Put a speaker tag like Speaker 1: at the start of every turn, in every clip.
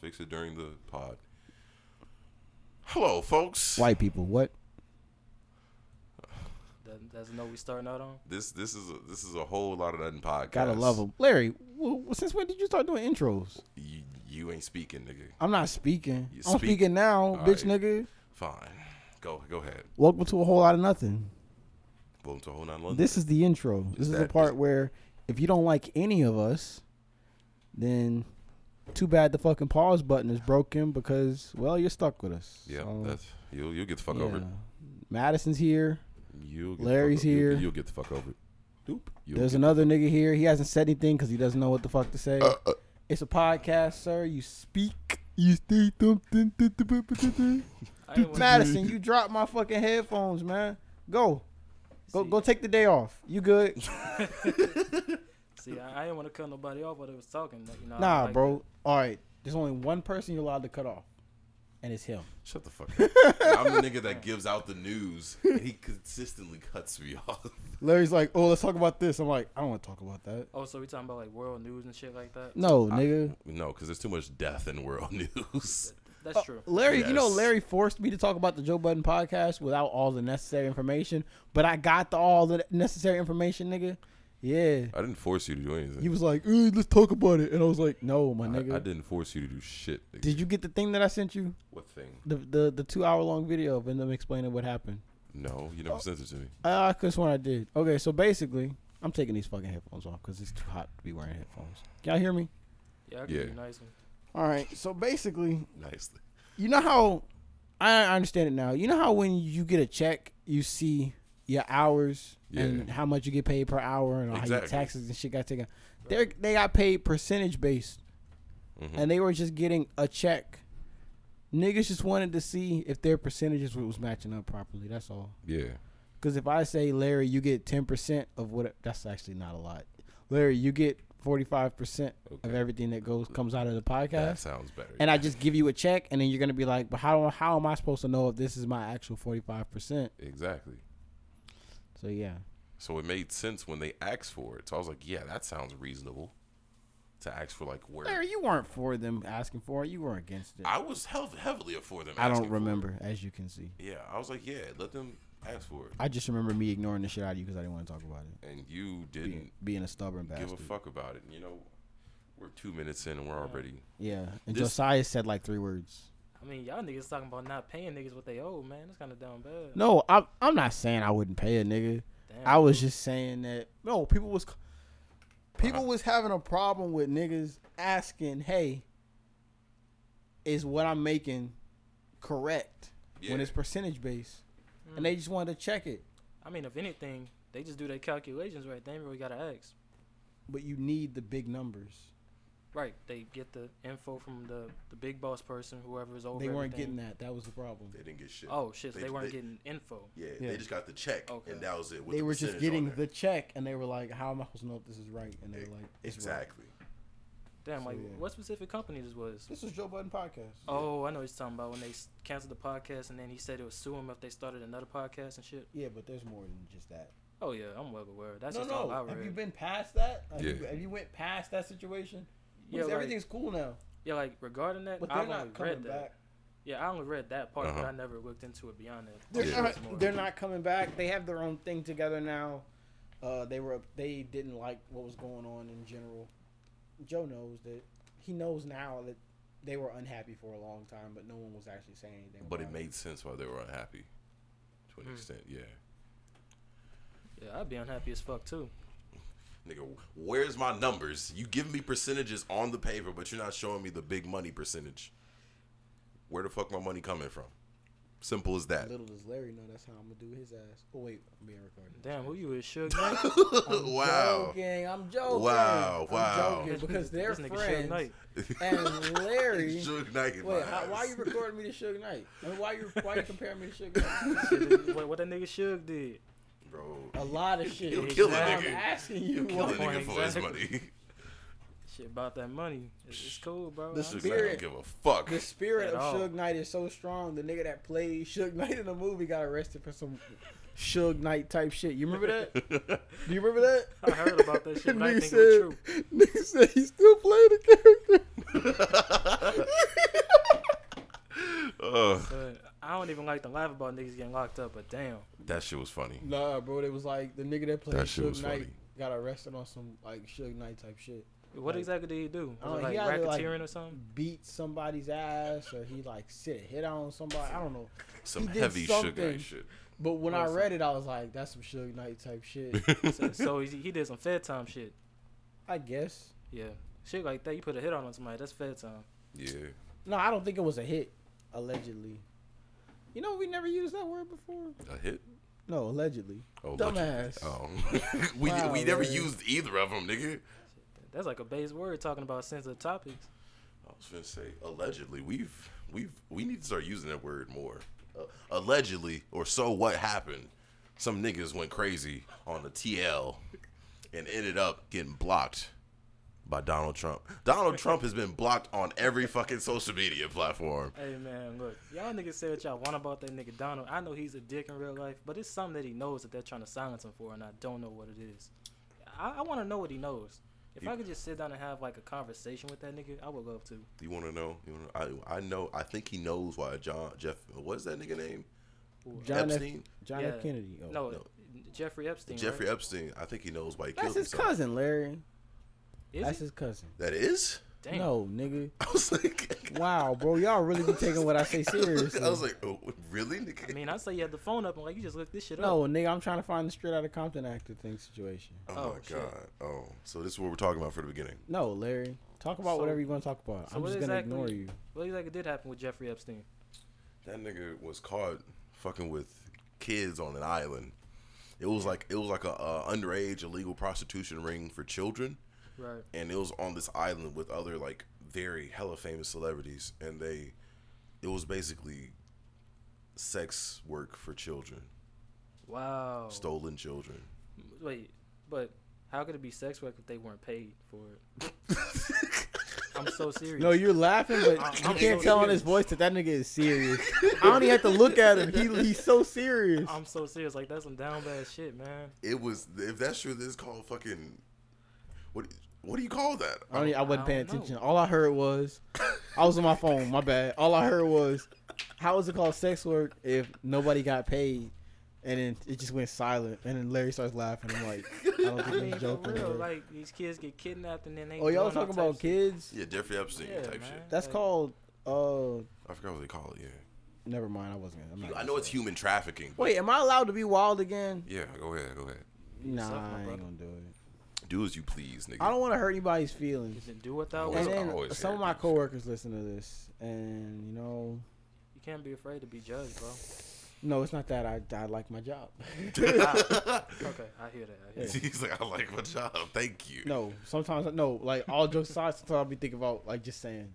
Speaker 1: fix it during the pod. Hello, folks.
Speaker 2: White people, what?
Speaker 3: That, that's the note we starting out on.
Speaker 1: This this is a, this is a whole lot of nothing podcast.
Speaker 2: Gotta love them. Larry, w- since when did you start doing intros?
Speaker 1: You, you ain't speaking, nigga.
Speaker 2: I'm not speaking.
Speaker 1: You
Speaker 2: I'm
Speaker 1: speak.
Speaker 2: speaking now,
Speaker 1: All
Speaker 2: bitch
Speaker 1: right.
Speaker 2: nigga.
Speaker 1: Fine. Go go ahead.
Speaker 2: Welcome to a whole lot of nothing.
Speaker 1: Welcome to whole nine London.
Speaker 2: This is the intro. This
Speaker 1: Is
Speaker 2: is the
Speaker 1: that-
Speaker 2: part where if you don't like any of us, then too bad the fucking pause button is broken because well you're stuck with us.
Speaker 1: yeah,
Speaker 2: So,
Speaker 1: that's you'll you'll get the fuck over it.
Speaker 2: yeah. Madison's here.
Speaker 1: You'll get the
Speaker 2: Larry's
Speaker 1: fuck, o- you'll-
Speaker 2: here.
Speaker 1: You'll, get the fuck over it. Doop. You'll
Speaker 2: There's
Speaker 1: get- Uh.
Speaker 2: another nigga here. He hasn't said anything because he doesn't know what the fuck to say. it's a podcast, sir. You speak. You say something.
Speaker 3: I didn't wanna-
Speaker 2: Madison, you dropped my fucking headphones, man. Go. Go
Speaker 3: see,
Speaker 2: go take the day off. You good?
Speaker 3: See, I, I didn't want to cut nobody off while they was talking. You know, I
Speaker 2: Nah,
Speaker 3: like
Speaker 2: bro. All right. There's only one person you're allowed to cut off, and it's him.
Speaker 1: Shut the fuck up. I'm the nigga that gives out the news and he consistently cuts me off.
Speaker 2: Larry's like, oh, let's talk about this. I'm like, I don't want to talk about that.
Speaker 3: that. Oh, so we talking about like world news and shit like that.
Speaker 2: No,
Speaker 1: I-
Speaker 2: nigga.
Speaker 1: No, because there's too much death in world news.
Speaker 2: uh,
Speaker 3: That's true.
Speaker 2: Larry, you know,
Speaker 1: Yes.
Speaker 2: Larry forced me to talk about the Joe Budden podcast without all the necessary information, but I got the, all the necessary information, nigga. Yeah.
Speaker 1: I didn't force you to do anything.
Speaker 2: He was like, "Eh, let's talk about it. And I was like, no, my
Speaker 1: I,
Speaker 2: nigga.
Speaker 1: I didn't force you to do shit. Nigga.
Speaker 2: Did you get the thing that I sent you?
Speaker 1: What thing?
Speaker 2: The the, the two hour long video of them explaining what happened.
Speaker 1: No, you never sent it to me.
Speaker 2: I, I could swear I did. Okay, so basically, I'm taking these fucking headphones off because it's too hot to be wearing headphones. Can y'all hear me?
Speaker 3: Yeah, I can
Speaker 1: Yeah.
Speaker 3: be nice. and-
Speaker 2: All right. So basically,
Speaker 1: Nicely.
Speaker 2: you know how I I understand it now. You know how when you get a check, you see your hours and
Speaker 1: Yeah.
Speaker 2: how much you get paid per hour and how your
Speaker 1: Exactly.
Speaker 2: taxes and shit got taken. They they got paid percentage based,
Speaker 1: Mhm.
Speaker 2: and they were just getting a check. Niggas just wanted to see if their percentages was matching up properly. That's all.
Speaker 1: Yeah.
Speaker 2: Because if I say Larry, you get ten percent of what that's actually not a lot. Larry, you get forty five percent of
Speaker 1: Okay.
Speaker 2: everything that goes comes out of the podcast
Speaker 1: That sounds better.
Speaker 2: and I just give you a check, and then you're gonna be like, "But how how am I supposed to know if this is my actual forty five percent?"
Speaker 1: exactly.
Speaker 2: So yeah,
Speaker 1: So it made sense when they asked for it. So I was like, yeah, that sounds reasonable to ask for like where.
Speaker 2: Larry, you weren't for them asking for it; you were against it. I,
Speaker 1: I was hell heavily for them.
Speaker 2: don't
Speaker 1: asking for it.
Speaker 2: remember, as you can see.
Speaker 1: Yeah, I was like, yeah, let them ask for it,
Speaker 2: I just remember me ignoring the shit out of you because I didn't want to talk about it.
Speaker 1: and you
Speaker 2: Being,
Speaker 1: didn't
Speaker 2: being a stubborn
Speaker 1: give
Speaker 2: bastard.
Speaker 1: a fuck about it. And, you know, we're two minutes in and we're already.
Speaker 2: Yeah, and
Speaker 1: This-
Speaker 2: Josiah said like three words.
Speaker 3: I mean, y'all niggas talking about not paying niggas what they owe, man. That's kind of down bad.
Speaker 2: No, I'm I'm not saying I wouldn't pay a nigga.
Speaker 3: Damn.
Speaker 2: I was just saying that no people was people was having a problem with niggas asking, "Hey, is what I'm making correct?" When
Speaker 1: Yeah.
Speaker 2: it's percentage based, and they just wanted to check it.
Speaker 3: Mm. I mean, if anything, they just do their calculations right. They ain't really gotta ask.
Speaker 2: But you need the big numbers.
Speaker 3: Right. They get the info from the the big boss person, whoever is over.
Speaker 2: They weren't
Speaker 3: everything.
Speaker 2: getting that. That was the problem.
Speaker 1: They didn't get shit.
Speaker 3: Oh shit! So
Speaker 1: They-
Speaker 3: they, weren't
Speaker 1: they-
Speaker 3: getting info.
Speaker 1: Yeah,
Speaker 2: Yeah.
Speaker 1: they just got the check,
Speaker 3: Okay.
Speaker 1: and that was it. with
Speaker 2: They
Speaker 1: the
Speaker 2: were just
Speaker 1: percentage on
Speaker 2: getting
Speaker 1: there.
Speaker 2: the check, and they were like, "How am I supposed to know if this is right?" And they were like, it's right.
Speaker 1: exactly.
Speaker 3: Damn, like
Speaker 2: yeah.
Speaker 3: what specific company this was?
Speaker 2: This is Joe Budden podcast.
Speaker 3: Oh, I know what he's talking about when they s- canceled the podcast, and then he said it would sue him if they started another podcast and shit.
Speaker 2: Yeah, but there's more than just that.
Speaker 3: Oh yeah, I'm well aware. That's
Speaker 2: no,
Speaker 3: just all I
Speaker 2: no.
Speaker 3: read.
Speaker 2: Have you been past that? Have, you,
Speaker 1: Yeah.
Speaker 2: have you went past that situation?
Speaker 3: yeah,
Speaker 2: Because
Speaker 3: like,
Speaker 2: everything's cool now.
Speaker 3: yeah, like regarding that,
Speaker 2: But
Speaker 3: I
Speaker 2: they're
Speaker 3: only
Speaker 2: not coming
Speaker 3: read that.
Speaker 2: back.
Speaker 3: Yeah, I only read that part, but
Speaker 1: Uh-huh.
Speaker 3: I never looked into it beyond that.
Speaker 2: They're,
Speaker 1: Yeah.
Speaker 2: not, they're not coming back. They have their own thing together now. Uh, they were they didn't like what was going on in general. Joe knows that he knows now that they were unhappy for a long time, but no one was actually saying anything.
Speaker 1: But it
Speaker 2: about
Speaker 1: made sense why they were unhappy, to an
Speaker 3: Hmm.
Speaker 1: extent. Yeah,
Speaker 3: Yeah, I'd be unhappy as fuck too.
Speaker 1: nigga, where's my numbers? You give me percentages on the paper, but you're not showing me the big money percentage. Where the fuck my money coming from? Simple as that.
Speaker 2: Little does Larry know that's how I'm gonna do his ass. Oh wait, I'm being recorded.
Speaker 3: Damn, who you is, Suge Knight?
Speaker 2: I'm
Speaker 1: wow.
Speaker 2: joking. I'm joking.
Speaker 1: Wow,
Speaker 2: I'm
Speaker 1: wow.
Speaker 2: joking, because they're
Speaker 3: This nigga Suge
Speaker 2: friends.
Speaker 3: Knight.
Speaker 2: And Larry.
Speaker 1: Suge Knight in
Speaker 2: Wait,
Speaker 1: my
Speaker 2: how, why
Speaker 1: eyes.
Speaker 2: you recording me to Suge Knight? I mean, why you why you comparing me to Suge Knight?
Speaker 3: Shit, what, what that nigga Suge did.
Speaker 1: bro?
Speaker 2: A lot of shit.
Speaker 1: You'll kill a
Speaker 2: Now
Speaker 1: nigga.
Speaker 2: I'm asking you.
Speaker 1: You kill a
Speaker 2: why.
Speaker 1: nigga for his
Speaker 3: Exactly.
Speaker 1: money.
Speaker 3: Shit about that money. It's, it's cool, bro.
Speaker 2: The
Speaker 3: I-
Speaker 1: Suge Knight
Speaker 2: Spirit.
Speaker 1: don't give a fuck.
Speaker 2: The spirit
Speaker 3: At
Speaker 2: of
Speaker 3: all.
Speaker 2: Suge Knight is so strong. The nigga that played Suge Knight in the movie got arrested for some Suge Knight type shit. You remember that? Do you remember that?
Speaker 3: I heard about that shit, but I
Speaker 2: Nigga
Speaker 3: didn't think it was
Speaker 2: said- Nigga said he still played the character.
Speaker 1: Oh,
Speaker 3: don't even like to laugh about niggas getting locked up, but damn.
Speaker 1: That shit was funny.
Speaker 2: Nah, bro, it was like the nigga that played
Speaker 1: That shit
Speaker 2: Suge
Speaker 1: was
Speaker 2: Knight
Speaker 1: funny.
Speaker 2: got arrested on some like Suge Knight type shit.
Speaker 3: What
Speaker 2: Like-
Speaker 3: exactly did he do?
Speaker 2: Oh,
Speaker 3: Was it
Speaker 2: he
Speaker 3: like
Speaker 2: had to, like-
Speaker 3: racketeering or something?
Speaker 2: Beat somebody's ass or he like sit a hit on somebody. I don't know.
Speaker 1: Some
Speaker 2: He did
Speaker 1: heavy sugar
Speaker 2: something.
Speaker 1: and shit.
Speaker 2: But when I
Speaker 3: Listen.
Speaker 2: read it, I was like, that's some Suge Knight type shit.
Speaker 3: So, so he, he did some Fed time shit.
Speaker 2: I guess.
Speaker 3: Yeah. Shit like that. You put a hit on on somebody. That's Fed time.
Speaker 1: yeah.
Speaker 2: No, I don't think it was a hit. Allegedly. You know, we never used that word before.
Speaker 1: A hit?
Speaker 2: No, allegedly.
Speaker 1: Oh,
Speaker 2: Dumbass.
Speaker 1: Oh. we
Speaker 2: Wow,
Speaker 1: we never
Speaker 2: man.
Speaker 1: used either of them, nigga.
Speaker 3: That's like a base word talking about sensitive topics.
Speaker 1: I was gonna say allegedly. We've we've we need to start using that word more. Uh, allegedly, or so what happened? Some niggas went crazy on the TL and ended up getting blocked by Donald Trump. Donald Trump has been blocked on every fucking social media platform.
Speaker 3: Hey man, look, y'all niggas say what y'all want about that nigga Donald. I know he's a dick in real life, but it's something that he knows that they're trying to silence him for, and I don't know what it is. I, I want to know what he knows. If I could just sit down and have like a conversation with that nigga, I would love to.
Speaker 1: You want to know? You wanna, I I know. I think he knows why John Jeff. What's that nigga name?
Speaker 2: John F.
Speaker 1: Epstein?
Speaker 2: John
Speaker 3: Yeah.
Speaker 2: F. Kennedy. Oh.
Speaker 3: no,
Speaker 1: no.
Speaker 3: Jeffrey Epstein.
Speaker 1: Jeffrey
Speaker 3: right?
Speaker 1: Epstein. I think he knows why he
Speaker 2: That's
Speaker 1: killed
Speaker 2: his
Speaker 1: himself.
Speaker 2: cousin, Larry.
Speaker 3: Is
Speaker 2: that's
Speaker 3: he?
Speaker 2: his cousin.
Speaker 1: That is.
Speaker 3: Damn.
Speaker 2: No, nigga.
Speaker 1: I was like.
Speaker 2: Wow, bro, y'all really be taking what I say seriously.
Speaker 1: I was like, oh, really? Nigga?
Speaker 3: I mean, I say you had the phone up and like you just looked this shit up.
Speaker 2: no, nigga, I'm trying to find the straight out of Compton actor thing situation.
Speaker 1: Oh,
Speaker 3: Oh,
Speaker 1: my
Speaker 3: shit.
Speaker 1: god. Oh, so this is what we're talking about for the beginning.
Speaker 2: No, Larry, talk about
Speaker 3: So-
Speaker 2: whatever you want to talk about.
Speaker 3: so
Speaker 2: I'm
Speaker 3: what
Speaker 2: just gonna
Speaker 3: exactly-
Speaker 2: ignore you.
Speaker 3: What exactly did happen with Jeffrey Epstein?
Speaker 1: That nigga was caught fucking with kids on an island. It was like it was like a, uh underage illegal prostitution ring for children,
Speaker 3: Right.
Speaker 1: and it was on this island with other like very hella famous celebrities, and they, it was basically sex work for children,
Speaker 3: Wow.
Speaker 1: stolen children.
Speaker 3: Wait, but how could it be sex work if they weren't paid for it? I'm so serious.
Speaker 2: No, you're laughing, but
Speaker 3: I'm-
Speaker 2: you
Speaker 3: I'm
Speaker 2: can't
Speaker 3: so
Speaker 2: tell on his
Speaker 3: serious.
Speaker 2: voice that that nigga is serious. I don't even have to look at him. He, he's so serious.
Speaker 3: I'm so serious. Like that's some down bad shit, man.
Speaker 1: It was if that's true, this is called fucking. What what do you call that?
Speaker 2: I, don't, e- I wasn't
Speaker 3: I
Speaker 2: paying
Speaker 3: don't know.
Speaker 2: attention. All I heard was, I was on my phone. My bad. All I heard was, how is it called sex work if nobody got paid? And then it just went silent. And then Larry starts laughing. I'm like, I don't
Speaker 3: I
Speaker 2: think
Speaker 3: mean,
Speaker 2: he's
Speaker 3: for
Speaker 2: joking.
Speaker 3: real,
Speaker 2: or-
Speaker 3: like these kids get kidnapped and then they.
Speaker 2: oh, y'all
Speaker 3: doing all
Speaker 2: talking
Speaker 3: types
Speaker 2: about
Speaker 3: of-
Speaker 2: kids?
Speaker 1: Yeah, Jeffrey Epstein
Speaker 3: Yeah,
Speaker 1: type
Speaker 3: man.
Speaker 1: shit.
Speaker 2: That's
Speaker 3: Like-
Speaker 2: called. Uh,
Speaker 1: I forgot what they call it. Yeah,
Speaker 2: never mind. I wasn't. Gonna, I'm not
Speaker 1: I
Speaker 2: gonna
Speaker 1: know
Speaker 2: say
Speaker 1: it's
Speaker 2: it.
Speaker 1: human trafficking. but-
Speaker 2: Wait, am I allowed to be wild again?
Speaker 1: Yeah, go ahead, go ahead.
Speaker 2: Nah,
Speaker 3: suck, my
Speaker 2: I ain't
Speaker 3: brother.
Speaker 2: gonna do it.
Speaker 1: Do as you please, nigga.
Speaker 2: I don't want to hurt anybody's feelings.
Speaker 3: You can do what thou
Speaker 1: Oh,
Speaker 3: will.
Speaker 2: And
Speaker 1: Always-
Speaker 2: then
Speaker 1: always
Speaker 2: some of
Speaker 1: hurt
Speaker 2: my
Speaker 1: people's
Speaker 2: coworkers listen to this, and you know,
Speaker 3: You can't be afraid to be judged, bro.
Speaker 2: no, it's not that. I I like my job.
Speaker 3: Okay, I hear that. I hear that.
Speaker 1: He's like, I like my job. Thank you.
Speaker 2: No, sometimes no. Like all jokes aside, sometimes I'll be thinking about like just saying,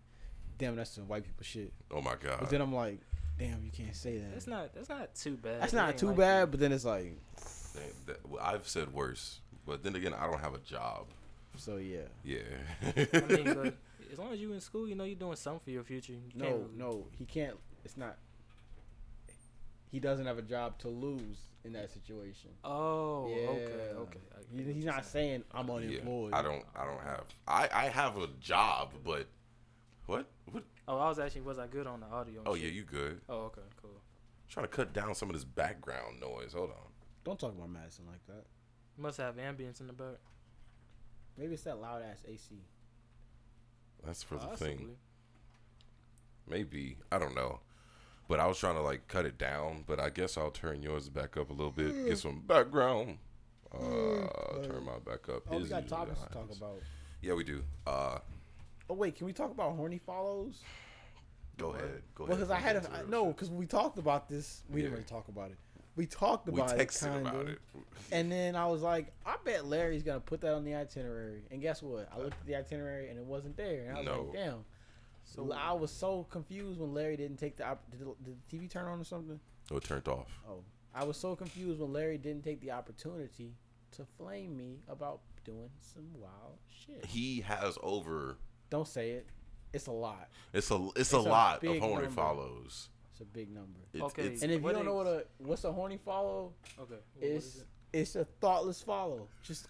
Speaker 2: "Damn, that's some white people shit."
Speaker 1: Oh my
Speaker 2: But
Speaker 1: god.
Speaker 2: then I'm like, "Damn, you can't say that."
Speaker 3: That's not. That's not too bad.
Speaker 2: That's
Speaker 3: It
Speaker 2: not
Speaker 3: ain't
Speaker 2: too
Speaker 3: like
Speaker 2: bad.
Speaker 3: you.
Speaker 2: But then it's like,
Speaker 1: Dang, that- well, I've said worse, but then again, I don't have a job.
Speaker 2: so yeah.
Speaker 1: Yeah.
Speaker 3: I mean, but as long as you in school, you know you're doing something for your future. You can't
Speaker 2: No,
Speaker 3: really-
Speaker 2: no, he can't. It's not. He doesn't have a job to lose in that situation.
Speaker 3: Oh, okay,
Speaker 2: Yeah.
Speaker 3: okay. I get
Speaker 2: He-
Speaker 3: what
Speaker 2: he's
Speaker 3: you're
Speaker 2: not
Speaker 3: saying.
Speaker 2: saying I'm
Speaker 1: Yeah,
Speaker 2: unemployed.
Speaker 1: I don't. I don't have. I I have a job, but what? What?
Speaker 3: Oh, I was actually was I good on the audio? and
Speaker 1: Oh
Speaker 3: shit?
Speaker 1: yeah, you good?
Speaker 3: Oh, okay, cool.
Speaker 1: trying to cut down some of this background noise. Hold on.
Speaker 2: Don't talk about Madison like that.
Speaker 3: Must have ambience in the back.
Speaker 2: Maybe it's that loud ass AC.
Speaker 1: That's for the
Speaker 3: Possibly.
Speaker 1: thing. Maybe. I don't know. But I was trying to like cut it down, but I guess I'll turn yours back up a little
Speaker 2: Hmm.
Speaker 1: bit, get some background. Uh, turn mine back up.
Speaker 2: Oh, we
Speaker 1: His
Speaker 2: got
Speaker 1: usually
Speaker 2: topics to
Speaker 1: highs.
Speaker 2: talk about.
Speaker 1: Yeah, we do. Uh,
Speaker 2: Oh wait, can we talk about horny follows?
Speaker 1: go ahead. Go
Speaker 2: Well,
Speaker 1: ahead.
Speaker 2: because I had a
Speaker 1: Zero
Speaker 2: I- no,
Speaker 1: shit.
Speaker 2: because we talked about this. We didn't
Speaker 1: Yeah.
Speaker 2: really talk about it. We talked
Speaker 1: We
Speaker 2: about it,
Speaker 1: texted
Speaker 2: kinda.
Speaker 1: about it.
Speaker 2: And then I was like, I bet Larry's gonna put that on the itinerary. And guess what? I looked at the itinerary and it wasn't there. And I was
Speaker 1: No.
Speaker 2: like, damn. So I was so confused when Larry didn't take the op- did, the, did the TV turn on or something.
Speaker 1: Oh, it turned off.
Speaker 2: Oh, I was so confused when Larry didn't take the opportunity to flame me about doing some wild shit.
Speaker 1: He has over.
Speaker 2: Don't say it. It's a lot.
Speaker 1: It's a it's,
Speaker 2: It's
Speaker 1: a
Speaker 2: a
Speaker 1: lot of
Speaker 2: big
Speaker 1: horny
Speaker 2: number.
Speaker 1: follows.
Speaker 2: It's a big number.
Speaker 1: It's,
Speaker 3: Okay.
Speaker 1: It's,
Speaker 2: And if
Speaker 3: What
Speaker 2: you don't know
Speaker 3: is-
Speaker 2: what a what's a horny follow,
Speaker 3: Okay. what is
Speaker 2: it's
Speaker 3: it?
Speaker 2: it's a thoughtless follow, just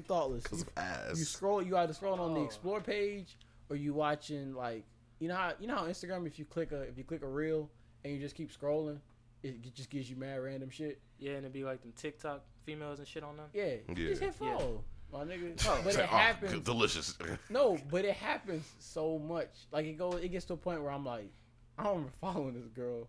Speaker 2: thoughtless.
Speaker 1: it's
Speaker 2: You,
Speaker 1: ass.
Speaker 2: you scroll, you either scrolling on the
Speaker 3: Oh.
Speaker 2: explore page or you watching like you know how you know how Instagram if you click a if you click a reel and you just keep scrolling, It just gives you mad random shit.
Speaker 3: Yeah, and it'd be like them TikTok females and shit on them.
Speaker 2: Yeah, you just
Speaker 1: Yeah.
Speaker 2: hit follow, my nigga.
Speaker 3: Oh.
Speaker 2: but
Speaker 1: Say,
Speaker 2: it
Speaker 1: "Oh,
Speaker 2: happens.
Speaker 1: good- delicious.
Speaker 2: No, but it happens so much. Like it goes, it gets to a point where I'm like, I don't remember following this girl,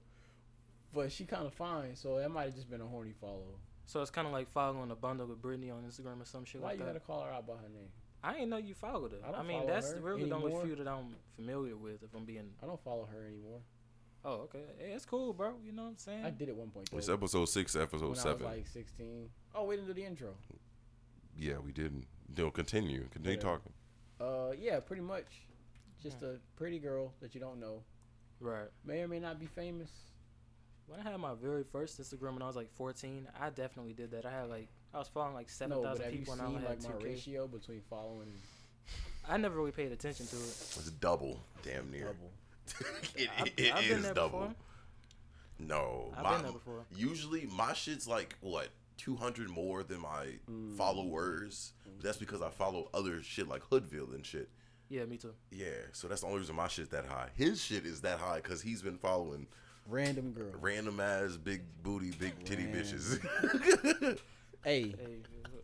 Speaker 2: but she kind of fine, so that might have just been a horny follow.
Speaker 3: So it's kind of like following a bundle with Britney on Instagram or some shit
Speaker 2: Why
Speaker 3: like
Speaker 2: you
Speaker 3: that.
Speaker 2: gotta call her out by her name?
Speaker 3: I ain't know you followed her.
Speaker 2: I don't
Speaker 3: I, mean,
Speaker 2: follow
Speaker 3: that's
Speaker 2: her
Speaker 3: really the
Speaker 2: anymore.
Speaker 3: only few that I'm familiar with. If I'm being,
Speaker 2: I don't follow her anymore.
Speaker 3: oh okay, hey, it's cool, bro. You know what I'm saying?
Speaker 2: I did at one point though.
Speaker 1: It's episode six, episode
Speaker 2: when
Speaker 1: seven.
Speaker 2: I was like 16. Oh, we didn't do the intro.
Speaker 1: yeah, we didn't. No, continue. Continue
Speaker 2: Whatever.
Speaker 1: talking.
Speaker 2: Uh, yeah, pretty much. Just a pretty girl that you don't know,
Speaker 3: Right.
Speaker 2: may or may not be famous.
Speaker 3: When I had my very first Instagram when I was like 14, I definitely did that. I had like I was following like
Speaker 2: No,
Speaker 3: 7,000
Speaker 2: but have you
Speaker 3: people and I only
Speaker 2: seen like
Speaker 3: had
Speaker 2: my
Speaker 3: 2K.
Speaker 2: ratio between following and
Speaker 3: I never really paid attention to it.
Speaker 1: It's double, damn near.
Speaker 2: double?
Speaker 1: it
Speaker 3: I've,
Speaker 1: it- it
Speaker 3: I've been
Speaker 1: is
Speaker 3: there
Speaker 1: double.
Speaker 3: before.
Speaker 1: No,
Speaker 3: I've
Speaker 1: my,
Speaker 3: been there before.
Speaker 1: usually my shit's like what 200 more than my
Speaker 2: Mm.
Speaker 1: followers. That's because I follow other shit like Hoodville and shit.
Speaker 3: Yeah, me too.
Speaker 1: Yeah, so that's the only reason my shit's that high. His shit is that high because he's been following
Speaker 2: Random girl.
Speaker 1: random ass big booty, big titty
Speaker 2: Random.
Speaker 1: bitches.
Speaker 2: Hey,
Speaker 3: Hey,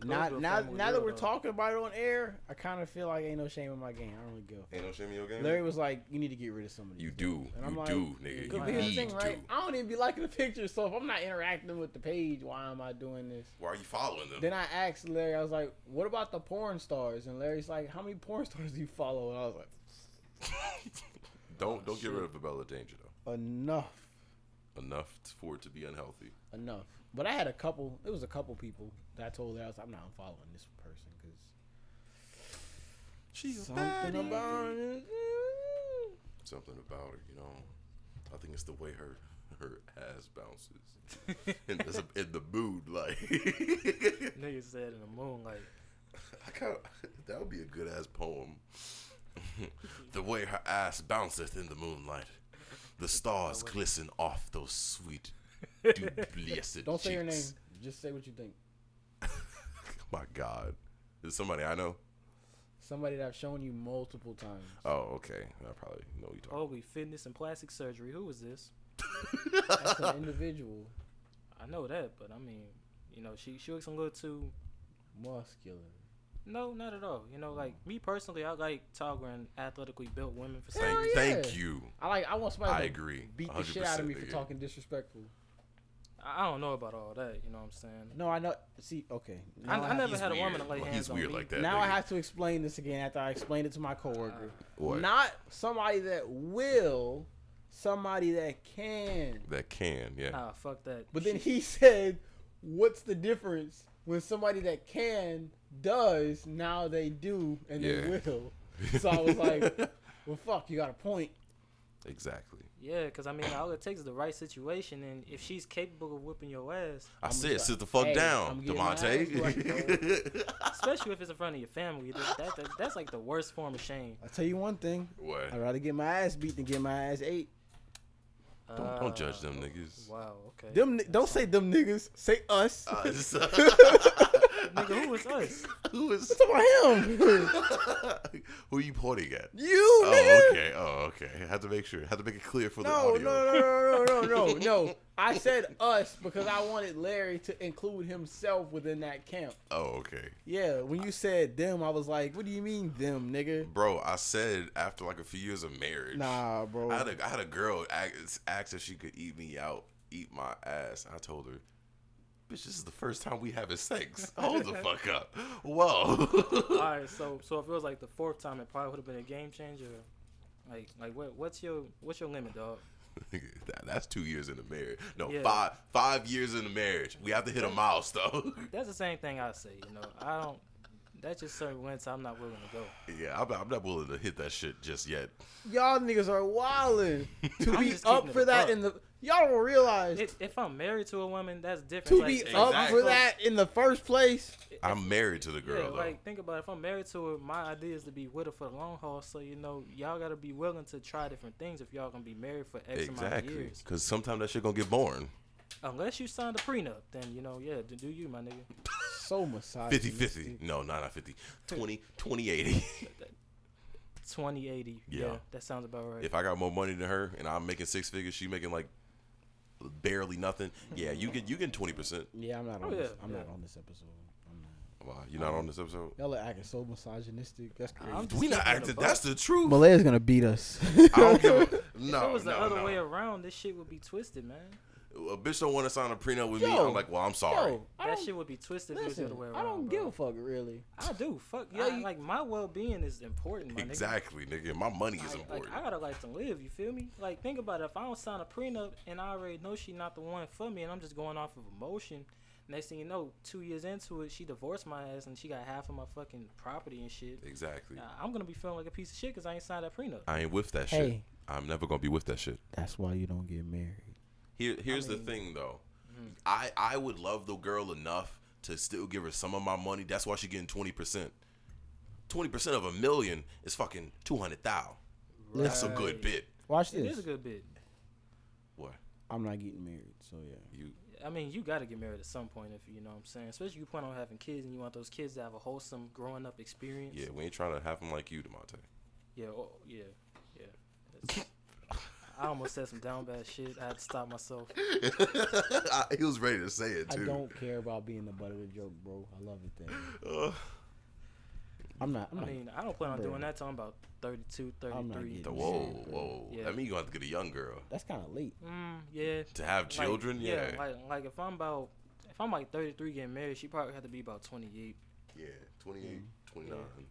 Speaker 2: now,
Speaker 3: Louisville
Speaker 2: now,
Speaker 3: family
Speaker 2: now that
Speaker 3: real,
Speaker 2: we're
Speaker 3: though.
Speaker 2: talking about it on air, I kind of feel like ain't no shame in my game. I don't really give a
Speaker 1: Ain't no shame in your game.
Speaker 2: fuck. Larry was like, "You need to get rid of some of these."
Speaker 1: you do,
Speaker 2: And
Speaker 1: you
Speaker 2: I'm like,
Speaker 1: do, nigga.
Speaker 2: Cause
Speaker 1: You
Speaker 3: Right.
Speaker 2: here's the
Speaker 1: need
Speaker 2: thing, right?
Speaker 1: to.
Speaker 2: I don't even be liking the pictures, so if I'm not interacting with the page, why am I doing this?
Speaker 1: Why are you following them?
Speaker 2: Then I asked Larry, I was like, "What about the porn stars?" And Larry's like, "How many porn stars do you follow?" And I was like,
Speaker 1: don't don't
Speaker 3: shit.
Speaker 1: get rid of Bella Danger though.
Speaker 2: "Enough,
Speaker 1: Enough t- for it to be unhealthy.
Speaker 2: enough." But I had a couple. It was a couple people that I told Larry, I was like, "I'm not following this person because
Speaker 1: She's
Speaker 2: something about it."
Speaker 1: something about her, you know. I think it's the way her her ass bounces in, the, in the mood. Like
Speaker 3: Niggas said in the moonlight.
Speaker 1: I kind that would be a good ass poem. the way her ass bounceth in the moonlight, the stars glisten off those sweet, do blessed.
Speaker 2: Don't say your name.
Speaker 1: cheeks.
Speaker 2: Just say what you think.
Speaker 1: My God, is somebody I know?
Speaker 2: Somebody that I've shown you multiple times.
Speaker 1: Oh, okay. I probably know who you talking.
Speaker 3: Holy oh, fitness and plastic surgery. Who is this?
Speaker 2: That's an individual,
Speaker 3: I know that, but I mean, you know, she she looks a little too.
Speaker 2: muscular.
Speaker 3: No, not at all. You know, like me personally, I like taller and athletically built women for some
Speaker 1: Thank,
Speaker 2: Hell
Speaker 3: reason.
Speaker 1: thank
Speaker 2: yeah.
Speaker 1: you.
Speaker 2: I like. I want somebody.
Speaker 1: I
Speaker 2: to
Speaker 1: agree.
Speaker 2: Beat the shit out of me for
Speaker 1: nigga.
Speaker 2: talking disrespectful.
Speaker 3: I I don't know about all that. You know what I'm saying?
Speaker 2: No, I know. See, okay.
Speaker 3: I,
Speaker 2: Now I,
Speaker 3: I never
Speaker 1: He's
Speaker 3: had a woman
Speaker 1: weird.
Speaker 3: to lay
Speaker 1: Well,
Speaker 3: hands
Speaker 1: He's
Speaker 3: on
Speaker 1: weird
Speaker 3: me.
Speaker 1: like that.
Speaker 2: now I
Speaker 1: nigga.
Speaker 2: have to explain this again after I explained it to my coworker.
Speaker 1: What?
Speaker 2: Not somebody that will, somebody that can.
Speaker 1: that can. Yeah.
Speaker 3: Nah, fuck that.
Speaker 2: But then he said, "What's the difference when somebody that can does now they do and
Speaker 1: Yeah.
Speaker 2: they will?"
Speaker 3: Oh.
Speaker 2: So I was like, "Well, fuck, you got a point."
Speaker 1: exactly.
Speaker 3: yeah, because I mean, all it takes is the right situation, and if she's capable of whipping your ass,
Speaker 1: I
Speaker 2: I'm
Speaker 1: said,
Speaker 2: just
Speaker 1: sit
Speaker 2: like,
Speaker 1: the fuck
Speaker 2: hey,
Speaker 1: down,
Speaker 2: I'm getting my
Speaker 1: Demonte.
Speaker 2: ass
Speaker 3: especially if it's in front of your family, that, that, that- that's like the worst form of shame.
Speaker 2: I tell you one thing:
Speaker 1: what?
Speaker 2: I'd rather get my ass beat than get my ass ate.
Speaker 1: Don't, don't judge
Speaker 3: Uh,
Speaker 1: them niggas.
Speaker 3: Wow. Okay.
Speaker 2: Them, ni- don't say them niggas. Say us.
Speaker 1: Uh, just-
Speaker 3: Nigga, who was us?
Speaker 1: who is?
Speaker 2: Talking about him.
Speaker 1: who are you pointing at?
Speaker 2: You
Speaker 1: Oh,
Speaker 2: nigga.
Speaker 1: okay. Oh, okay. I have to make sure. I have to make it clear for the
Speaker 2: No,
Speaker 1: audio.
Speaker 2: no, no, no, no, no, no, no. I said us because I wanted Larry to include himself within that camp.
Speaker 1: Oh, okay.
Speaker 2: Yeah, when you said them, I was like, what do you mean them, nigga?
Speaker 1: Bro, I said after like a few years of marriage,
Speaker 2: Nah, bro.
Speaker 1: I had a, I had a girl ask, ask if she could eat me out, eat my ass. I told her, bitch, this is the first time we having sex. Hold the fuck up.
Speaker 3: All
Speaker 1: Whoa.
Speaker 3: right. So, so if it was like the fourth time, it probably would have been a game changer. Like, like what? What's your what's your limit, dog?
Speaker 1: That- that's two years in the marriage. No,
Speaker 3: Yeah.
Speaker 1: five five years in the marriage. We have to hit a milestone.
Speaker 3: That's the same thing I say. You know, I don't. That's just certain lengths I'm not willing to go.
Speaker 1: yeah, I'm, I'm not willing to hit that shit just yet.
Speaker 2: y'all niggas are wildin'. To
Speaker 3: I'm
Speaker 2: be
Speaker 3: just keeping
Speaker 2: up
Speaker 3: it
Speaker 2: for that
Speaker 3: above.
Speaker 2: in the y'all don't realize
Speaker 3: If, if I'm married to a woman, that's different.
Speaker 2: to
Speaker 3: Like,
Speaker 2: be
Speaker 3: for
Speaker 2: up
Speaker 1: Exactly.
Speaker 2: for
Speaker 3: example-
Speaker 2: that in the first place.
Speaker 1: I'm married to the girl
Speaker 3: yeah,
Speaker 1: though.
Speaker 3: like think about it. if I'm married to her, my idea is to be with her for the long haul. So you know, y'all gotta be willing to try different things if y'all gonna be married for X amount of
Speaker 1: exactly.
Speaker 3: years.
Speaker 1: Because sometimes that shit gonna get boring.
Speaker 3: Unless you signed a prenup, then you know, yeah, d- do you, my nigga?
Speaker 2: So massage.
Speaker 1: 50 50. No, not, not 50. 20, 20 80.
Speaker 3: Twenty eighty. Yeah.
Speaker 1: Yeah.
Speaker 3: that sounds about right.
Speaker 1: if I got more money than her and I'm making six figures, she making like barely nothing. Yeah, you get you get twenty percent.
Speaker 2: Yeah, I'm not
Speaker 3: Oh,
Speaker 2: on. this,
Speaker 3: yeah,
Speaker 2: I'm
Speaker 3: yeah.
Speaker 2: not on this episode. I'm not.
Speaker 1: Wow, you're not on this episode.
Speaker 2: Y'all are acting so misogynistic. That's crazy.
Speaker 3: I'm-
Speaker 1: We not acting. That's the truth.
Speaker 2: Malaya's gonna beat us.
Speaker 1: I don't give a no.
Speaker 3: if it was the
Speaker 1: Oh, no,
Speaker 3: other
Speaker 1: no.
Speaker 3: way around, this shit would be twisted, man.
Speaker 1: a bitch don't want to sign a prenup with me.
Speaker 2: Yo.
Speaker 1: I'm like, well, I'm sorry.
Speaker 2: Yo, I
Speaker 3: that
Speaker 2: don't,
Speaker 3: shit would be twisted if it was the
Speaker 2: listen,
Speaker 3: other way around.
Speaker 2: I don't
Speaker 3: bro.
Speaker 2: give a fuck really.
Speaker 3: I do. Fuck
Speaker 2: Yeah,
Speaker 3: yeah.
Speaker 2: you-
Speaker 3: like my well being is important. My
Speaker 1: exactly, nigga. My money
Speaker 3: Nigga.
Speaker 1: is
Speaker 3: Like, like
Speaker 1: important.
Speaker 3: I gotta like to live. You feel me? Like think about it. If I don't sign a prenup and I already know she not the one for me, and I'm just going off of emotion. Next thing you know, two years into it, she divorced my ass and she got half of my fucking property and shit.
Speaker 1: exactly.
Speaker 3: Nah, I'm gonna be feeling like a piece of shit because I ain't signed that prenup.
Speaker 1: I ain't with that shit.
Speaker 2: Hey,
Speaker 1: I'm never gonna be with that shit.
Speaker 2: that's why you don't get married.
Speaker 1: Here, here's
Speaker 3: mean- hmm.
Speaker 1: the thing though. I I would love the girl enough to still give her some of my money. That's why she getting twenty percent. Twenty percent of a million is fucking two hundred thousand. That's a good
Speaker 3: Right.
Speaker 1: bit.
Speaker 2: Watch
Speaker 3: It is
Speaker 2: this.
Speaker 3: a good bit.
Speaker 1: What
Speaker 2: I'm not getting married, so yeah.
Speaker 1: you?
Speaker 3: I mean, you got to get married at some point if you know what I'm saying. Especially you plan on having kids and you want those kids to have a wholesome growing up experience.
Speaker 1: Yeah, we ain't trying to have them like you, Demonte.
Speaker 3: Yeah. Oh, yeah. Yeah. That's- I almost said some down bad shit. I had to stop myself.
Speaker 1: I- he was ready to say it too.
Speaker 2: I don't care about being the butt of the joke, bro. I love it that.
Speaker 1: Ugh.
Speaker 2: I'm not. I'm
Speaker 3: I
Speaker 2: not.
Speaker 3: mean, I don't plan on
Speaker 2: Bro.
Speaker 3: doing that till I'm about 32,
Speaker 2: I'm not
Speaker 3: 33.
Speaker 1: The-
Speaker 2: getting-
Speaker 1: whoa,
Speaker 2: Shit, bro.
Speaker 1: whoa.
Speaker 3: Yeah.
Speaker 1: That mean you gonna have to get a young girl
Speaker 2: that's kind of late.
Speaker 3: Mm, yeah.
Speaker 1: to have
Speaker 3: Like,
Speaker 1: children. yeah,
Speaker 3: Like, like if I'm about, if I'm like 33 getting married, she probably had to be about 28.
Speaker 1: yeah. 28, 29,
Speaker 3: Yeah.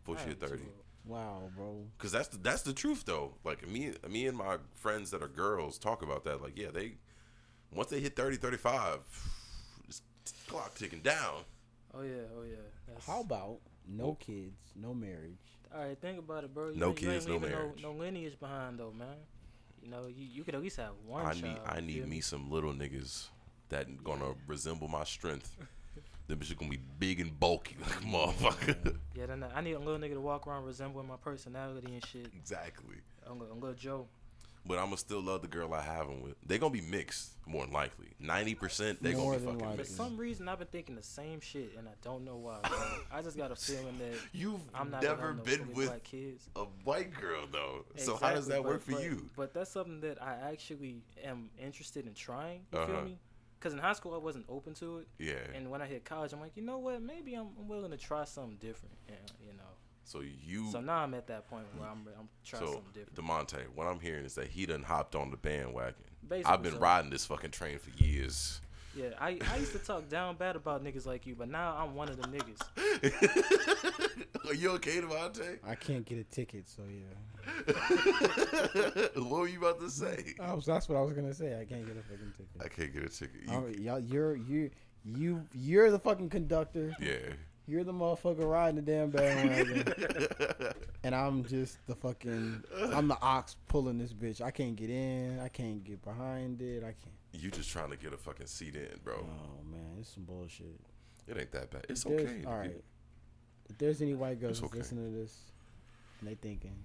Speaker 1: before she
Speaker 3: I
Speaker 1: hit
Speaker 3: am too
Speaker 1: thirty.
Speaker 3: old.
Speaker 2: Wow, bro.
Speaker 1: Cause that's the, that's the truth though. Like me me and my friends that are girls talk about that. Like yeah, they once they hit 30, 35, it's clock ticking down.
Speaker 3: Oh yeah, oh yeah. That's, oh.
Speaker 2: How about no kids, no marriage?
Speaker 3: All right, think about it, bro. You
Speaker 1: No
Speaker 3: ain't- you ain't
Speaker 1: kids, no
Speaker 3: leaving
Speaker 1: marriage.
Speaker 3: No, lineage behind though, man. You know, you, you could at least have one.
Speaker 1: I
Speaker 3: child,
Speaker 1: need I
Speaker 3: you
Speaker 1: need
Speaker 3: feel
Speaker 1: me some little niggas that gonna resemble my strength. Them bitches gonna be big and bulky, like a motherfucker.
Speaker 3: Yeah, then I I need a little nigga to walk around resembling my personality and shit.
Speaker 1: exactly.
Speaker 3: I'm, gonna- I'm little Joe.
Speaker 1: But I'ma still love the girl I have them with. They gonna be mixed more than likely. Ninety percent they gonna
Speaker 2: More
Speaker 1: be
Speaker 2: than
Speaker 1: fucking
Speaker 2: likely.
Speaker 3: For
Speaker 1: mixed.
Speaker 3: some reason, I've been thinking the same shit, and I don't know why. bro. I just got a feeling that
Speaker 1: You've
Speaker 3: I'm not
Speaker 1: never
Speaker 3: gonna have no
Speaker 1: been
Speaker 3: fully
Speaker 1: with
Speaker 3: black kids.
Speaker 1: a white girl though. So how does
Speaker 3: Exactly,
Speaker 1: that
Speaker 3: but-
Speaker 1: work for
Speaker 3: but-
Speaker 1: you?
Speaker 3: But that's something that I actually am interested in trying. You
Speaker 1: Uh-huh.
Speaker 3: feel me? Because in high school, I wasn't open to it,
Speaker 1: Yeah.
Speaker 3: and when I hit college, I'm like, you know what? Maybe I'm, I'm willing to try something different. And, you know,
Speaker 1: so you
Speaker 3: so now I'm at that point where I'm I'm trying
Speaker 1: So
Speaker 3: something different.
Speaker 1: Demonte, what I'm hearing is that he done hopped on the bandwagon.
Speaker 3: Basically
Speaker 1: I've been
Speaker 3: so.
Speaker 1: riding this fucking train for years.
Speaker 3: Yeah, I, I used to talk down bad about niggas like you, but now I'm one of the niggas.
Speaker 1: Are you okay, Demonte?
Speaker 2: I can't get a ticket, so yeah.
Speaker 1: what were you about to say?
Speaker 2: I was, that's what I was gonna say. I can't get a fucking
Speaker 1: I
Speaker 2: ticket.
Speaker 1: can't get a ticket. You-
Speaker 2: All right, y'all, you're you you you're the fucking conductor.
Speaker 1: yeah.
Speaker 2: You're the motherfucker riding the damn bandwagon, and I'm just the fucking I'm the ox pulling this bitch. I can't get in. I can't get behind it. I can't.
Speaker 1: you just trying to get a fucking seat in, bro.
Speaker 2: Oh man, it's some bullshit.
Speaker 1: It ain't that bad. It's
Speaker 2: If there's-
Speaker 1: okay.
Speaker 2: All
Speaker 1: nigga.
Speaker 2: right. If there's any white girls
Speaker 1: okay.
Speaker 2: listening to this, and they thinking,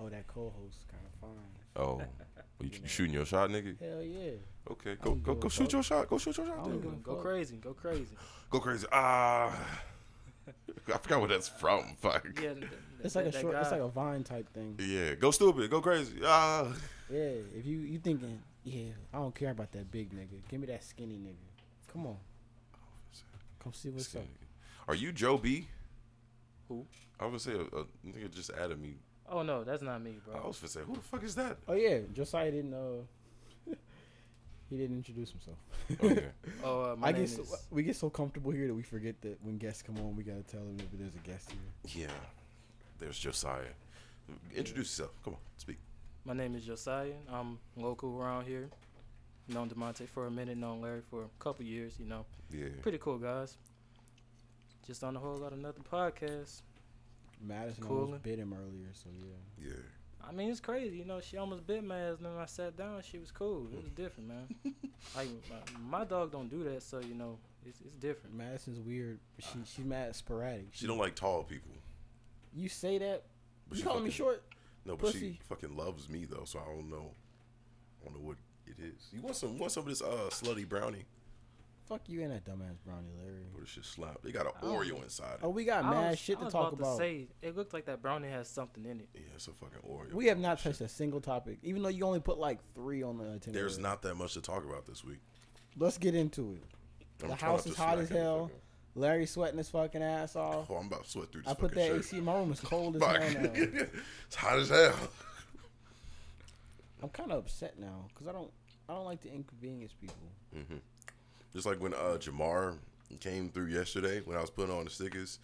Speaker 2: "Oh, that co-host kind of fine."
Speaker 1: Oh, you, you shooting your shot, nigga?
Speaker 2: Hell yeah.
Speaker 1: Okay, go
Speaker 2: I'm
Speaker 1: go
Speaker 2: good
Speaker 1: go
Speaker 2: with
Speaker 1: shoot
Speaker 2: both.
Speaker 1: your shot. Go shoot your shot.
Speaker 2: I'm
Speaker 1: Dude.
Speaker 2: good.
Speaker 3: Go
Speaker 2: Fuck.
Speaker 3: crazy, go crazy.
Speaker 1: Go crazy. Ah, I forgot where that's from. Fuck.
Speaker 3: Yeah, th- th-
Speaker 2: It's
Speaker 3: that-
Speaker 2: like a
Speaker 3: that
Speaker 2: short. It's
Speaker 3: guy-
Speaker 2: like a vine type thing.
Speaker 1: Yeah. Go stupid. Go crazy. Ah.
Speaker 2: Yeah. If you you thinking, yeah, I don't care about that big nigga. Give me that skinny nigga. Come on. Come see what's up.
Speaker 1: Are you Joe B?
Speaker 3: Who?
Speaker 1: I was gonna say a, a nigga just added me.
Speaker 3: Oh no, that's not me, bro.
Speaker 1: I was gonna say, who the fuck is that?
Speaker 2: Oh yeah, Josiah didn't. Uh, he didn't introduce himself.
Speaker 1: Oh, yeah.
Speaker 3: Oh, uh, my
Speaker 2: I
Speaker 3: name
Speaker 2: get
Speaker 3: is.
Speaker 2: so, we get so comfortable here that we forget that when guests come on, we gotta tell them that there's a guest here.
Speaker 1: yeah. There's Josiah. Introduce yourself. Come on, speak.
Speaker 3: My name is Josiah. I'm local around here. Known Demonte for a minute, known Larry for a couple years. You know,
Speaker 1: Yeah.
Speaker 3: pretty cool guys. Just on the whole lot of nothing podcast.
Speaker 2: Madison
Speaker 3: Coolin'.
Speaker 2: almost bit him earlier, so yeah.
Speaker 1: Yeah.
Speaker 3: I mean, it's crazy. You know, she almost bit my ass, and then I sat down. She was cool. It was different, man. like my, my dog don't do that, so you know, it's it's different.
Speaker 2: Madison's weird. but She she's mad sporadic.
Speaker 1: She don't like tall people.
Speaker 2: You say that?
Speaker 1: But
Speaker 2: you
Speaker 1: she
Speaker 2: calling me
Speaker 1: fucking-
Speaker 2: short?
Speaker 1: No, but she
Speaker 2: Pussy.
Speaker 1: fucking loves me though, so I don't know. I don't know what it is. You want some? Want some of this uh slutty brownie?
Speaker 2: Fuck you and that dumbass brownie, Larry.
Speaker 1: But it's just slap. They got an
Speaker 3: Oh.
Speaker 1: Oreo inside
Speaker 2: Oh,
Speaker 1: it.
Speaker 2: we got
Speaker 3: I
Speaker 2: mad
Speaker 3: was-
Speaker 2: shit
Speaker 3: I
Speaker 2: to
Speaker 3: was
Speaker 2: talk about.
Speaker 3: say, it looked like that brownie has something in it.
Speaker 1: Yeah, it's a fucking Oreo.
Speaker 2: we have not touched a single topic, even though you only put like three on the itinerary.
Speaker 1: There's not that much to talk about this week.
Speaker 2: Let's get into it.
Speaker 1: I'm
Speaker 2: The
Speaker 1: trying not
Speaker 2: house is
Speaker 1: to
Speaker 2: hot
Speaker 1: smack
Speaker 2: as
Speaker 1: any
Speaker 2: hell.
Speaker 1: fucking-
Speaker 2: Larry sweating his fucking ass off.
Speaker 1: Oh, I'm about to sweat through this
Speaker 2: I put that
Speaker 1: fucking
Speaker 2: AC.
Speaker 1: shirt.
Speaker 2: in My room is cold as
Speaker 1: Fuck.
Speaker 2: hell now.
Speaker 1: it's hot as hell.
Speaker 2: I'm kind of upset now because I don't, I don't like to inconvenience people.
Speaker 1: Just like when uh, Jamar came through yesterday when I was putting on the stickers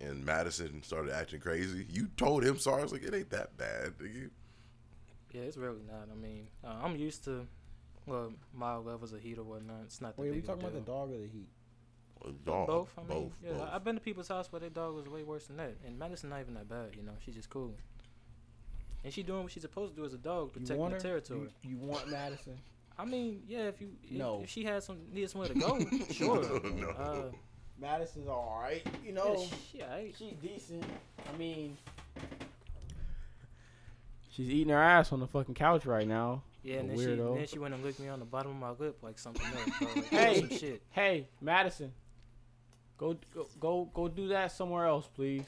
Speaker 1: and Madison started acting crazy. You told him sorry. I was like, it ain't that bad. nigga.
Speaker 3: Yeah, it's really not. I mean, uh, I'm used to well, mild levels of heat or whatnot. It's not the
Speaker 2: Wait, are we
Speaker 3: big of a
Speaker 2: talking about the
Speaker 3: deal.
Speaker 2: dog or the heat?
Speaker 1: A Dog.
Speaker 3: Both. I mean,
Speaker 1: both.
Speaker 3: yeah,
Speaker 1: both.
Speaker 3: I've been to people's house where their dog was way worse than that, and Madison not even that bad. You know, she's just cool, and she doing what she's supposed to do as a dog,
Speaker 2: You
Speaker 3: protecting
Speaker 2: want
Speaker 3: the
Speaker 2: her?
Speaker 3: territory.
Speaker 2: You, you want Madison?
Speaker 3: I mean, yeah, if you if,
Speaker 2: No.
Speaker 3: if she had some needed somewhere to go, sure.
Speaker 1: No.
Speaker 3: Uh,
Speaker 2: Madison's all right. You
Speaker 3: yeah,
Speaker 2: know,
Speaker 3: she, yeah, I,
Speaker 2: she's decent. I mean, she's eating her ass on the fucking couch right now.
Speaker 3: yeah,
Speaker 2: A
Speaker 3: and then she,
Speaker 2: weirdo.
Speaker 3: then she went and licked me on the bottom of my lip like something else. Bro. Like,
Speaker 2: Hey.
Speaker 3: some shit.
Speaker 2: Hey, Madison, go go go go do that somewhere else, please.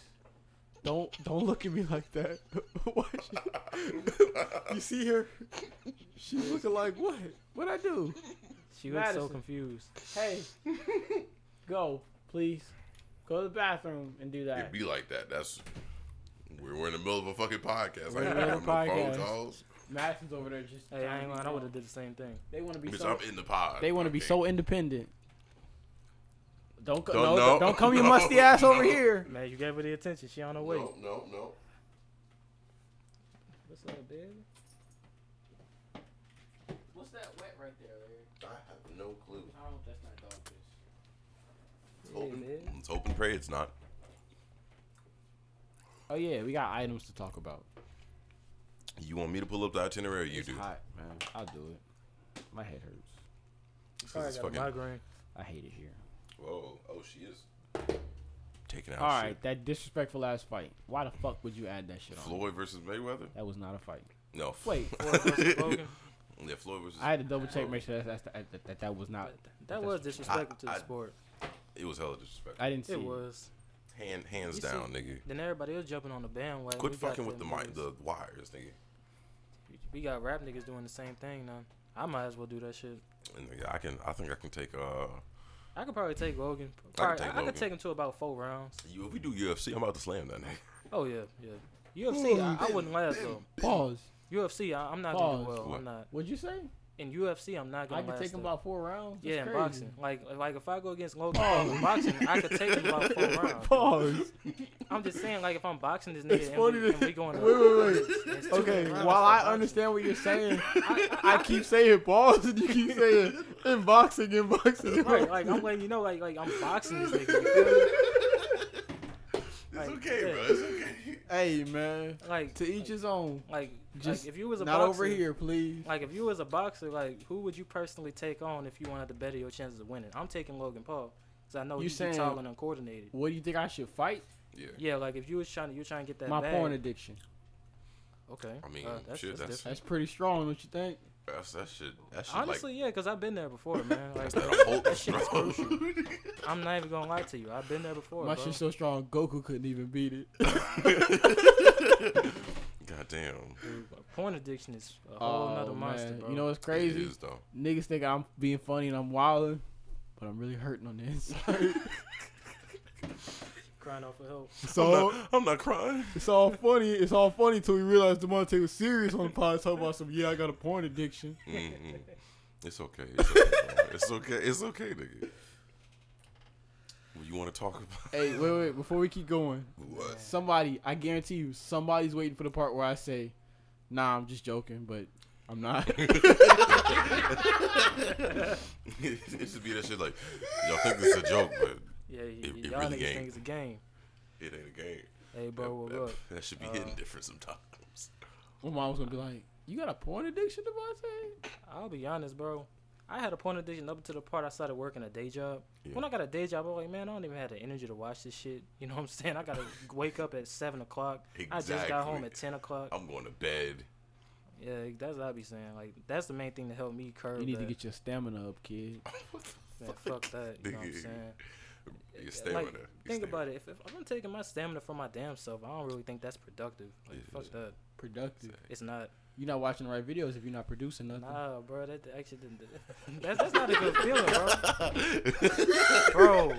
Speaker 2: Don't don't look at me like that. Why she- you see her? She's looking like what? What I do?
Speaker 3: She was so
Speaker 2: Madison.
Speaker 3: confused.
Speaker 2: Hey, go please. Go to the bathroom and do
Speaker 1: It
Speaker 2: that.
Speaker 1: be like that. That's we're, we're in the middle of a fucking podcast.
Speaker 2: We're
Speaker 1: I ain't
Speaker 2: in the
Speaker 1: having
Speaker 2: middle of
Speaker 1: no
Speaker 2: a
Speaker 1: phone
Speaker 2: podcast.
Speaker 1: calls.
Speaker 2: Madison's over there just.
Speaker 3: Hey, I
Speaker 2: trying
Speaker 3: ain't
Speaker 2: to
Speaker 3: lying.
Speaker 2: be
Speaker 3: I would
Speaker 2: grown.
Speaker 3: have did the same thing.
Speaker 2: They want to be
Speaker 1: Because
Speaker 2: so.
Speaker 1: I'm in the pod.
Speaker 2: They want to be
Speaker 1: Okay.
Speaker 2: so independent. Don't co-
Speaker 1: Don't-
Speaker 2: no,
Speaker 1: no.
Speaker 2: don't come your
Speaker 1: No.
Speaker 2: musty ass over
Speaker 1: No.
Speaker 2: here.
Speaker 3: Man, you gave her the attention. She on her way.
Speaker 1: No, no, no.
Speaker 3: What's up, baby?
Speaker 2: What's that wet right there? Larry?
Speaker 1: I have no clue.
Speaker 2: I don't know if that's not dog piss.
Speaker 1: It's
Speaker 3: Yeah,
Speaker 1: open.
Speaker 3: baby.
Speaker 1: It's open. Pray it's not.
Speaker 2: Oh yeah, we got items to talk about.
Speaker 1: You want me to pull up the itinerary? You
Speaker 2: it's
Speaker 1: do.
Speaker 2: hot, man. I'll do it. My head hurts.
Speaker 1: This
Speaker 3: I
Speaker 1: is
Speaker 3: got a
Speaker 1: fucking-
Speaker 3: migraine.
Speaker 2: I hate it here.
Speaker 1: Whoa. Oh, she is taking out.
Speaker 2: All
Speaker 1: shit.
Speaker 2: right, that disrespectful ass fight. Why the fuck would you add that shit on?
Speaker 1: Floyd versus Mayweather?
Speaker 2: That was not a fight.
Speaker 1: No. f-
Speaker 2: Wait,
Speaker 3: Floyd versus Logan.
Speaker 1: Yeah, Floyd versus.
Speaker 2: I had to double check, make sure that's, that's, that, that that was not.
Speaker 3: But that was disrespectful to the
Speaker 1: I-
Speaker 3: sport.
Speaker 1: it was hella disrespectful.
Speaker 2: I didn't see.
Speaker 3: It was.
Speaker 1: Hand, hands
Speaker 3: You see-
Speaker 1: down, nigga.
Speaker 3: Then everybody else jumping on the bandwagon.
Speaker 1: Quit
Speaker 3: We got
Speaker 1: fucking with the
Speaker 3: them
Speaker 1: mic,
Speaker 3: niggas-
Speaker 1: the wires, nigga.
Speaker 3: We got rap niggas doing the same thing now. I might as well do that shit.
Speaker 1: And nigga, I can, I think I can take. Uh,
Speaker 3: I could probably take Logan.
Speaker 1: I could
Speaker 3: Probably, I,
Speaker 1: take
Speaker 3: I could
Speaker 1: Logan.
Speaker 3: take him to about four rounds.
Speaker 1: you, if we do UFC, I'm about to slam that nigga.
Speaker 3: Oh yeah, yeah. UFC, I, I wouldn't last though.
Speaker 2: Pause.
Speaker 3: UFC, I, I'm not gonna do
Speaker 2: Pause.
Speaker 3: well.
Speaker 1: What?
Speaker 3: I'm not.
Speaker 2: What'd you say?
Speaker 3: In UFC, I'm not gonna
Speaker 2: I could
Speaker 3: last.
Speaker 2: take him
Speaker 3: though.
Speaker 2: about four rounds. That's
Speaker 3: yeah, in
Speaker 2: crazy.
Speaker 3: boxing. Like, like if I go against Logan
Speaker 2: Pause.
Speaker 3: in boxing, I could take him about four rounds.
Speaker 2: Pause.
Speaker 3: I'm just saying, like, if I'm boxing this
Speaker 2: It's
Speaker 3: nigga and
Speaker 2: funny
Speaker 3: we,
Speaker 2: that-
Speaker 3: and we going to,
Speaker 2: Wait, wait,
Speaker 3: it's two
Speaker 2: Okay,
Speaker 3: rounds
Speaker 2: while
Speaker 3: for
Speaker 2: I
Speaker 3: boxing.
Speaker 2: understand what you're saying,
Speaker 3: I-
Speaker 2: I keep saying pause and you keep saying in boxing, in boxing. in
Speaker 3: Right, like
Speaker 2: boxing."
Speaker 3: I'm letting you know, like like I'm boxing this nigga. you feel me?
Speaker 1: It's
Speaker 3: Like,
Speaker 1: okay,
Speaker 3: yeah.
Speaker 1: bro. It's okay.
Speaker 2: Hey man,
Speaker 3: Like
Speaker 2: to each his own.
Speaker 3: Like
Speaker 2: Just
Speaker 3: like, if you was a
Speaker 2: Not
Speaker 3: boxer,
Speaker 2: over here, please.
Speaker 3: Like if you was a boxer, like who would you personally take on if you wanted to better your chances of winning? I'm taking Logan Paul because I know
Speaker 2: You
Speaker 3: he's
Speaker 2: saying-
Speaker 3: tall and uncoordinated.
Speaker 2: What do you think I should fight?
Speaker 1: Yeah.
Speaker 3: Yeah, like if you was trying to, you trying to get that
Speaker 2: My
Speaker 3: bag.
Speaker 2: porn addiction.
Speaker 3: Okay.
Speaker 1: I mean,
Speaker 3: Uh, that's,
Speaker 1: shit, that's-
Speaker 3: that's different.
Speaker 2: That's pretty strong, don't you think?
Speaker 1: That's, that shit. That shit
Speaker 3: Honestly, yeah, yeah, because I've been there before, man. Like
Speaker 1: like that Hulk
Speaker 3: that shit is
Speaker 1: bro.
Speaker 3: I'm not even gonna lie to you, I've been there before,
Speaker 2: My
Speaker 3: bro.
Speaker 2: shit's so strong, Goku couldn't even beat it.
Speaker 1: God damn.
Speaker 3: Dude, porn addiction is a whole nother monster,
Speaker 2: Oh, man.
Speaker 3: bro.
Speaker 2: You know what's
Speaker 1: Crazy. It
Speaker 2: crazy?
Speaker 1: is though.
Speaker 2: Niggas think I'm being funny and I'm wilding, but I'm really hurting on the inside.
Speaker 3: crying out for help.
Speaker 2: so
Speaker 1: I'm, not, I'm not crying.
Speaker 2: it's all funny. It's all funny till we realize Demonte was serious on the pod talking about some. Yeah, I got a porn addiction.
Speaker 1: Mm-mm. It's okay. It's okay. bro. it's okay. It's okay, nigga. What you want to talk about?
Speaker 2: Hey, wait, wait. Before we keep going,
Speaker 1: What?
Speaker 2: somebody, I guarantee you, somebody's waiting for the part where I say, "Nah, I'm just joking," but I'm not.
Speaker 1: it should be that shit like, y'all think this is a joke, but
Speaker 3: Yeah, y-
Speaker 1: It-
Speaker 3: y-
Speaker 1: it
Speaker 3: y'all
Speaker 1: really
Speaker 3: niggas
Speaker 1: ain't.
Speaker 3: think it's a game.
Speaker 1: it ain't a game.
Speaker 3: Hey, bro,
Speaker 1: that,
Speaker 3: well,
Speaker 1: that-
Speaker 3: look.
Speaker 1: that should be
Speaker 3: Uh,
Speaker 1: hitting different sometimes.
Speaker 2: My mom was gonna be like, "You got a porn addiction, Devontae?"
Speaker 3: I'll be honest, bro. I had a porn addiction up to the part I started working a day job.
Speaker 1: Yeah.
Speaker 3: When I got a day job, I was like, man, I don't even have the energy to watch this shit. You know what I'm saying? I gotta wake up at seven o'clock. I just got home
Speaker 1: Exactly.
Speaker 3: at ten o'clock.
Speaker 1: I'm going to bed.
Speaker 3: Yeah, that's what I be saying. Like that's the main thing to help me curb.
Speaker 2: You need to
Speaker 3: that.
Speaker 2: get your stamina up, kid.
Speaker 3: Man, fuck that. You know what I'm
Speaker 1: Nigga,
Speaker 3: saying?
Speaker 1: Your
Speaker 3: Like,
Speaker 1: stamina.
Speaker 3: think about it. If, if I'm taking my stamina from my damn self, I don't really think that's productive. Like,
Speaker 1: Yeah.
Speaker 3: fuck that.
Speaker 2: Productive.
Speaker 3: It's not.
Speaker 2: You're not watching the right videos if you're not producing nothing.
Speaker 3: Nah, bro. That actually didn't. That's, that's not a good feeling, bro. bro.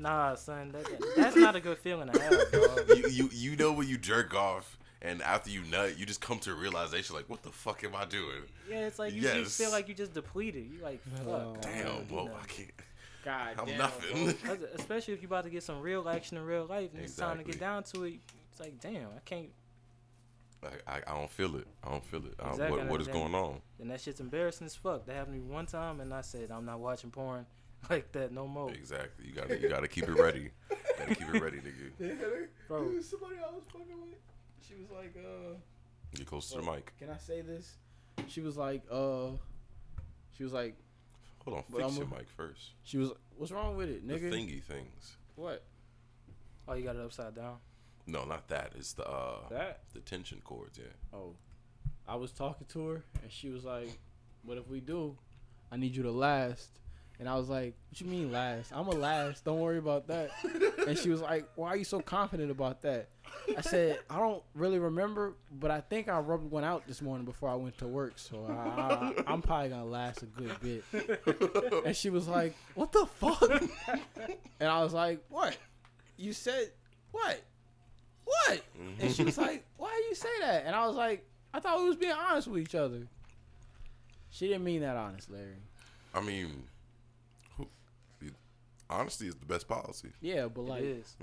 Speaker 3: Nah, son. That, that's not a good feeling to have, bro.
Speaker 1: you, you you know when you jerk off and after you nut, you just come to a realization like, what the fuck am I doing?
Speaker 3: Yeah, it's like you, you
Speaker 1: Yes.
Speaker 3: feel like you just depleted. You like fuck.
Speaker 2: Oh.
Speaker 3: I don't wanna
Speaker 1: Damn,
Speaker 3: do
Speaker 1: well
Speaker 3: nothing.
Speaker 1: I can't.
Speaker 2: God
Speaker 1: I'm
Speaker 2: damn.
Speaker 1: nothing.
Speaker 3: Cause especially if you about to get some real action in real life, and it's time to
Speaker 1: Exactly.
Speaker 3: get down to it. It's like, damn, I can't.
Speaker 1: I, I, I don't feel it. I don't feel it. I,
Speaker 3: Exactly,
Speaker 1: what, what is
Speaker 3: exactly.
Speaker 1: going on?
Speaker 3: And that shit's embarrassing as fuck. That happened to me one time, and I said, I'm not watching porn like that no more,
Speaker 1: Exactly. You gotta you gotta keep it ready. gotta keep it ready, nigga.
Speaker 3: bro.
Speaker 2: There was somebody I was fucking with. She was like, uh,
Speaker 1: Get close to the mic.
Speaker 2: can I say this? She was like, uh, she was like,
Speaker 1: Hold on,
Speaker 2: But
Speaker 1: fix
Speaker 2: I'm
Speaker 1: your
Speaker 2: a-
Speaker 1: mic first.
Speaker 2: she was, what's wrong with it,
Speaker 1: The
Speaker 2: nigga?
Speaker 1: thingy things.
Speaker 2: What?
Speaker 3: Oh, you got it upside down.
Speaker 1: No, not that. It's the uh
Speaker 2: That?
Speaker 1: the tension cords, yeah.
Speaker 2: Oh. I was talking to her and she was like, what if we do? I need you to last. And I was like, what you mean last? I'm a last. Don't worry about that. and she was like, why are you so confident about that? I said, I don't really remember, but I think I rubbed one out this morning before I went to work. So I, I, I'm probably going to last a good bit. And she was like, "What the fuck?" and I was like, "What? You said what? What?"
Speaker 1: Mm-hmm.
Speaker 2: And she was like, "Why do you say that?" And I was like, "I thought we was being honest with each other." She didn't mean that honest, Larry.
Speaker 1: I mean who- it- honesty is the best policy.
Speaker 2: Yeah, but
Speaker 3: it
Speaker 2: like
Speaker 3: is.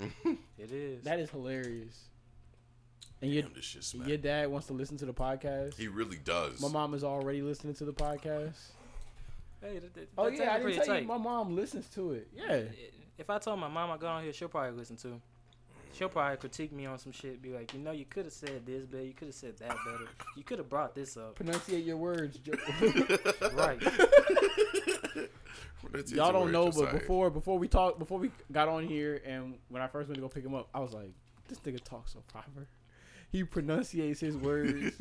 Speaker 3: it is.
Speaker 2: that is hilarious. And your
Speaker 1: Damn, this shit
Speaker 2: your
Speaker 1: smack.
Speaker 2: dad wants to listen to the podcast.
Speaker 1: He really does.
Speaker 2: My mom is already listening to the podcast.
Speaker 3: hey, that, that,
Speaker 2: Oh
Speaker 3: that's
Speaker 2: yeah, I
Speaker 3: actually
Speaker 2: didn't
Speaker 3: pretty
Speaker 2: tell you.
Speaker 3: tight.
Speaker 2: My mom listens to it. Yeah.
Speaker 3: If I told my mom I got on here, she'll probably listen to. She'll probably critique me on some shit. Be like, you know, you could have said this better. You could have said that better. You could have brought this up.
Speaker 2: Pronunciate your words. Jo-
Speaker 3: Right.
Speaker 1: That's his
Speaker 2: Y'all don't
Speaker 1: word,
Speaker 2: know,
Speaker 1: just
Speaker 2: but
Speaker 1: like-
Speaker 2: before before we talked, before we got on here, and when I first went to go pick him up, I was like, "This nigga talks so proper. He pronunciates his words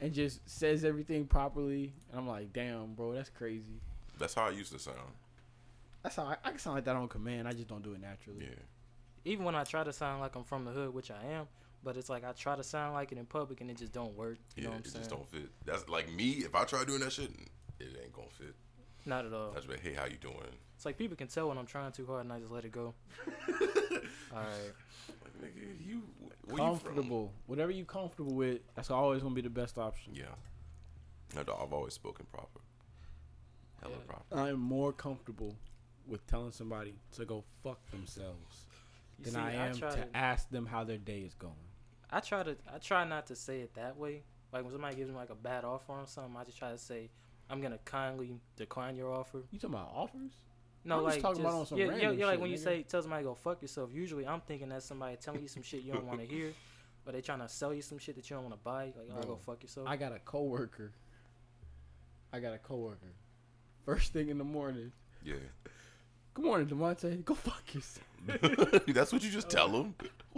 Speaker 2: and just says everything properly." And I'm like, "Damn, bro, that's crazy.
Speaker 1: that's how I used to sound.
Speaker 2: That's how I, I can sound like that on command. I just don't do it naturally."
Speaker 1: Yeah.
Speaker 3: Even when I try to sound like I'm from the hood, which I am, but it's like I try to sound like it in public and it just don't work.
Speaker 1: Yeah,
Speaker 3: You know what I'm
Speaker 1: it
Speaker 3: saying?
Speaker 1: just don't fit. That's like me, if I try doing that shit, it ain't gonna fit.
Speaker 3: Not at
Speaker 2: Oh.
Speaker 3: all.
Speaker 1: I just be like, hey, how you doing?
Speaker 3: It's like people can tell when I'm trying too hard and I just let it go. all right.
Speaker 1: Like, nigga, you where you from?
Speaker 2: comfortable, whatever you comfortable with, that's always gonna be the best option.
Speaker 1: Yeah. No, dog, I've always spoken proper. Hella
Speaker 3: Yeah.
Speaker 1: proper.
Speaker 2: I'm more comfortable with telling somebody to go fuck themselves
Speaker 3: You
Speaker 2: than
Speaker 3: see,
Speaker 2: I am
Speaker 3: try
Speaker 2: to
Speaker 3: to-
Speaker 2: ask them how their day is going.
Speaker 3: I try to I try not to say it that way. Like when somebody gives me like a bad offer on something, I just try to say, I'm gonna kindly decline your offer.
Speaker 2: You talking about offers?
Speaker 3: No,
Speaker 2: I'm just
Speaker 3: like
Speaker 2: talking about on some
Speaker 3: yeah, yeah,
Speaker 2: random
Speaker 3: yeah, like
Speaker 2: shit,
Speaker 3: when you
Speaker 2: nigga.
Speaker 3: say tell somebody go fuck yourself. Usually, I'm thinking that's somebody telling you some shit you don't want to hear, or they trying to sell you some shit that you don't want to buy. Like, oh,
Speaker 2: Bro,
Speaker 3: go fuck yourself.
Speaker 2: I got a coworker. I got a coworker. First thing in the morning.
Speaker 1: Yeah.
Speaker 2: Good morning, Demonte. Go fuck yourself.
Speaker 1: That's what you just tell them.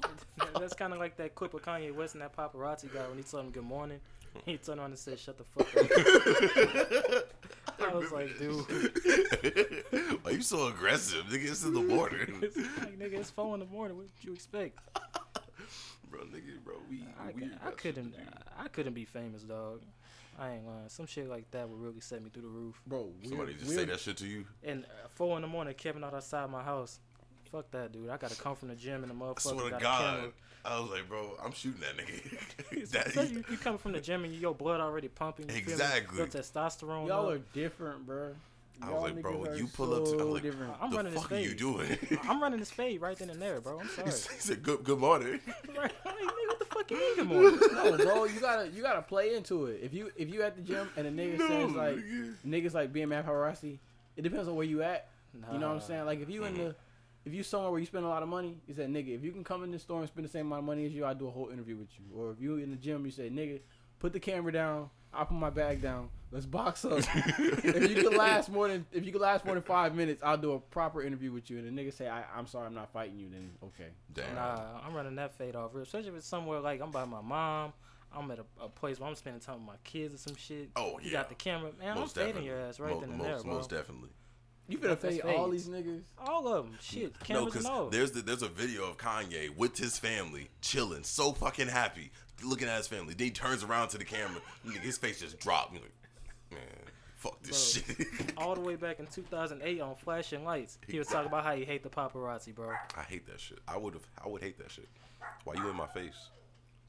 Speaker 3: that's kind of like that clip of Kanye West and that paparazzi guy when he told him good morning. He turned around and said, "Shut the fuck up." I was like, dude,
Speaker 1: Why you so aggressive? Nigga, it's in the morning.
Speaker 3: it's like, nigga, it's four in the morning. What did you expect?
Speaker 1: bro, nigga, bro, we
Speaker 3: I,
Speaker 1: weird.
Speaker 3: I
Speaker 1: That's what
Speaker 3: couldn't.
Speaker 1: to do.
Speaker 3: I, I couldn't be famous, dog. I ain't lying. Some shit like that would really set me through the roof.
Speaker 2: Bro, we're,
Speaker 1: Somebody just say
Speaker 2: we're-
Speaker 1: that shit to you.
Speaker 3: And uh, four in the morning, Kevin out outside my house. Fuck that, dude. I gotta come from the gym and the
Speaker 1: I
Speaker 3: motherfucker
Speaker 1: swear
Speaker 3: got
Speaker 1: to
Speaker 3: a
Speaker 1: God,
Speaker 3: camera.
Speaker 1: I was like, bro, I'm shooting that nigga.
Speaker 3: So-
Speaker 1: That-
Speaker 3: so you, you coming from the gym and your blood already pumping. You feel me?
Speaker 1: Exactly.
Speaker 3: Your testosterone.
Speaker 2: Y'all
Speaker 3: up.
Speaker 2: are different, bro.
Speaker 1: I was
Speaker 2: Y'all
Speaker 1: like, bro,
Speaker 2: niggas are
Speaker 1: you pull up to- I'm like,
Speaker 2: different.
Speaker 3: I'm
Speaker 1: the
Speaker 3: running this
Speaker 1: fuck are you
Speaker 3: fade.
Speaker 1: doing?
Speaker 3: I'm running this fade right then and there, bro. I'm sorry.
Speaker 1: he said, good, good morning.
Speaker 3: right? Like, nigga, what the fuck you mean good morning?
Speaker 2: no, bro, you gotta you gotta play into it. If you if you at the gym and a nigga says like
Speaker 1: nigga.
Speaker 2: niggas like being mad paparazzi, it depends on where you at. You know what I'm
Speaker 3: Nah.
Speaker 2: saying? Like if you in the if you somewhere where you spend a lot of money, you said nigga, if you can come in the store and spend the same amount of money as you, I will do a whole interview with you. Or if you in the gym, you say nigga, put the camera down. I will put my bag down. Let's box up. if you can last more than if you can last more than five minutes, I'll do a proper interview with you. And the nigga say I, I'm sorry, I'm not fighting you. Then okay,
Speaker 1: Damn.
Speaker 3: Nah, I'm running that fade off, real. especially if it's somewhere like I'm by my mom. I'm at a, a place where I'm spending time with my kids or some shit.
Speaker 1: Oh,
Speaker 3: You
Speaker 1: yeah.
Speaker 3: got the camera, man.
Speaker 1: Most
Speaker 3: I'm fading
Speaker 1: definitely.
Speaker 3: your ass right
Speaker 1: Mo-
Speaker 3: then and
Speaker 1: most,
Speaker 3: there, bro.
Speaker 1: most definitely.
Speaker 2: You finna
Speaker 3: That's
Speaker 2: pay all
Speaker 3: fades.
Speaker 2: these niggas.
Speaker 3: All of them. Shit.
Speaker 1: No,
Speaker 3: Cameras
Speaker 1: because
Speaker 3: and all.
Speaker 1: there's the, there's a video of Kanye with his family chilling, so fucking happy, looking at his family. Then he turns around to the camera, nigga, his face just dropped. He's like, man, fuck this shit.
Speaker 3: all the way back in 2008 on Flashing Lights. He was talking about how he hate the paparazzi, bro.
Speaker 1: I hate that shit. I would have, I would hate that shit. Why you in my face?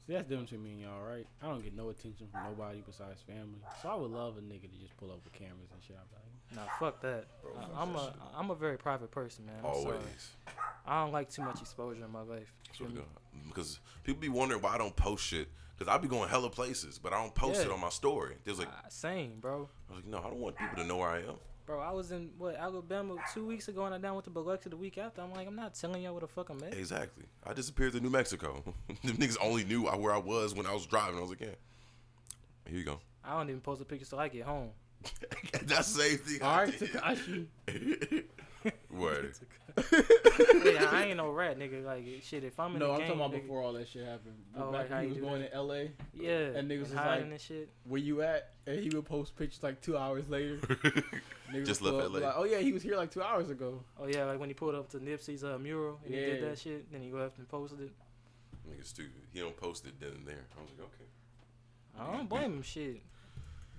Speaker 2: See, that's different between me and y'all, right? I don't get no attention from nobody besides family. So I would love a nigga to just pull up with cameras and shit. I'm like,
Speaker 3: Nah, fuck that.
Speaker 1: Bro,
Speaker 3: I-
Speaker 1: fuck
Speaker 3: I'm
Speaker 1: that
Speaker 3: a
Speaker 1: shit.
Speaker 3: I'm a very private person, man. I'm
Speaker 1: Always.
Speaker 3: Sorry. I don't like too much exposure in my life. Feel me?
Speaker 1: Because people be wondering why I don't post shit. Because I be going hella places, but I don't post it
Speaker 3: Yeah.
Speaker 1: on my story. There's like,
Speaker 3: Uh, same, bro.
Speaker 1: I was like, no, I don't want people to know where I am.
Speaker 3: Bro, I was in what Alabama two weeks ago, and I down with the Biloxi the week after. I'm like, I'm not telling y'all what the fuck I'm at.
Speaker 1: Exactly. I disappeared to New Mexico. Them niggas only knew I- where I was when I was driving. I was like, yeah. Here you go.
Speaker 3: I don't even post a picture till I get home.
Speaker 1: That's the same thing.
Speaker 2: all
Speaker 1: I
Speaker 2: right, Takashi.
Speaker 1: did. Word.
Speaker 3: yeah, I ain't no rat, nigga. Like shit, if I'm in
Speaker 2: No,
Speaker 3: the
Speaker 2: I'm
Speaker 3: game,
Speaker 2: talking about
Speaker 3: nigga,
Speaker 2: before all that shit happened. back
Speaker 3: Oh, like how
Speaker 2: when he
Speaker 3: you
Speaker 2: was
Speaker 3: do
Speaker 2: going to LA,
Speaker 3: yeah,
Speaker 2: and niggas
Speaker 3: and
Speaker 2: was
Speaker 3: hiding
Speaker 2: like-
Speaker 3: and shit.
Speaker 2: where you at? And he would post pictures like two hours later. Niggas
Speaker 1: Just
Speaker 2: would pull
Speaker 1: left
Speaker 2: up,
Speaker 1: LA.
Speaker 2: be Like, oh yeah, he was here like two hours ago.
Speaker 3: Oh yeah, like when he pulled up to Nipsey's uh, mural and he did
Speaker 2: Yeah.
Speaker 3: that shit, then he left and posted it.
Speaker 1: Nigga stupid. He don't post it then and there. I was like, okay.
Speaker 3: I don't blame him. Shit,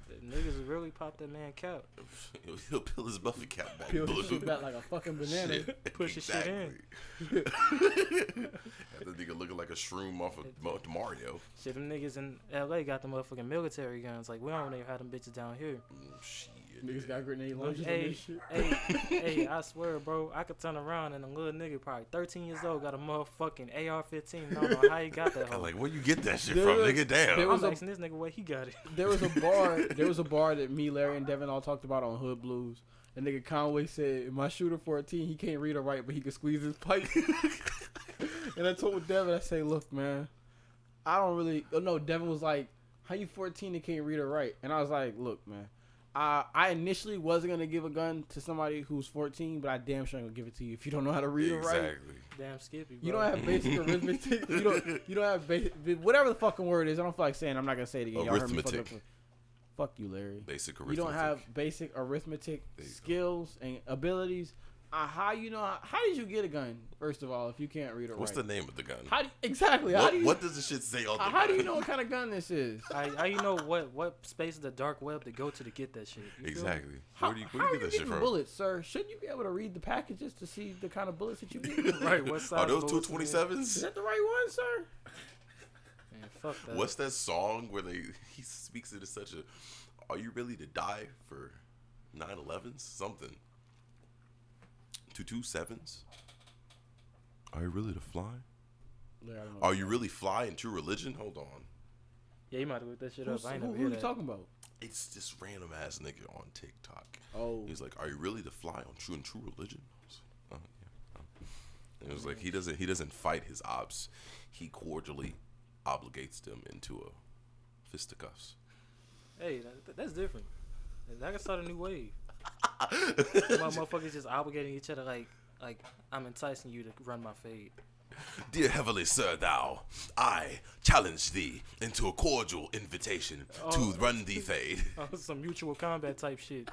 Speaker 3: the niggas really popped that man cap.
Speaker 1: He'll, he'll peel his Buffy cap back.
Speaker 2: Peeled his
Speaker 1: Bullshit.
Speaker 2: shit back like a fucking banana.
Speaker 1: Shit.
Speaker 3: Push his shit in.
Speaker 1: Exactly. Got the nigga looking like a shroom off of Mo- Mario.
Speaker 3: Shit, them niggas in L.A. got the motherfucking military guns. Like we don't even have them bitches down here.
Speaker 1: Mm, shit.
Speaker 2: Niggas got grenade launchers on
Speaker 3: Hey,
Speaker 2: this shit.
Speaker 3: hey, hey! I swear, bro, I could turn around and a little nigga, probably 13 years old, got a motherfucking AR-15. I don't know how he got that.
Speaker 1: I'm
Speaker 3: Hoe.
Speaker 1: like, where you get that shit
Speaker 2: There
Speaker 1: from,
Speaker 2: was-
Speaker 1: nigga? Damn.
Speaker 2: there was
Speaker 3: I'm
Speaker 2: a-
Speaker 3: asking this nigga where he got it.
Speaker 2: There was a bar. there was a bar that me, Larry, and Devin all talked about on Hood Blues. And nigga Conway said, "My shooter 14, he can't read or write, but he can squeeze his pipe." and I told Devin, I say, "Look, man, I don't really." Oh no, Devin was like, "How you 14 and can't read or write?" And I was like, "Look, man." I I initially wasn't gonna give a gun to somebody who's 14, but I damn sure ain't gonna give it to you if you don't know how to read or write.
Speaker 1: exactly.
Speaker 3: Damn Skippy, bro.
Speaker 2: You don't have basic arithmetic. You don't. You don't have basic whatever the fucking word is. I don't feel like saying. I'm not gonna say it again. Y'all heard me fuck, up.
Speaker 1: Arithmetic.
Speaker 2: fuck you, Larry.
Speaker 1: Basic
Speaker 2: You
Speaker 1: arithmetic.
Speaker 2: don't have basic arithmetic
Speaker 1: There you go.
Speaker 2: skills and abilities. Uh, how you know? How did you get a gun? First of all, if you can't read or
Speaker 1: What's
Speaker 2: write,
Speaker 1: the name of the gun?
Speaker 2: how do, exactly? how
Speaker 1: what,
Speaker 2: do you?
Speaker 1: what does the shit say on the
Speaker 2: uh, how do you
Speaker 1: gun?
Speaker 2: know what kind of gun this is?
Speaker 3: I, I, you know what what space of the dark web to go to to get that shit. You feel me?
Speaker 1: Exactly.
Speaker 2: How,
Speaker 1: where do you, where
Speaker 2: how
Speaker 1: do
Speaker 2: are
Speaker 1: you get that
Speaker 2: getting
Speaker 1: shit from?
Speaker 2: bullets, sir? Shouldn't you be able to read the packages to see the kind of bullets that you get?
Speaker 3: Right, what size
Speaker 1: Are those two
Speaker 3: bullets it
Speaker 1: twenty
Speaker 3: is?
Speaker 2: is
Speaker 1: sevens?
Speaker 2: that the right one, sir?
Speaker 3: Man, fuck that.
Speaker 1: What's that song where they he speaks it as such a? Are you really to die for 9-11s? Something. Two two sevens. Are you really to fly?
Speaker 2: Larry, I don't know.
Speaker 1: Are you really fly in true religion? Hold on.
Speaker 3: Yeah, you might have looked that shit
Speaker 2: Who's-
Speaker 3: up. I ain't
Speaker 2: who
Speaker 3: never
Speaker 2: who
Speaker 3: hear
Speaker 2: you
Speaker 3: that.
Speaker 2: talking about?
Speaker 1: It's this random ass nigga on TikTok.
Speaker 2: Oh,
Speaker 1: He's like, "Are you really to fly on true and true religion?" I was like, "Uh, yeah, uh." And it was like he doesn't he doesn't fight his ops. He cordially obligates them into a fisticuffs.
Speaker 3: Hey, that, that's different. That can start a new wave. My motherfuckers just obligating each other like like I'm enticing you to run my fade.
Speaker 1: Dear heavenly sir, thou, I challenge thee into a cordial invitation
Speaker 3: Oh.
Speaker 1: to run thee fade.
Speaker 3: Oh, some mutual combat type shit.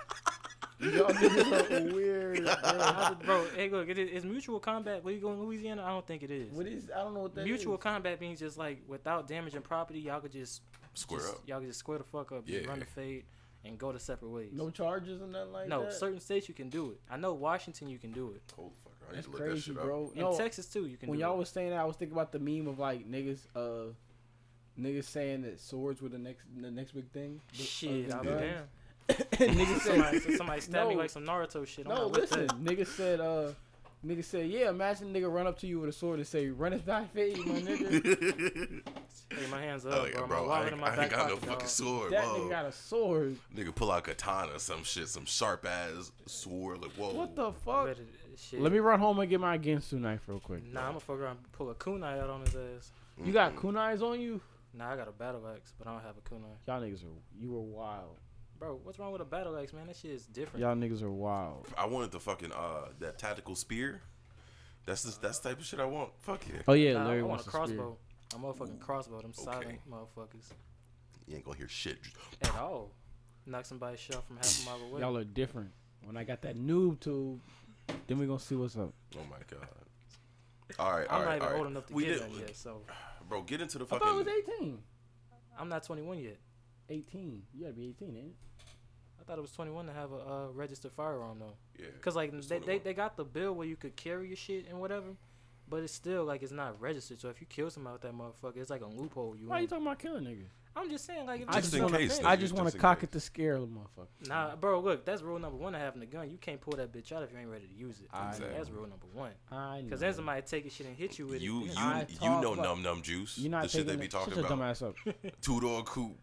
Speaker 2: y'all niggas are weird. bro.
Speaker 3: I was- bro, hey, look, it is, is mutual combat legal in Louisiana? I don't think it is.
Speaker 2: What is? I don't know what that is.
Speaker 3: Mutual combat means just like without damaging property, y'all could just
Speaker 1: Square
Speaker 3: just-
Speaker 1: up.
Speaker 3: Y'all could just square the fuck up, just
Speaker 1: Yeah.
Speaker 3: run the fade, and go to separate ways.
Speaker 2: No charges or nothing like
Speaker 3: no,
Speaker 2: that.
Speaker 3: certain states you can do it. I know Washington, you can do it.
Speaker 1: Hold the fuck, I need
Speaker 2: That's
Speaker 1: to look that
Speaker 2: crazy,
Speaker 1: shit up.
Speaker 2: bro.
Speaker 3: In
Speaker 2: no,
Speaker 3: Texas too, you can.
Speaker 2: when
Speaker 3: do
Speaker 2: y'all
Speaker 3: it.
Speaker 2: was saying that, I was thinking about the meme of like niggas, uh, niggas saying that swords were the next, the next big thing. The-
Speaker 3: shit,
Speaker 2: other
Speaker 3: I'll be
Speaker 2: than guns.
Speaker 3: damn.
Speaker 2: And niggas
Speaker 3: Somebody,
Speaker 2: said,
Speaker 3: somebody stabbed me
Speaker 2: No.
Speaker 3: like some Naruto shit. I'm
Speaker 2: no,
Speaker 3: not with
Speaker 2: listen,
Speaker 3: that.
Speaker 2: niggas said, uh, niggas said, yeah, imagine nigga run up to you with a sword and say, run his die fade, my nigga.
Speaker 3: Hey, my hands up,
Speaker 1: Oh, yeah,
Speaker 3: bro.
Speaker 1: bro,
Speaker 3: My
Speaker 1: I
Speaker 3: wallet in
Speaker 1: ain't,
Speaker 3: my
Speaker 1: I
Speaker 3: back
Speaker 1: ain't got no
Speaker 3: pocket.
Speaker 1: fucking
Speaker 3: dawg.
Speaker 1: sword.
Speaker 2: that
Speaker 1: whoa.
Speaker 2: nigga got a sword.
Speaker 1: Nigga pull out katana or some shit, some sharp ass sword. Like, whoa.
Speaker 2: What the fuck?
Speaker 3: Better- shit.
Speaker 2: Let me run home and get my Ginsu knife real quick.
Speaker 3: Nah, I'm gonna fuck around and pull a kunai out on his ass.
Speaker 2: You got
Speaker 1: Mm.
Speaker 2: kunais on you?
Speaker 3: Nah, I got a battle axe, but I don't have a kunai.
Speaker 2: Y'all niggas are, you were wild.
Speaker 3: Bro, what's wrong with a battle axe, man? That shit is different.
Speaker 2: Y'all niggas are wild.
Speaker 1: I wanted the fucking uh that tactical spear. That's the that's the type of shit I want. Fuck yeah.
Speaker 2: Oh yeah,
Speaker 3: Nah, I
Speaker 2: Larry
Speaker 3: want
Speaker 2: wants
Speaker 3: a
Speaker 2: a spear.
Speaker 3: crossbow. A motherfucking crossbow. Them silent motherfuckers
Speaker 1: You ain't gonna hear shit.
Speaker 3: at all. Knock somebody's shell from half a mile away.
Speaker 2: Y'all are different. When I got that noob tube, then we gonna see what's up.
Speaker 1: Oh my god. All right, all
Speaker 3: I'm not
Speaker 1: right,
Speaker 3: even
Speaker 1: all right.
Speaker 3: old enough to
Speaker 1: we
Speaker 3: get
Speaker 1: did,
Speaker 3: that yet, so
Speaker 1: bro. Get into the
Speaker 2: I thought it
Speaker 1: fucking.
Speaker 2: was 18.
Speaker 3: I'm not 21 yet.
Speaker 2: 18. You gotta be 18, ain't it?
Speaker 3: I thought it was 21 to have a uh, registered firearm though,
Speaker 1: Yeah.
Speaker 3: because like
Speaker 1: It's
Speaker 3: they, they
Speaker 1: 21.
Speaker 3: they got the bill where you could carry your shit and whatever, but it's still like it's not registered. So if you kill somebody with that motherfucker, it's like a loophole. You,
Speaker 2: Why you
Speaker 3: in.
Speaker 2: talking about killing niggas?
Speaker 3: I'm just saying like if
Speaker 1: Just
Speaker 3: it's
Speaker 1: in
Speaker 3: on the
Speaker 1: case,
Speaker 3: fence-
Speaker 1: though.
Speaker 2: I
Speaker 1: Niggas,
Speaker 2: just want
Speaker 1: just
Speaker 2: to
Speaker 1: in
Speaker 2: cock
Speaker 1: case.
Speaker 2: it to scare the motherfucker.
Speaker 3: Nah, bro, look, that's rule number one to having a gun. You can't pull that bitch out if you ain't ready to use it.
Speaker 2: I
Speaker 3: That's
Speaker 1: Exactly.
Speaker 3: rule number one.
Speaker 2: I know.
Speaker 3: Because then somebody take your shit and hit you with
Speaker 1: You you
Speaker 3: it.
Speaker 2: I
Speaker 1: you
Speaker 2: talk
Speaker 1: know
Speaker 2: like-
Speaker 1: num num juice.
Speaker 2: You're not
Speaker 1: the shit they
Speaker 2: taking
Speaker 1: be
Speaker 2: it-
Speaker 1: talking
Speaker 2: Shut your dumb
Speaker 1: about.
Speaker 2: ass up.
Speaker 1: Two door coupe,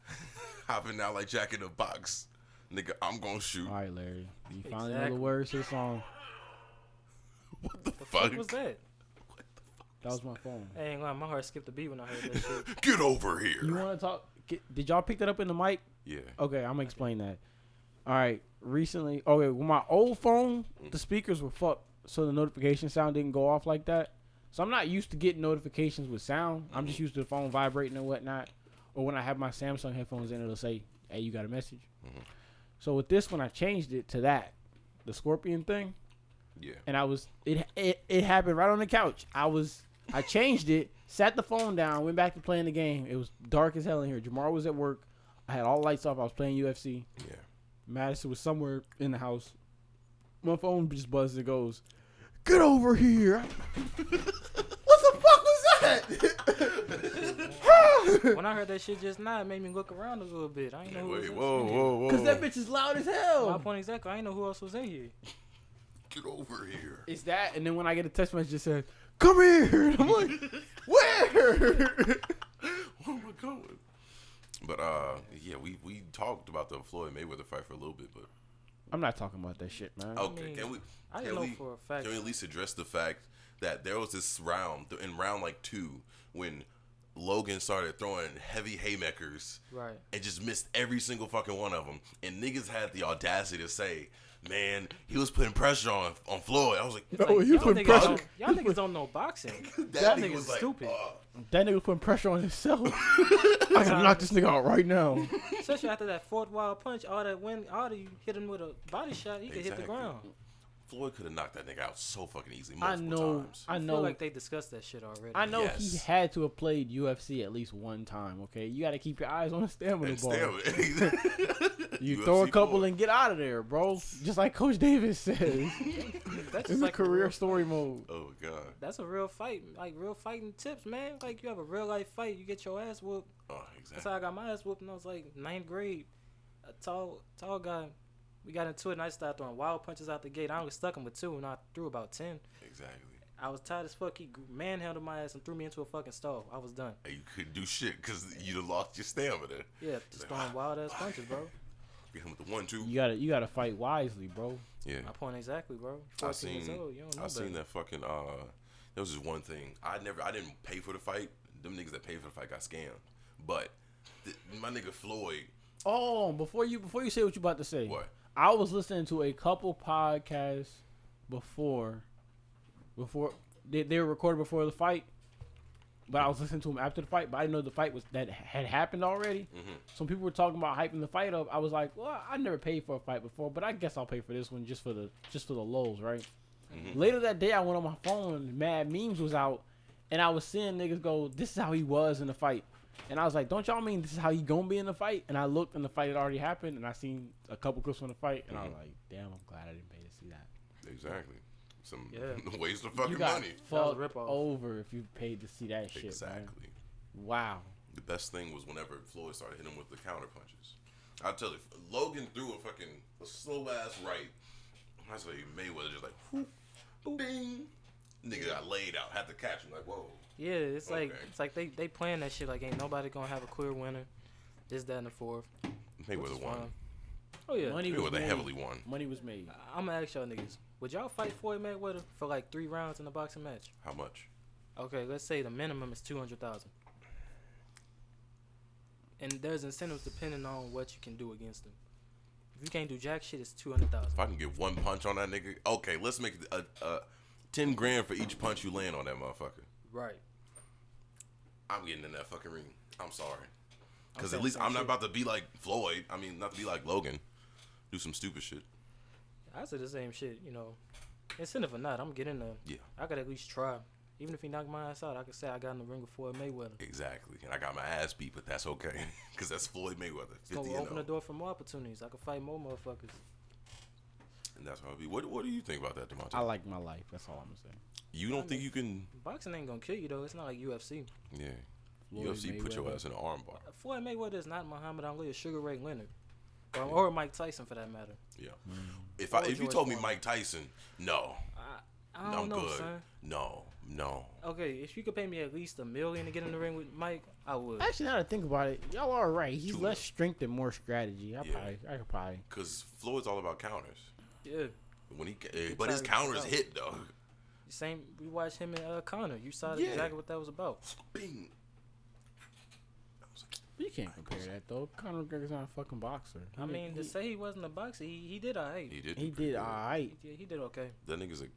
Speaker 1: hopping out like Jack in the Box, nigga. I'm gonna shoot.
Speaker 2: All right, Larry. You finally know
Speaker 3: Exactly.
Speaker 2: the words to the song.
Speaker 1: What the
Speaker 3: What
Speaker 1: fuck?
Speaker 3: was that?
Speaker 2: That was my phone.
Speaker 3: I ain't gonna lie, my heart skipped a beat when I heard that shit.
Speaker 1: Get over
Speaker 2: You
Speaker 1: here.
Speaker 2: want to talk? Get, did y'all pick that up in the mic?
Speaker 1: Yeah.
Speaker 2: Okay, I'm gonna explain that. All right, recently, okay, with my old phone, the speakers were fucked, so the notification sound didn't go off like that. So I'm not used to getting notifications with sound. I'm just used to the phone vibrating and whatnot. Or when I have my Samsung headphones in, it'll say, "Hey, you got a message." So with this one, I changed it to that, the scorpion thing,
Speaker 1: Yeah.
Speaker 2: and I was it it, it happened right on the couch. I was I changed it, sat the phone down, went back to playing the game. It was dark as hell in here. Jamar was at work. I had all lights off. I was playing UFC.
Speaker 1: Yeah.
Speaker 2: Madison was somewhere in the house. My phone just buzzes and goes, Get over here. what the fuck was that?
Speaker 3: when I heard that shit just now, it made me look around a little bit. I ain't know who was
Speaker 1: Wait.
Speaker 3: in-
Speaker 1: Whoa. Whoa. Whoa.
Speaker 2: Because that bitch is loud as
Speaker 3: My
Speaker 2: hell.
Speaker 3: point exactly. I ain't know who else was in here.
Speaker 1: Get over here.
Speaker 2: It's that, and then when I get a text message, it says, Come here. And I'm like, Where?
Speaker 1: Where am I going? But uh, yeah, we we talked about the Floyd Mayweather fight for a little bit, but
Speaker 2: I'm not talking about that shit, man.
Speaker 1: okay,
Speaker 3: mean,
Speaker 1: can we?
Speaker 3: I
Speaker 1: can
Speaker 3: know
Speaker 1: we,
Speaker 3: for a fact-
Speaker 1: Can we at least address the fact that there was this round th- in round like two when Logan started throwing heavy haymakers
Speaker 3: Right.
Speaker 1: and just missed every single fucking one of them, and niggas had the audacity to say, "Man, he was putting pressure on on Floyd." I was like,
Speaker 2: No,
Speaker 3: Like,
Speaker 2: Oh, you
Speaker 3: y'all,
Speaker 2: put
Speaker 3: niggas
Speaker 2: pressure.
Speaker 3: don't, y'all niggas don't know boxing.
Speaker 1: that,
Speaker 3: That
Speaker 1: nigga
Speaker 3: nigga's
Speaker 1: was like,
Speaker 3: stupid.
Speaker 1: "Oh."
Speaker 2: That nigga putting pressure on himself. I gotta knock this nigga out right now.
Speaker 3: Especially after that fourth wild punch, all that when all that you hit him with a body shot, he could hit the
Speaker 1: Exactly.
Speaker 3: ground.
Speaker 1: Floyd could have knocked that nigga out so fucking easily
Speaker 2: I
Speaker 1: multiple
Speaker 2: know.
Speaker 1: times.
Speaker 2: I
Speaker 3: I
Speaker 2: know.
Speaker 3: feel like they discussed that shit already.
Speaker 2: I know he
Speaker 1: Yes.
Speaker 2: had to have played UFC at least one time. Okay, you got to keep your eyes on the stamina
Speaker 1: And
Speaker 2: ball.
Speaker 1: still-
Speaker 2: You
Speaker 1: UFC
Speaker 2: throw a couple
Speaker 1: Floyd.
Speaker 2: and get out of there, bro. Just like Coach Davis says,
Speaker 3: That's
Speaker 2: it's
Speaker 3: just
Speaker 2: a
Speaker 3: like a
Speaker 2: career
Speaker 3: real-
Speaker 2: story mode.
Speaker 1: Oh god.
Speaker 3: That's a real fight, like real fighting tips, man. Like you have a real life fight, you get your ass whooped.
Speaker 1: Oh,
Speaker 3: That's
Speaker 1: exactly.
Speaker 3: how I got my ass whooped when I was like ninth grade. A tall, tall guy. We got into it, and I started throwing wild punches out the gate. I only stuck him with two, and I threw about ten.
Speaker 1: Exactly.
Speaker 3: I was tired as fuck. He manhandled my ass and threw me into a fucking stove. I was done.
Speaker 1: And you couldn't do shit because you'd have lost your stamina.
Speaker 3: Yeah, just throwing wild ass punches, bro.
Speaker 1: Get him with the one, two.
Speaker 2: You gotta, you gotta fight wisely, bro.
Speaker 1: Yeah.
Speaker 3: My point exactly, bro. You're
Speaker 1: I
Speaker 3: 14 years
Speaker 1: seen-
Speaker 3: old. You don't know
Speaker 1: I seen
Speaker 3: better.
Speaker 1: that fucking. uh There was just one thing. I never. I didn't pay for the fight. Them niggas that paid for the fight got scammed. But th- my nigga Floyd.
Speaker 2: Oh, before you, before you say what you about to say,
Speaker 1: What?
Speaker 2: I was listening to a couple podcasts before, before they, they were recorded before the fight, but I was listening to them after the fight. But I didn't know the fight was that had happened already. Some people were talking about hyping the fight up. I was like, well, I never paid for a fight before, but I guess I'll pay for this one just for the just for the lulls, right? Later that day, I went on my phone. Mad memes was out, and I was seeing niggas go, "This is how he was in the fight." And I was like, "Don't y'all mean this is how he gonna be in the fight?" And I looked, and the fight had already happened, and I seen a couple clips from the fight, and I was like, "Damn, I'm glad I didn't pay to see that."
Speaker 1: Exactly. Some
Speaker 3: Yeah.
Speaker 1: waste of
Speaker 2: You
Speaker 1: fucking
Speaker 2: got
Speaker 1: money.
Speaker 3: That was a
Speaker 2: fucked
Speaker 3: rip-off.
Speaker 2: over if you paid to see that shit. Exactly.
Speaker 1: Exactly.
Speaker 2: Wow.
Speaker 1: The best thing was whenever Floyd started hitting him with the counter punches. I tell you, Logan threw a fucking a slow ass right. I say Mayweather just like, whoop, ding. Nigga got laid out, had to catch him like, whoa.
Speaker 3: Yeah, it's like
Speaker 1: Okay.
Speaker 3: it's like they they playing that shit like ain't nobody gonna have a clear winner. This, that, and the fourth. which
Speaker 1: Mayweather
Speaker 3: is
Speaker 1: won.
Speaker 3: fine. Oh yeah.
Speaker 2: Money was
Speaker 1: Mayweather
Speaker 2: made.
Speaker 1: heavily won.
Speaker 2: Money was made.
Speaker 3: I'm gonna ask y'all niggas, would y'all fight Floyd Mayweather for like three rounds in a boxing match?
Speaker 1: How much?
Speaker 3: Okay, let's say the minimum is two hundred thousand, and there's incentives depending on what you can do against them. If you can't do jack shit, it's two hundred thousand.
Speaker 1: If I can get one punch on that nigga, okay, let's make it a, a ten grand for each punch you land on that motherfucker.
Speaker 3: Right.
Speaker 1: I'm getting in that fucking ring. I'm sorry, because
Speaker 3: Okay,
Speaker 1: at least
Speaker 3: same
Speaker 1: I'm not
Speaker 3: shit.
Speaker 1: about to be like Floyd. I mean, not to be like Logan, do some stupid shit.
Speaker 3: I said the same shit, you know. Incentive or not, I'm getting there.
Speaker 1: Yeah.
Speaker 3: I gotta at least try. Even if he knocked my ass out, I could say I got in the ring with Floyd Mayweather.
Speaker 1: Exactly. And I got my ass beat, but that's okay. Because that's Floyd Mayweather.
Speaker 3: It's
Speaker 1: 50
Speaker 3: gonna
Speaker 1: and oh.
Speaker 3: open the
Speaker 1: 0.
Speaker 3: door for more opportunities. I could fight more motherfuckers.
Speaker 1: And that's how it be. What, what do you think about that, Demonte?
Speaker 4: I like my life. That's all I'm gonna say.
Speaker 1: you don't think you can.
Speaker 3: Boxing ain't gonna kill you though. It's not like UFC.
Speaker 1: Yeah.
Speaker 4: Floyd
Speaker 1: UFC put your
Speaker 4: Mayweather.
Speaker 1: ass in an armbar.
Speaker 3: Floyd Mayweather is not Muhammad Ali or Sugar Ray Leonard, or, or Mike Tyson for that matter.
Speaker 1: Yeah. If I,
Speaker 3: Or
Speaker 1: if you
Speaker 3: George
Speaker 1: told me
Speaker 3: Foreman.
Speaker 1: Mike Tyson, no,
Speaker 3: I, I
Speaker 1: no
Speaker 3: don't
Speaker 1: I'm
Speaker 3: know,
Speaker 1: good.
Speaker 3: son.
Speaker 1: No, no.
Speaker 3: Okay, if you could pay me at least a million to get in the ring with Mike, I would.
Speaker 2: Actually, now that I think about it, y'all are right. He's
Speaker 1: Two
Speaker 2: less
Speaker 1: mil.
Speaker 2: strength and more strategy. I
Speaker 1: Yeah.
Speaker 2: probably, I could probably.
Speaker 1: Because Floyd's all about counters.
Speaker 3: Yeah.
Speaker 1: When he, eh, but his
Speaker 3: tried to
Speaker 1: counters
Speaker 3: stop.
Speaker 1: hit though.
Speaker 3: Same. We watched him and uh, Connor. You saw
Speaker 1: Yeah.
Speaker 3: exactly what that was about.
Speaker 1: Bing.
Speaker 2: But you can't compare that though. Conor McGregor's not a fucking boxer. He
Speaker 3: I
Speaker 2: did-
Speaker 3: mean, to
Speaker 2: he,
Speaker 3: say he wasn't a boxer, he, he did alright.
Speaker 1: He did.
Speaker 2: he
Speaker 1: do pretty good.
Speaker 2: did all right,
Speaker 3: Yeah, he did okay.
Speaker 1: That nigga's a. mm,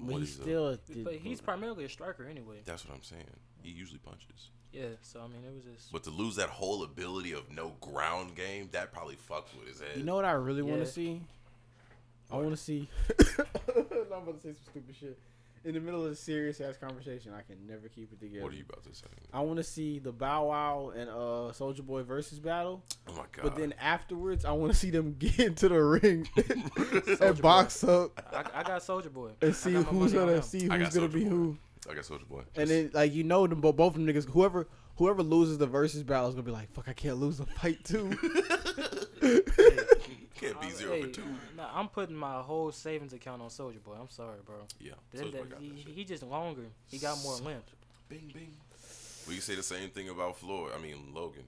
Speaker 2: but
Speaker 1: What
Speaker 2: he
Speaker 1: is a-
Speaker 2: still. did-
Speaker 3: But he's primarily a striker anyway.
Speaker 1: That's what I'm saying. He usually punches.
Speaker 3: Yeah. So I mean, it was just.
Speaker 1: But to lose that whole ability of no ground game, that probably fucks with his head.
Speaker 2: You know what I really want
Speaker 3: Yeah.
Speaker 2: to see? I want to see.
Speaker 4: I'm about to say some stupid shit. In the middle of a serious ass conversation, I can never keep it together.
Speaker 1: what are you about to say?
Speaker 4: I want to see the Bow Wow and uh Soldier Boy versus battle,
Speaker 1: Oh my god.
Speaker 4: but then afterwards, I want to see them get into the ring and
Speaker 3: Boy.
Speaker 4: box up
Speaker 3: I, I got Soldier Boy. I
Speaker 4: and see
Speaker 3: got my
Speaker 4: who's
Speaker 3: money on
Speaker 4: gonna
Speaker 3: him.
Speaker 4: see
Speaker 1: I
Speaker 4: who's
Speaker 1: got
Speaker 4: gonna
Speaker 1: Soulja
Speaker 4: be
Speaker 1: Boy.
Speaker 4: who.
Speaker 1: I got Soldier Boy.
Speaker 4: And then like you know them bo- both of them niggas, whoever whoever loses the versus battle is gonna be like, fuck, I can't lose the fight too.
Speaker 1: can't be
Speaker 3: I'm-
Speaker 1: zero for
Speaker 3: hey,
Speaker 1: two.
Speaker 3: Nah, I'm putting my whole savings account on Soldier Boy. I'm sorry, bro.
Speaker 1: Yeah.
Speaker 3: That-
Speaker 1: Soulja Boy
Speaker 3: that-
Speaker 1: got
Speaker 3: he,
Speaker 1: that shit.
Speaker 3: he just longer. He got more length.
Speaker 1: Bing bing. We can say the same thing about Floyd. I mean Logan.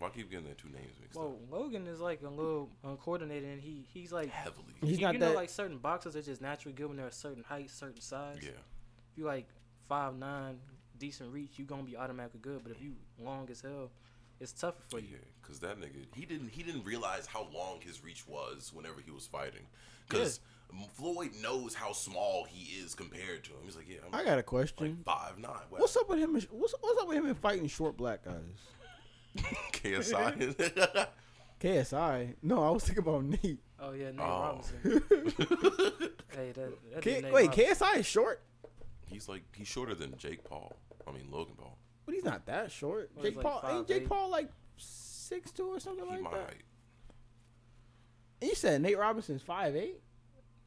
Speaker 1: Why keep getting their two names mixed
Speaker 3: Well, Logan is like a little uncoordinated, and he he's like
Speaker 1: up? Heavily.
Speaker 2: He's
Speaker 3: you,
Speaker 2: not
Speaker 3: you
Speaker 2: that.
Speaker 3: know like certain boxers are just naturally good when they're a certain height, certain size.
Speaker 1: Yeah.
Speaker 3: If you like five nine, decent reach, you gonna be automatically good. But if you long as hell, it's tougher for you.
Speaker 1: Yeah, cause that nigga, he didn't he didn't realize how long his reach was whenever he was fighting, cause M- Floyd knows how small he is compared to him. He's like, yeah, I'm
Speaker 2: I got a
Speaker 1: like
Speaker 2: question.
Speaker 1: five nine.
Speaker 2: what's up with him? and sh- What's what's up with him and fighting short black guys?
Speaker 1: KSI?
Speaker 2: KSI. No, I was thinking about Nate.
Speaker 3: Oh yeah, Nate
Speaker 1: Oh.
Speaker 3: Robinson. hey, that, that
Speaker 2: K-
Speaker 3: dude Nate
Speaker 2: wait,
Speaker 3: Robinson.
Speaker 2: KSI is short,
Speaker 1: he's like he's shorter than Jake Paul. I mean Logan Paul.
Speaker 2: but he's not that short.
Speaker 3: Well, he's
Speaker 2: Jake
Speaker 3: like
Speaker 2: Paul ain't Jake
Speaker 3: 5'8".
Speaker 2: Paul like six two or something
Speaker 1: He
Speaker 2: like
Speaker 1: my
Speaker 2: that.
Speaker 1: height.
Speaker 2: You said Nate Robinson's five eight.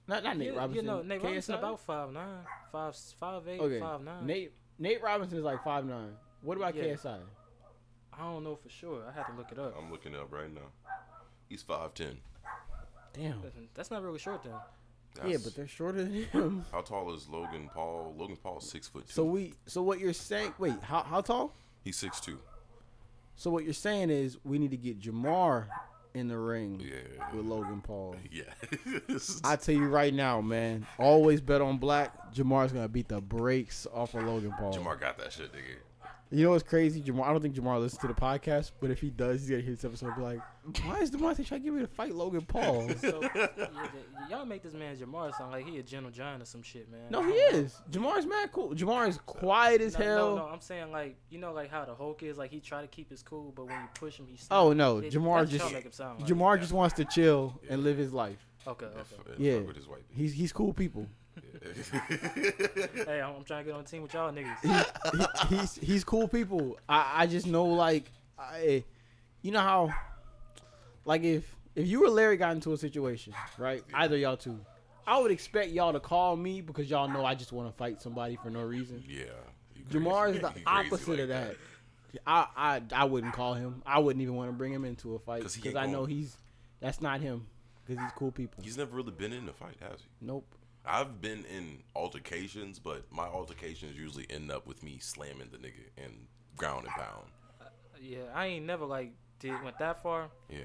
Speaker 2: Not not Nate
Speaker 3: You-
Speaker 2: Robinson.
Speaker 3: You know, Nate
Speaker 2: KSI?
Speaker 3: Robinson about five nine, five five eight,
Speaker 2: okay.
Speaker 3: five nine.
Speaker 2: Nate Nate Robinson is like five nine. What about
Speaker 3: Yeah.
Speaker 2: KSI?
Speaker 3: I don't know for sure. I had to look it up.
Speaker 1: I'm looking up right now. He's five ten.
Speaker 2: Damn.
Speaker 3: Listen, That's not really short then.
Speaker 2: Yeah, but they're shorter than him.
Speaker 1: how tall is Logan Paul? Logan Paul's six foot two.
Speaker 2: So we so what you're saying? Wait, how how tall?
Speaker 1: he's six two.
Speaker 2: So what you're saying is we need to get Jamar in the ring
Speaker 1: Yeah.
Speaker 2: with Logan Paul.
Speaker 1: Yeah.
Speaker 2: I tell you right now, man. Always bet on black. Jamar's gonna beat the brakes off of Logan Paul.
Speaker 1: Jamar got that shit, nigga.
Speaker 2: You know what's crazy? Jamar. I don't think Jamar listens to the podcast, but if he does, he's gonna hear this episode and be like, "Why is Jamar trying to get me to fight Logan Paul?"
Speaker 3: So, yeah, y- y'all make this man Jamar sound like he a General John or some shit, man.
Speaker 2: no, he is. Jamar's mad cool. Jamar is quiet as
Speaker 3: No,
Speaker 2: hell.
Speaker 3: No, no, I'm saying like you know like how the Hulk is like he try to keep his cool, but when you push him, he. snap.
Speaker 2: Oh no,
Speaker 3: It-
Speaker 2: Jamar
Speaker 3: that's
Speaker 2: just
Speaker 3: y'all make him sound like.
Speaker 2: Jamar just wants to chill and live his life.
Speaker 3: Okay,
Speaker 1: And
Speaker 3: okay.
Speaker 1: f- and
Speaker 2: Yeah.
Speaker 1: fuck with his white bitch.
Speaker 2: He's he's cool people.
Speaker 3: Hey, I'm, I'm trying to get on the team with y'all niggas.
Speaker 2: he, he's he's cool people. I, I just know like I, you know how, like if if you or Larry got into a situation, right? Either y'all two, I would expect y'all to call me because y'all know I just want to fight somebody for no reason.
Speaker 1: yeah. you
Speaker 2: Jamar
Speaker 1: crazy.
Speaker 2: is the
Speaker 1: You crazy
Speaker 2: opposite
Speaker 1: like
Speaker 2: of that. I, I I wouldn't call him. I wouldn't even want to bring him into a fight
Speaker 1: 'Cause he
Speaker 2: because
Speaker 1: ain't
Speaker 2: I know
Speaker 1: gonna-
Speaker 2: he's that's not him because he's cool people.
Speaker 1: He's never really been in a fight, has he?
Speaker 2: nope.
Speaker 1: I've been in altercations, but my altercations usually end up with me slamming the nigga and ground and pound.
Speaker 3: Yeah, I ain't never like did went that far.
Speaker 1: Yeah.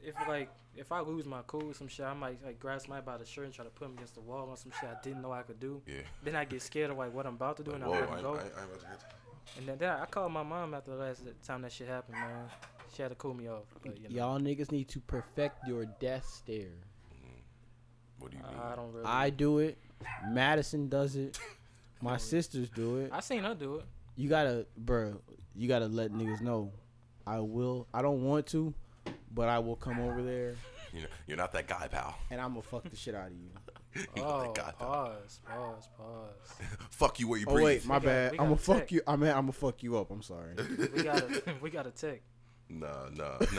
Speaker 3: If like if I lose my cool with some shit, I might like grab somebody by the shirt and try to put him against the wall on some shit I didn't know I could do.
Speaker 1: Yeah.
Speaker 3: Then I get scared of like what I'm about to do
Speaker 1: Like,
Speaker 3: and
Speaker 1: whoa,
Speaker 3: I
Speaker 1: I,
Speaker 3: let him
Speaker 1: I, I,
Speaker 3: go.
Speaker 1: I'm about to hit that.
Speaker 3: and then, then I called my mom after the last time that shit happened, man. She had to cool me off. But you know,
Speaker 2: Y'all niggas need to perfect your death stare.
Speaker 1: What do you mean?
Speaker 3: I, I don't really.
Speaker 2: I
Speaker 3: I,
Speaker 2: do it. Madison does it. My sisters do it.
Speaker 3: seen her do it.
Speaker 2: You gotta, bruh, You gotta let niggas know. I will. I don't want to, but I will come over there.
Speaker 1: you know, You're not that guy, pal.
Speaker 2: and I'm gonna fuck the shit out of you.
Speaker 1: You're not
Speaker 3: Oh,
Speaker 1: that guy, pal.
Speaker 3: pause, pause, pause.
Speaker 1: Fuck you where you
Speaker 2: Oh
Speaker 1: breathe.
Speaker 2: wait, my
Speaker 3: We gotta-
Speaker 2: bad.
Speaker 3: we
Speaker 2: I'm gonna
Speaker 3: gotta
Speaker 2: fuck
Speaker 3: check.
Speaker 2: you. I mean, I'm gonna fuck you up. I'm sorry.
Speaker 3: We got a, we got a tech.
Speaker 1: Nah, nah, nah.
Speaker 3: We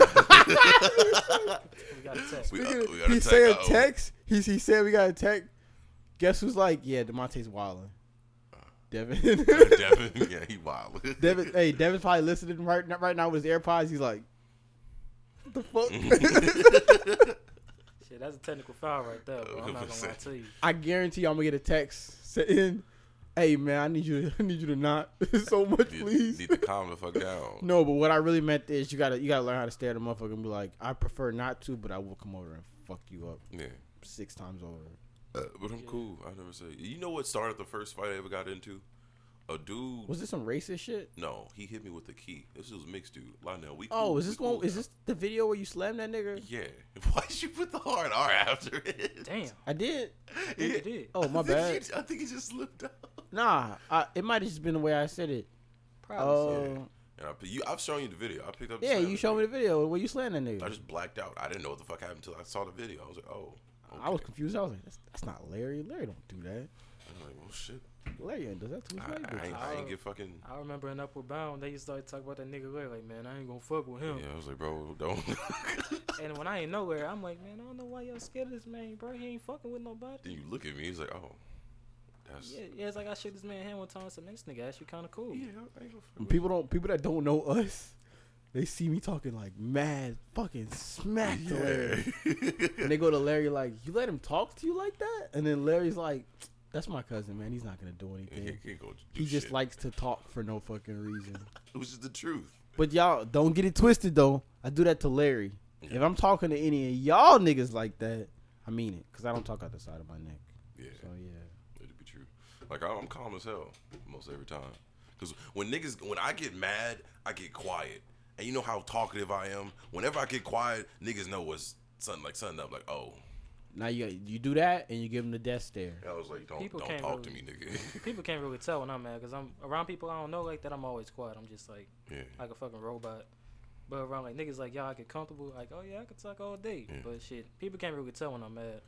Speaker 3: got a tech.
Speaker 1: we,
Speaker 2: Nigga,
Speaker 1: uh, we gotta
Speaker 2: he
Speaker 1: tech
Speaker 2: said
Speaker 1: out.
Speaker 2: text. He's he said we got a text. Guess who's like, yeah, Demonte's wilding. Devin.
Speaker 1: oh, Devin, yeah, he wild.
Speaker 2: Devin. Hey, Devin's probably listening right now, right now with his AirPods. He's like, what the fuck.
Speaker 3: Shit, that's a technical foul right there, bro. I'm not gonna lie to you.
Speaker 2: I guarantee I'm gonna get a text saying, hey man, I need you. To, I need you to not so much,
Speaker 1: Need-
Speaker 2: please.
Speaker 1: Need to calm the fuck down.
Speaker 2: No, but what I really meant is you gotta you gotta learn how to stare at a motherfucker and be like, I prefer not to, but I will come over and fuck you up
Speaker 1: Yeah,
Speaker 2: six times over.
Speaker 1: uh, but I'm cool. I never say. You know what started the first fight I ever got into? A dude.
Speaker 2: Was this some racist shit?
Speaker 1: no, he hit me with the key. This was mixed dude. Lionel, we.
Speaker 2: Oh,
Speaker 1: cool,
Speaker 2: is
Speaker 1: we
Speaker 2: this
Speaker 1: cool
Speaker 2: one? Is
Speaker 1: now.
Speaker 2: this the video where you slammed that nigga?
Speaker 1: Yeah. Why'd you put the hard R after it?
Speaker 3: Damn,
Speaker 2: I did.
Speaker 1: I
Speaker 3: think you did.
Speaker 2: Oh, my
Speaker 1: think
Speaker 2: bad.
Speaker 1: you- I think it just slipped out.
Speaker 2: Nah, I, it might have just been the way I said it.
Speaker 3: probably.
Speaker 2: Oh,
Speaker 1: yeah. And I, you, I've shown you the video. I picked up. the
Speaker 2: yeah,
Speaker 1: slam
Speaker 2: you
Speaker 1: and
Speaker 2: showed me
Speaker 1: beat.
Speaker 2: the video where you slammed that nigga.
Speaker 1: I just blacked out. I didn't know what the fuck happened until I saw the video. I was like, oh. Okay.
Speaker 2: I was confused. I was like, that's, that's not Larry. Larry don't do that.
Speaker 1: I'm like, well, shit.
Speaker 2: Larry ain't does that to his
Speaker 1: I,
Speaker 2: white
Speaker 1: I, ain't,
Speaker 2: bitch.
Speaker 1: I ain't get fucking.
Speaker 3: I remember in Upward Bound, they used to like, talk about that nigga Larry, like, man, I ain't gonna fuck with him.
Speaker 1: Yeah, I was like, bro, don't.
Speaker 3: And when I ain't nowhere, I'm like, man, I don't know why y'all scared of this man, bro. He ain't fucking with nobody.
Speaker 1: then you look at me. He's like, oh, that's.
Speaker 3: Yeah, yeah, it's like I shook this man hand one time. I said, man, this nigga actually kind of cool.
Speaker 1: Yeah, I ain't gonna fuck with
Speaker 2: People don't. People that don't know us, they see me talking like mad, fucking smack to Larry,
Speaker 1: you.
Speaker 2: and they go to Larry like, you let him talk to you like that, and then Larry's like, that's my cousin, man. He's not gonna do
Speaker 1: He
Speaker 2: anything.
Speaker 1: can't go do
Speaker 2: He just
Speaker 1: shit.
Speaker 2: likes to talk for no fucking reason.
Speaker 1: Which is the truth.
Speaker 2: But y'all don't get it twisted though. I do that to Larry.
Speaker 1: Yeah.
Speaker 2: If I'm talking to any of y'all niggas like that, I mean it, cause I don't talk out the side of my neck.
Speaker 1: Yeah,
Speaker 2: So yeah.
Speaker 1: it'd be true. Like I'm I'm calm as hell most every time. Cause when niggas, when I get mad, I get quiet. And you know how talkative I am. Whenever I get quiet, niggas know what's something like something up. Like oh,
Speaker 2: Now you you do that and you give him the death stare.
Speaker 1: And I was like, don't
Speaker 3: People
Speaker 1: don't
Speaker 3: can't
Speaker 1: talk
Speaker 3: really-
Speaker 1: to me, nigga.
Speaker 3: People can't really tell when I'm mad because I'm around people I don't know like that. I'm always quiet. I'm just like
Speaker 1: yeah,
Speaker 3: like a fucking robot. But around like niggas like y'all, I get comfortable. Like oh yeah, I could talk all day.
Speaker 1: Yeah.
Speaker 3: But shit, people can't really tell when I'm mad.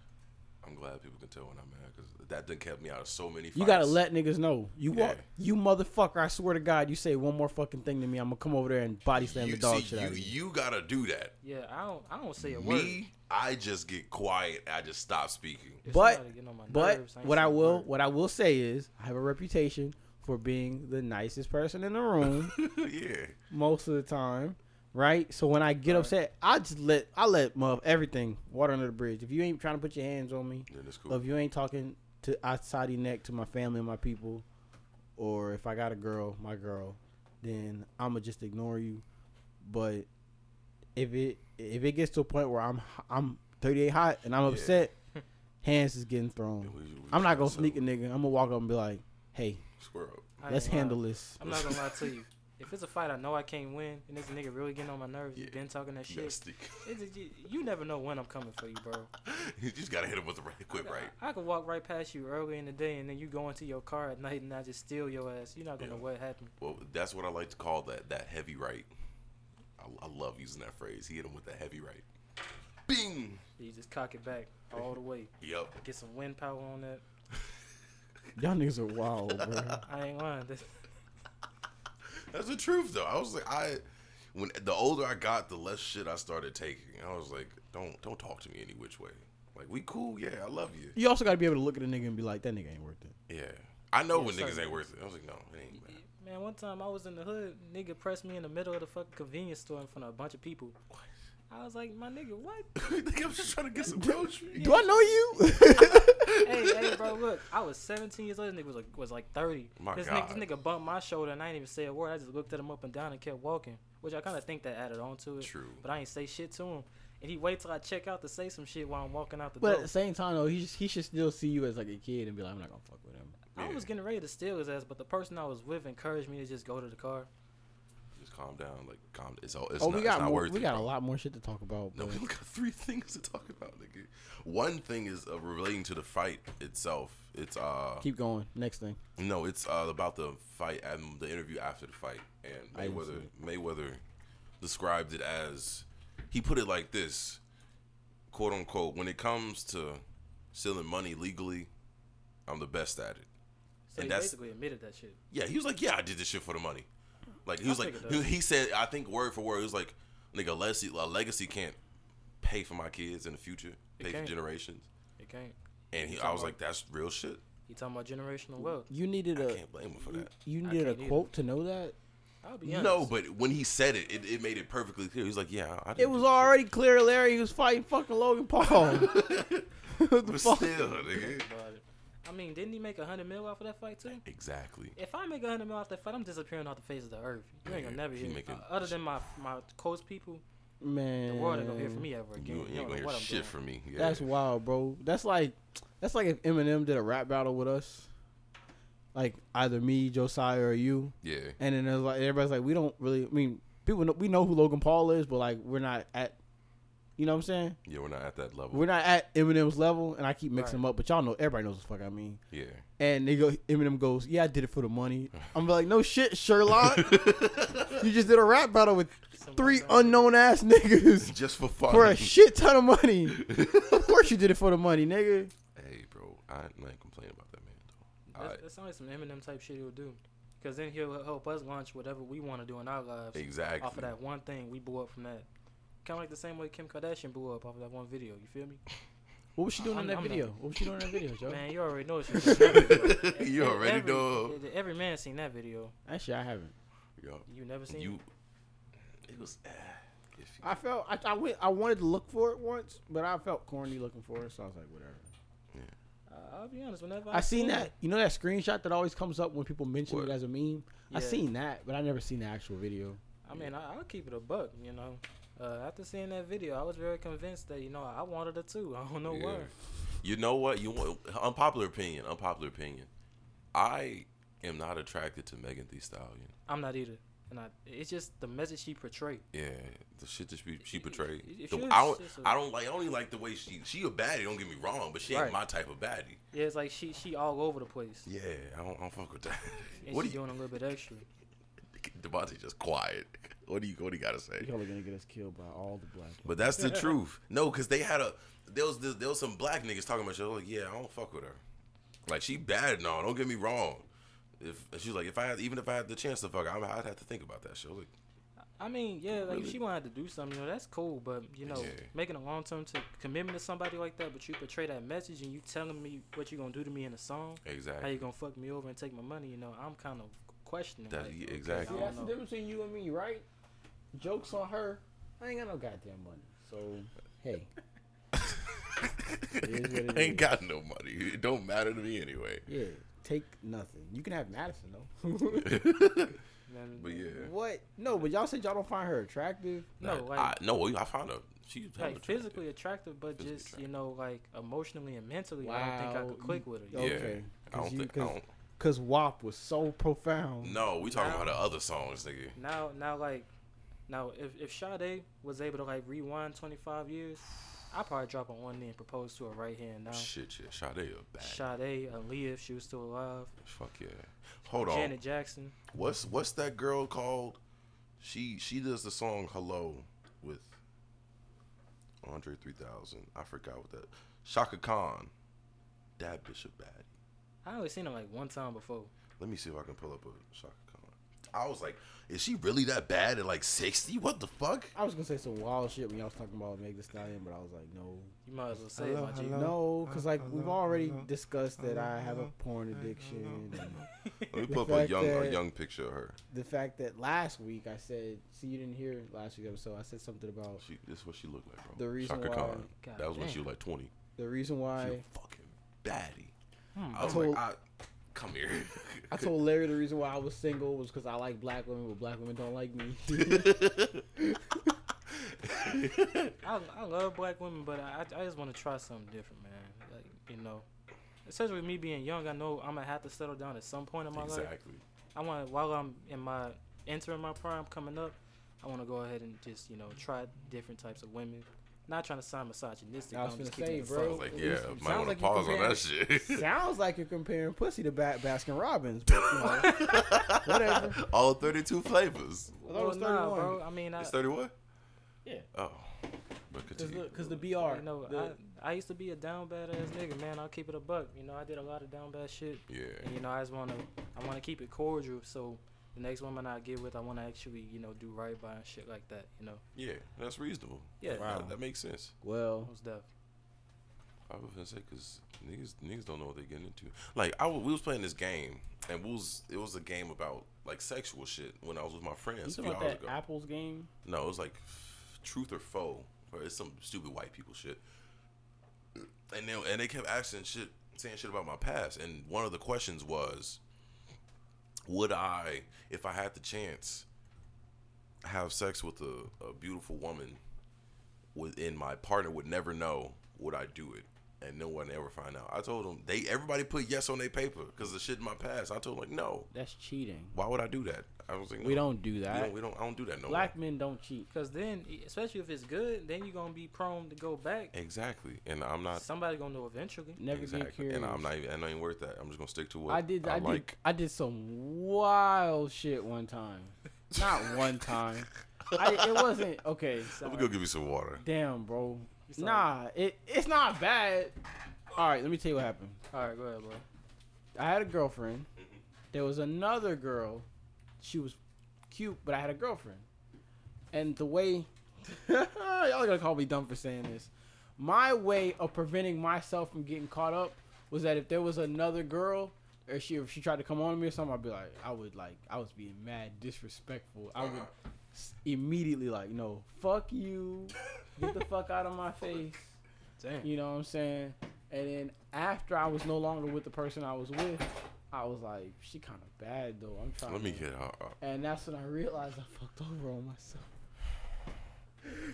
Speaker 1: I'm glad people can tell when I'm mad because that done kept me out of so many. Fights.
Speaker 2: You gotta let niggas know. You
Speaker 1: Yeah.
Speaker 2: walk, you motherfucker. I swear to God, you say one more fucking thing to me, I'm gonna come over there and body slam
Speaker 1: you,
Speaker 2: the dog
Speaker 1: see,
Speaker 2: shit
Speaker 1: you,
Speaker 2: out of you.
Speaker 1: you gotta do that.
Speaker 3: Yeah, I don't I don't say a word.
Speaker 1: Me, I just get quiet. I just stop speaking.
Speaker 3: If
Speaker 2: But-
Speaker 3: somebody getting on my
Speaker 2: But
Speaker 3: nerves, ain't
Speaker 2: what I
Speaker 3: saying a
Speaker 2: will
Speaker 3: word.
Speaker 2: what I will say is I have a reputation for being the nicest person in the room.
Speaker 1: yeah,
Speaker 2: most of the time, right? So when I get
Speaker 3: Right.
Speaker 2: upset, I just let I let mother everything water under the bridge. If you ain't trying to put your hands on me,
Speaker 1: then it's cool.
Speaker 2: or if you ain't talking to outside your neck to my family and my people, or if I got a girl, my girl, then I'ma just ignore you. But if it if it gets to a point where I'm I'm 38 hot and I'm
Speaker 1: Yeah.
Speaker 2: upset, hands is getting thrown.
Speaker 1: And we- we
Speaker 2: I'm not gonna
Speaker 1: so-
Speaker 2: sneak a nigga. I'm gonna walk up and be like, "Hey,
Speaker 1: Square up.
Speaker 3: I ain't
Speaker 2: let's
Speaker 3: lying.
Speaker 2: handle this."
Speaker 3: I'm not gonna lie to you. If it's a fight I know I can't win, and this nigga really getting on my nerves,
Speaker 1: Yeah.
Speaker 3: you been talking that
Speaker 1: You gotta
Speaker 3: shit.
Speaker 1: sneak.
Speaker 3: It's, you, you never know when I'm coming for you, bro.
Speaker 1: you just gotta hit him with a right, quick right.
Speaker 3: I, I could walk right past you early in the day, and then you go into your car at night, and I just steal your ass. You're not gonna
Speaker 1: Yeah.
Speaker 3: know what happened.
Speaker 1: Well, that's what I like to call that that heavy right. I, I love using that phrase. He hit him with the heavy right. Bing.
Speaker 3: You just cock it back all the way.
Speaker 1: Yep.
Speaker 3: Get some wind power on that.
Speaker 2: Y'all niggas are wild, bro.
Speaker 3: I ain't lying. That's,
Speaker 1: That's the truth though. I was like, I when the older I got, the less shit I started taking. I was like, don't don't talk to me any which way. Like we cool, yeah, I love you.
Speaker 2: You also got to be able to look at a nigga and be like, that nigga ain't worth it.
Speaker 1: Yeah. I know
Speaker 3: Yeah,
Speaker 1: when niggas
Speaker 3: certain
Speaker 1: ain't worth it. I was like, no, it ain't bad.
Speaker 3: man, one time I was in the hood, nigga pressed me in the middle of the fucking convenience store in front of a bunch of people. I was like, my nigga, what?
Speaker 1: I think I was just trying to get some groceries.
Speaker 2: Do I know you?
Speaker 3: hey, hey, bro, look, I was 17 years old. This nigga was like, was like 30.
Speaker 1: My
Speaker 3: this,
Speaker 1: God.
Speaker 3: Nigga, this nigga bumped my shoulder and I didn't even say a word. I just looked at him up and down and kept walking, which I kind of think that added on to it.
Speaker 1: True.
Speaker 3: But I ain't say shit to him. And he wait till I check out to say some shit while I'm walking out the
Speaker 2: but at
Speaker 3: door.
Speaker 2: the same time, though, he, just, he should still see you as like a kid and be like, I'm not gonna fuck with him.
Speaker 3: I was getting ready to steal his ass, but the person I was with encouraged me to just go to the car.
Speaker 1: Just calm down. Like calm. It's all. It's
Speaker 2: oh,
Speaker 1: not,
Speaker 2: we got
Speaker 1: it's not
Speaker 2: more,
Speaker 1: worth
Speaker 2: we
Speaker 1: it,
Speaker 2: got
Speaker 1: bro.
Speaker 2: a lot more shit to talk about.
Speaker 1: No,
Speaker 2: But
Speaker 1: we only got three things to talk about, nigga. One thing is uh, relating to the fight itself. It's uh
Speaker 2: keep going. Next thing.
Speaker 1: no, it's uh, about the fight and the interview after the fight, and
Speaker 2: I didn't see
Speaker 1: Mayweather Mayweather described it as he put it like this: quote unquote, when it comes to stealing money legally, I'm the best at it.
Speaker 3: So
Speaker 1: And
Speaker 3: he
Speaker 1: that's-
Speaker 3: basically admitted that shit.
Speaker 1: Yeah, he was like, yeah, I did this shit for the money. Like he was
Speaker 3: I
Speaker 1: like,
Speaker 3: figured
Speaker 1: he,
Speaker 3: that.
Speaker 1: he said, I think word for word, he was like, nigga, a legacy, a legacy can't pay for my kids in the future,
Speaker 3: It
Speaker 1: pay for
Speaker 3: can't.
Speaker 1: generations.
Speaker 3: It can't.
Speaker 1: And he, I was like, that's real shit.
Speaker 3: He talking about generational wealth.
Speaker 2: You needed
Speaker 1: I
Speaker 2: a
Speaker 1: can't blame him for that.
Speaker 2: you
Speaker 3: I
Speaker 2: needed a
Speaker 3: can't either.
Speaker 2: quote to know that.
Speaker 3: I'll be honest.
Speaker 1: No, but when he said it, it, it made it perfectly clear. He was like, yeah, I did
Speaker 2: It was already clear Larry was fighting fucking Logan Paul.
Speaker 1: But still, nigga.
Speaker 3: But, I mean, didn't he make a hundred mil off of that fight too?
Speaker 1: Exactly.
Speaker 3: If I make a hundred mil off that fight, I'm disappearing off the face of the earth. You ain't
Speaker 1: Yeah,
Speaker 3: gonna never
Speaker 1: he
Speaker 3: hear me.
Speaker 1: making-
Speaker 3: Other than my my close people, the
Speaker 2: Man,
Speaker 3: world ain't gonna hear from me ever again.
Speaker 1: You, you
Speaker 3: don't
Speaker 1: ain't
Speaker 3: know
Speaker 1: gonna hear
Speaker 3: what I'm
Speaker 1: shit
Speaker 3: doing.
Speaker 1: from me. Yeah.
Speaker 2: That's wild, bro. That's like that's like if Eminem did a rap battle with us, like either me, Josiah, or you,
Speaker 1: yeah.
Speaker 2: and then there's like everybody's like, we don't really. I mean, people know, we know who Logan Paul is, but like we're not at. You know what I'm saying?
Speaker 1: Yeah, we're not at that level.
Speaker 2: We're not at Eminem's level, and I keep mixing
Speaker 3: Right.
Speaker 2: them up. But y'all know, everybody knows what the fuck I mean.
Speaker 1: yeah.
Speaker 2: And they go, Eminem goes, "Yeah, I did it for the money." I'm like, "No shit, Sherlock, you just did a rap battle with
Speaker 3: Something
Speaker 2: three
Speaker 3: like that.
Speaker 2: unknown ass niggas
Speaker 1: Just for fun.
Speaker 2: for a shit ton of money. of course, you did it for the money, nigga.
Speaker 1: Hey, bro, I ain't complaining about that man. Though.
Speaker 3: That's, that's only some Eminem type shit he'll do. Because then he'll help us launch whatever we want to do in our lives
Speaker 1: I, exactly.
Speaker 3: off of that one thing we blew up from that. Kind of like the same way Kim Kardashian blew up off of that one video. You feel me?
Speaker 2: What was she doing in
Speaker 3: I'm-
Speaker 2: that
Speaker 3: I'm
Speaker 2: video?
Speaker 3: done.
Speaker 2: What was she doing in that video, Joe?
Speaker 3: Man, you already know it's just that video.
Speaker 1: you already
Speaker 3: every,
Speaker 1: know.
Speaker 3: Every man seen that video.
Speaker 2: Actually, I haven't.
Speaker 1: Yo,
Speaker 3: You never seen
Speaker 1: you.
Speaker 3: it?
Speaker 1: It was. Uh, iffy.
Speaker 2: I felt I, I went I wanted to look for it once, but I felt corny looking for it, so I was like, whatever.
Speaker 3: I- I'll be honest. Whenever
Speaker 2: I seen that. You know that screenshot that always comes up when people mention
Speaker 1: What?
Speaker 2: it as a meme. I
Speaker 3: Yeah.
Speaker 2: seen that, but I never seen the actual video.
Speaker 3: I mean, I, I'll keep it a buck, you know. Uh, after seeing that video, I was very convinced that, you know, I wanted it too. I don't know
Speaker 1: Yeah.
Speaker 3: why.
Speaker 1: You know what? You want unpopular opinion. Unpopular opinion. I am not attracted to Megan Thee Stallion.
Speaker 3: I'm not either. And I, it's just the message she portrayed.
Speaker 1: Yeah, the shit that she, she
Speaker 3: If-
Speaker 1: portrayed.
Speaker 3: if
Speaker 1: The-
Speaker 3: she was
Speaker 1: I, don't,
Speaker 3: just a-
Speaker 1: I don't like. I only like the way she. She a baddie. Don't get me wrong, but she ain't
Speaker 3: Right.
Speaker 1: my type of baddie.
Speaker 3: Yeah, it's like she she all over the place.
Speaker 1: Yeah, I don't, I don't fuck with that.
Speaker 3: And
Speaker 1: what
Speaker 3: she
Speaker 1: do you?
Speaker 3: doing a little bit extra.
Speaker 1: Devontae just quiet. What do you? What do you gotta say?
Speaker 2: Y'all are gonna get us killed by all the black.
Speaker 1: But that's the truth. No, because they had a there was this, there was some black niggas talking about shit. I was like, yeah, I don't fuck with her. Like she bad and all. Don't get me wrong. If she was like, if I had even if I had the chance to fuck, her, I, I'd have to think about that shit. I was like,
Speaker 3: I mean, yeah, like if
Speaker 1: Really?
Speaker 3: she wanted to do something, you know, that's cool. But you know,
Speaker 1: Yeah.
Speaker 3: making a long term to commitment to somebody like that, but you portray that message and you telling me what you gonna do to me in a song, how
Speaker 1: exactly.
Speaker 3: you gonna fuck me over and take my money, you know, I'm kind of questioning.
Speaker 1: That-
Speaker 3: like,
Speaker 1: yeah,
Speaker 3: okay,
Speaker 1: e, exactly.
Speaker 3: I
Speaker 2: See,
Speaker 3: don't
Speaker 2: that's the
Speaker 3: know.
Speaker 2: difference between you and me, right? Jokes on her. I ain't got no goddamn money. So hey, is what it
Speaker 1: I ain't
Speaker 2: is.
Speaker 1: got no money. It don't matter to me anyway.
Speaker 2: yeah, take nothing. You can have Madison though.
Speaker 3: Man,
Speaker 1: But yeah,
Speaker 2: what? No, but y'all said y'all don't find her attractive.
Speaker 3: No,
Speaker 1: Nah,
Speaker 3: like-
Speaker 1: I, no, I found her. She's hella
Speaker 3: Like
Speaker 1: attractive.
Speaker 3: physically attractive, but
Speaker 1: Physically
Speaker 3: just you know, like emotionally and mentally, I don't think I
Speaker 2: Wow,
Speaker 3: could click with her.
Speaker 2: yo,
Speaker 1: Yeah,
Speaker 2: okay,
Speaker 1: I
Speaker 2: 'cause
Speaker 1: don't
Speaker 2: you-
Speaker 1: think. I
Speaker 2: 'cause-
Speaker 1: don't,
Speaker 2: Cause WAP was so profound.
Speaker 1: no, we talking
Speaker 3: Now-
Speaker 1: about her other songs, nigga.
Speaker 3: Now, now, like, now, if if Sade was able to like rewind 25 years, I probably drop on one knee and propose to her right here and now.
Speaker 1: Shit, shit. Sade a bad.
Speaker 3: Sade, Aaliyah, if she was still alive,
Speaker 1: Fuck yeah. Hold on.
Speaker 3: Janet Jackson.
Speaker 1: What's what's that girl called? She she does the song Hello with Andre 3000. I forgot what that. Shaka Khan. That bitch a baddie.
Speaker 3: I only seen her like one time before.
Speaker 1: Let me see if I can pull up a Shaka Khan. I was like, is she really that bad at like 60? What the fuck?
Speaker 2: I was gonna say some wild shit when y'all was talking about Meg Thee Stallion, but I was like, no,
Speaker 3: You might as well say it, my G.
Speaker 2: no, because like we've already discussed that I have a porn addiction. and
Speaker 1: Let me
Speaker 2: The
Speaker 1: pull up a
Speaker 2: fact
Speaker 1: young a
Speaker 2: that-
Speaker 1: young picture of her.
Speaker 2: the fact that last week I said, see, you didn't hear last week's episode. I said something about
Speaker 1: She this is what she looked like, bro.
Speaker 2: The reason
Speaker 1: Shaka
Speaker 2: why-
Speaker 1: Khan.
Speaker 3: God
Speaker 1: that was when she
Speaker 3: damn.
Speaker 1: was like 20.
Speaker 2: the reason
Speaker 1: She
Speaker 2: why
Speaker 1: a fucking baddie.
Speaker 3: Hmm.
Speaker 1: I was
Speaker 2: Told-
Speaker 1: like, I, come here.
Speaker 2: I told Larry the reason why I was single was because I like black women, but black women don't like me.
Speaker 3: I, I love black women, but I, I just want to try something different, man. Like, you know, especially with me being young, I know I'm going to have to settle down at some point in my life.
Speaker 1: exactly.
Speaker 3: I want to, while I'm in my, entering my prime coming up, I want to go ahead and just, you know, try different types of women. Not trying to sound misogynistic.
Speaker 2: I was
Speaker 3: I'm
Speaker 2: finna
Speaker 3: just keeping
Speaker 2: say,
Speaker 3: it
Speaker 1: I
Speaker 2: bro.
Speaker 1: was
Speaker 3: fun.
Speaker 1: like,
Speaker 2: It
Speaker 1: yeah,
Speaker 2: was-
Speaker 1: might
Speaker 2: sounds
Speaker 1: want to
Speaker 2: like you
Speaker 1: pause on
Speaker 2: compared-
Speaker 1: that shit.
Speaker 2: Sounds like you're comparing pussy to ba- Baskin Robbins, but you know, whatever.
Speaker 1: All 32 flavors.
Speaker 2: I thought it was
Speaker 3: Well, nah,
Speaker 2: 31.
Speaker 3: bro. I mean, I,
Speaker 1: It's 31?
Speaker 2: Uh, Yeah.
Speaker 1: Oh. But
Speaker 2: Cause,
Speaker 1: continue.
Speaker 2: look, 'cause the BR,
Speaker 3: You know,
Speaker 2: the-
Speaker 3: I, I used to be a down bad ass nigga, man. I'll keep it a buck. You know, I did a lot of down bad shit. And
Speaker 1: yeah.
Speaker 3: you know, I just wanna I wanna keep it cordial. So the next woman I get with, I wanna actually you know do right by and shit like that. You know,
Speaker 1: Yeah, that's reasonable.
Speaker 3: Yeah.
Speaker 1: Wow. That, that makes sense.
Speaker 2: well,
Speaker 3: most def.
Speaker 1: I was gonna say because niggas niggas don't know what they're getting into. Like I was, we was playing this game and we was it was a game about like sexual shit when I was with my
Speaker 2: you
Speaker 1: friends a
Speaker 2: talking
Speaker 1: few
Speaker 2: about
Speaker 1: hours
Speaker 2: that
Speaker 1: ago.
Speaker 2: Apple's game?
Speaker 1: No, it was like truth or foe, or it's some stupid white people shit. And they and they kept asking shit, saying shit about my past. And one of the questions was, would I, if I had the chance, have sex with a, a beautiful woman, within my partner would never know, would I do it? And no one ever find out. I told them they everybody put yes on their paper because the shit in my past. I told them like no,
Speaker 2: That's cheating.
Speaker 1: why would I do that? I was like no,
Speaker 2: We don't do
Speaker 1: we
Speaker 2: that.
Speaker 1: don't, we don't I don't do that no more.
Speaker 2: Black men don't cheat.
Speaker 3: Cause then, e- especially if it's good, then you're gonna be prone to go back.
Speaker 1: Exactly, and I'm not
Speaker 3: Somebody gonna know eventually.
Speaker 2: Never get
Speaker 1: exactly,
Speaker 2: curious.
Speaker 1: and I'm not even. I'm not even worth that. I'm just gonna stick to what
Speaker 2: I did. I, did.
Speaker 1: like.
Speaker 2: I did some wild shit one time. Not one time. I, it wasn't okay.
Speaker 1: Let me go give you some water.
Speaker 2: Damn, bro.
Speaker 3: It's all right.
Speaker 2: Nah, it, it's not bad. All right, let me tell you what happened.
Speaker 3: All right, go ahead, bro.
Speaker 2: I had a girlfriend. There was another girl. She was cute, but I had a girlfriend. And the way y'all gonna call me dumb for saying this. My way of preventing myself from getting caught up was that if there was another girl or she if she tried to come on to me or something, I'd be like, I would like I was being mad disrespectful. I would s- immediately like, no, fuck you. Get the fuck out of my face.
Speaker 3: Damn.
Speaker 2: You know what I'm saying? And then after I was no longer with the person I was with, I was like, she kind of bad though. I'm trying.
Speaker 1: Let me
Speaker 2: to-"
Speaker 1: get uh, her. up.
Speaker 2: And that's when I realized I fucked over on myself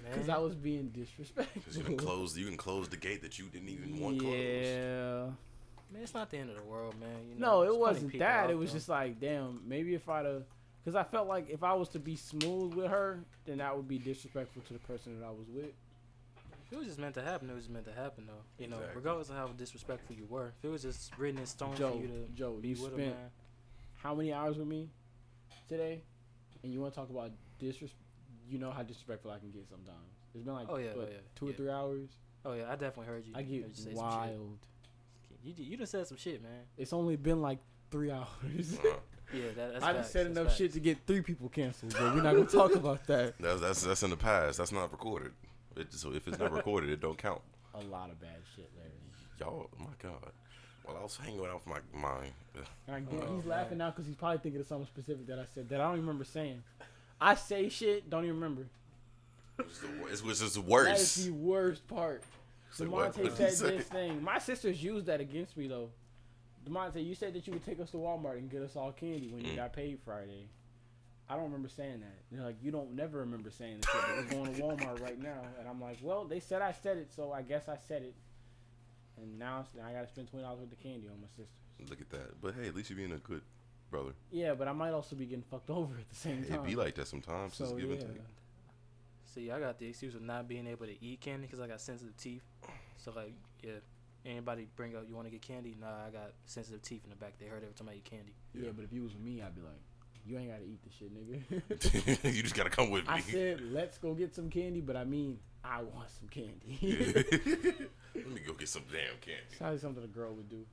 Speaker 2: because
Speaker 3: Man.
Speaker 2: I was being
Speaker 1: Cause you can
Speaker 2: disrespectful.
Speaker 1: close. You can close the gate that you didn't even want closed.
Speaker 2: yeah.
Speaker 3: Man, it's not the end of the world, man. You
Speaker 2: No,
Speaker 3: know, there's
Speaker 2: it
Speaker 3: plenty
Speaker 2: wasn't
Speaker 3: people
Speaker 2: that.
Speaker 3: out
Speaker 2: It was
Speaker 3: there.
Speaker 2: just like, damn, maybe if I'd have, because I felt like if I was to be smooth with her, then that would be disrespectful to the person that I was with.
Speaker 3: If it was just meant to happen. It was just meant to happen, though. You know,
Speaker 1: Exactly.
Speaker 3: regardless of how disrespectful you were, if it was just written in stone
Speaker 2: Joe,
Speaker 3: for you to
Speaker 2: Joe,
Speaker 3: be
Speaker 2: you
Speaker 3: with a
Speaker 2: spent
Speaker 3: man,
Speaker 2: how many hours with me today, and you want to talk about disrespect? You know how disrespectful I can get sometimes. It's been like
Speaker 3: Oh, yeah,
Speaker 2: what,
Speaker 3: oh, yeah,
Speaker 2: two or
Speaker 3: yeah.
Speaker 2: three hours.
Speaker 3: oh yeah, I definitely heard you.
Speaker 2: I get
Speaker 3: heard you say some shit.
Speaker 2: wild.
Speaker 3: You d- you done said some shit, man.
Speaker 2: It's only been like three hours.
Speaker 1: Uh,
Speaker 3: Yeah, that, that's
Speaker 2: I just said enough
Speaker 3: facts.
Speaker 2: shit to get three people canceled, but we're not gonna talk about that.
Speaker 1: that's that's that's in the past. That's not recorded. It, so if it's not recorded, it don't count.
Speaker 2: A lot of bad shit, Larry.
Speaker 1: Y'all, oh my God. Well, I was hanging out with my my.
Speaker 2: And I get,
Speaker 3: Oh,
Speaker 2: he's
Speaker 3: man.
Speaker 2: laughing now because he's probably thinking of something specific that I said that I don't even remember saying. I say shit, don't even remember.
Speaker 1: It's, the, wor- it's, it's just
Speaker 2: That is
Speaker 1: worse.
Speaker 2: the worst part.
Speaker 1: It's like, what-
Speaker 2: Demonte
Speaker 1: what did
Speaker 2: said
Speaker 1: you say?
Speaker 2: this thing. My sisters used that against me though. Demonte, you said that you would take us to Walmart and get us all candy when you
Speaker 1: Mm.
Speaker 2: got paid Friday. I don't remember saying that. They're like, you don't never remember saying this. Shit, but we're going to Walmart right now, and I'm like, well, they said I said it, so I guess I said it. And now, it's- now I got to spend twenty dollars worth of candy on my sister.
Speaker 1: Look at that. But hey, at least you're being a good brother.
Speaker 2: Yeah, but I might also be getting fucked over at the same
Speaker 1: It
Speaker 2: time.
Speaker 1: be like that sometimes.
Speaker 2: so
Speaker 1: just give
Speaker 2: yeah,
Speaker 1: and take.
Speaker 3: See, I got the excuse of not being able to eat candy because I got sensitive teeth. So like, yeah, anybody bring up you want to get candy? Nah, I got sensitive teeth in the back. They hurt every time I eat candy.
Speaker 2: yeah. But if you was with me, I'd be like, you ain't got to eat this shit, nigga.
Speaker 1: you just gotta come with me.
Speaker 2: I said, let's go get some candy, but I mean, I want some candy.
Speaker 1: Let me go get some damn candy.
Speaker 2: it's probably something a girl would do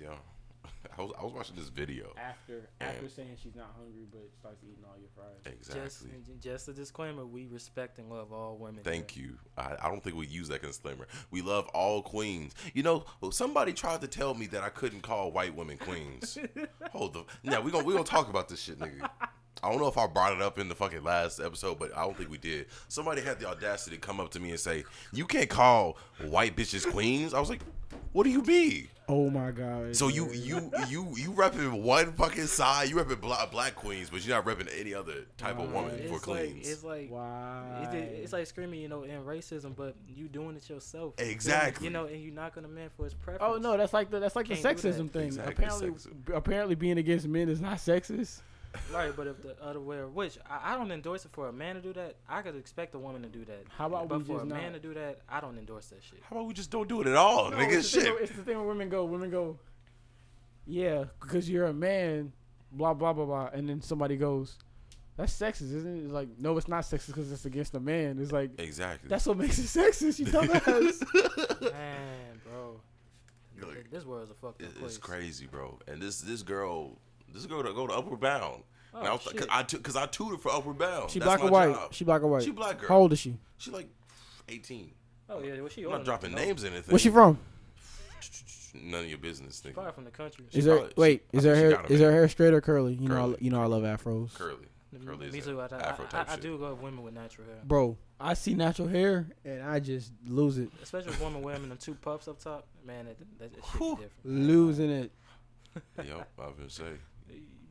Speaker 1: Yeah. I was, I was watching this video.
Speaker 2: after
Speaker 1: Yeah.
Speaker 2: after saying she's not hungry, but starts eating all your fries.
Speaker 1: Exactly.
Speaker 3: Just, just a disclaimer: we respect and love all women.
Speaker 1: Thank you. I, I don't think we use that disclaimer. We love all queens. You know, somebody tried to tell me that I couldn't call white women queens. Hold the now we gonna we gonna talk about this shit, nigga. I don't know if I brought it up in the fucking last episode, but I don't think we did. Somebody had the audacity to come up to me and say, "You can't call white bitches queens." I was like, "What do you mean?"
Speaker 2: Oh my god!
Speaker 1: So you you you you repping one fucking side. You repping bla- black queens, but you're not repping any other type of woman
Speaker 3: It's
Speaker 1: for
Speaker 3: like
Speaker 1: queens.
Speaker 3: it's like
Speaker 2: why?
Speaker 3: It's, the- it's like screaming, you know, in racism, but you doing it yourself.
Speaker 1: Exactly.
Speaker 3: You know, and you're not gonna man for his preference.
Speaker 2: oh no, that's like the that's like the
Speaker 3: Can't do
Speaker 2: sexism
Speaker 3: that.
Speaker 2: thing.
Speaker 1: Exactly,
Speaker 2: Apparently,
Speaker 1: sexism.
Speaker 2: b- apparently being against men is not sexist.
Speaker 3: right. But if the other way, which I, I don't endorse it for a man to do that. I could expect a woman to do that.
Speaker 2: How about
Speaker 3: But
Speaker 2: we
Speaker 3: for
Speaker 2: just
Speaker 3: a
Speaker 2: not?
Speaker 3: man to do that, I don't endorse that shit.
Speaker 1: How about we just don't do it at all,
Speaker 2: No,
Speaker 1: Oh, nigga?
Speaker 2: it's, the thing
Speaker 1: Shit.
Speaker 2: where, it's the thing where women go. Women go. Yeah, because you're a man. Blah blah blah blah, and then somebody goes, That's sexist, isn't it? It's like, no, it's not sexist because it's against the man. It's like,
Speaker 1: Exactly.
Speaker 2: that's what makes it sexist, you dumbass.
Speaker 3: Man, bro.
Speaker 1: You're like,
Speaker 3: This world's a fucked
Speaker 1: It-
Speaker 3: up place.
Speaker 1: it's crazy, bro. And this this girl, this girl to go to Upward Bound. and I
Speaker 3: Oh,
Speaker 1: was like, cause
Speaker 3: shit.
Speaker 1: I took cause I tutored for Upward Bound.
Speaker 2: she
Speaker 1: That's
Speaker 2: black
Speaker 1: my
Speaker 2: or white?
Speaker 1: job.
Speaker 2: She black or white?
Speaker 1: She black girl.
Speaker 2: How old is she?
Speaker 1: She like 18.
Speaker 3: Oh yeah, was she
Speaker 1: I'm
Speaker 3: old
Speaker 1: not
Speaker 3: enough to
Speaker 1: dropping
Speaker 3: know?
Speaker 1: names or anything.
Speaker 2: Where's she from?
Speaker 1: None of your business, nigga.
Speaker 3: Probably from the country.
Speaker 1: She
Speaker 2: is her
Speaker 1: probably-
Speaker 2: wait?
Speaker 1: she-
Speaker 2: Is
Speaker 1: I
Speaker 2: her
Speaker 1: think she
Speaker 2: hair
Speaker 1: got a
Speaker 2: is her hair straight or curly? You know, I,
Speaker 1: Curly.
Speaker 2: you know, I love afros,
Speaker 1: Curly. Curly
Speaker 3: Me
Speaker 1: is
Speaker 3: too. I, I,
Speaker 1: Afro
Speaker 3: I,
Speaker 1: type
Speaker 3: I
Speaker 1: shit.
Speaker 3: do love women with natural hair,
Speaker 2: bro. I see natural hair and I just lose it,
Speaker 3: especially a woman wearing them two puffs up top. Man, that, that, that shit
Speaker 2: Whew.
Speaker 3: be different,
Speaker 2: losing it,
Speaker 1: Yo, I've been say.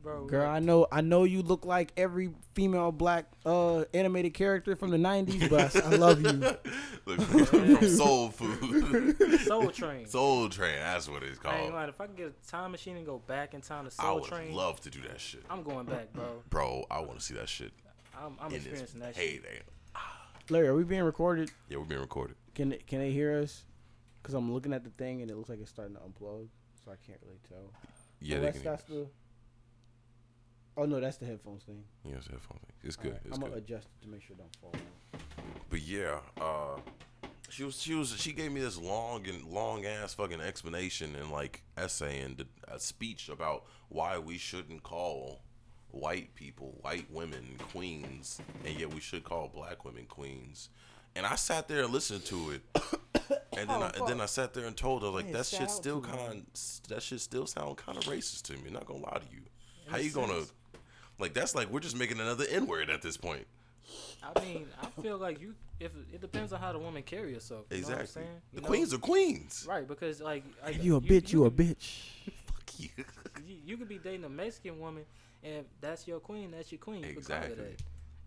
Speaker 3: bro.
Speaker 2: girl. I know, I know you look like every female black uh animated character from the '90s, but I love you.
Speaker 1: Look, from Soul Food.
Speaker 3: Soul Train.
Speaker 1: Soul Train, that's what it's
Speaker 3: I ain't
Speaker 1: called.
Speaker 3: lying. If I could get a time machine and go back in time to
Speaker 1: I
Speaker 3: Soul
Speaker 1: would
Speaker 3: Train,
Speaker 1: love to do that shit.
Speaker 3: I'm going back, bro.
Speaker 1: Bro, I want to see that shit
Speaker 3: I'm, I'm
Speaker 1: in this
Speaker 3: experiencing that shit.
Speaker 1: heyday.
Speaker 2: Larry, are we being recorded?
Speaker 1: Yeah, we're being recorded.
Speaker 2: Can can they hear us? Cause I'm looking at the thing and it looks like it's starting to unplug, so I can't really tell.
Speaker 1: Yeah, they
Speaker 2: Unless
Speaker 1: can. hear us.
Speaker 2: that's the. Oh no, that's the headphones thing.
Speaker 1: Yeah, it's headphone thing. It's
Speaker 2: All
Speaker 1: good.
Speaker 2: right,
Speaker 1: It's
Speaker 2: I'm
Speaker 1: good.
Speaker 2: gonna adjust it to make sure it don't fall. out.
Speaker 1: But yeah, uh, she was she was she gave me this long and long ass fucking explanation and like essay and a speech about why we shouldn't call white people white women queens and yet we should call black women queens. And I sat there and listened to it, and then I, and then I sat there and told her like
Speaker 2: Man,
Speaker 1: that
Speaker 2: Oh, shout
Speaker 1: shit
Speaker 2: out
Speaker 1: still
Speaker 2: to you,
Speaker 1: kind that shit still sound kind of racist to me. Not gonna lie to you. How you
Speaker 3: makes
Speaker 1: gonna
Speaker 3: sense.
Speaker 1: like that's like we're just making another n word at this point.
Speaker 3: I mean, I feel like you. If it depends on how the woman carry herself. You Know what I'm
Speaker 1: Exactly.
Speaker 3: saying?
Speaker 1: The
Speaker 3: You know?
Speaker 1: queens are queens.
Speaker 3: Right, because like, like
Speaker 2: You a bitch. You a
Speaker 3: could-
Speaker 2: bitch.
Speaker 1: Fuck you.
Speaker 3: you, you could be dating a Mexican woman, and if that's your queen, that's your queen. You could call her
Speaker 1: Exactly.
Speaker 3: that.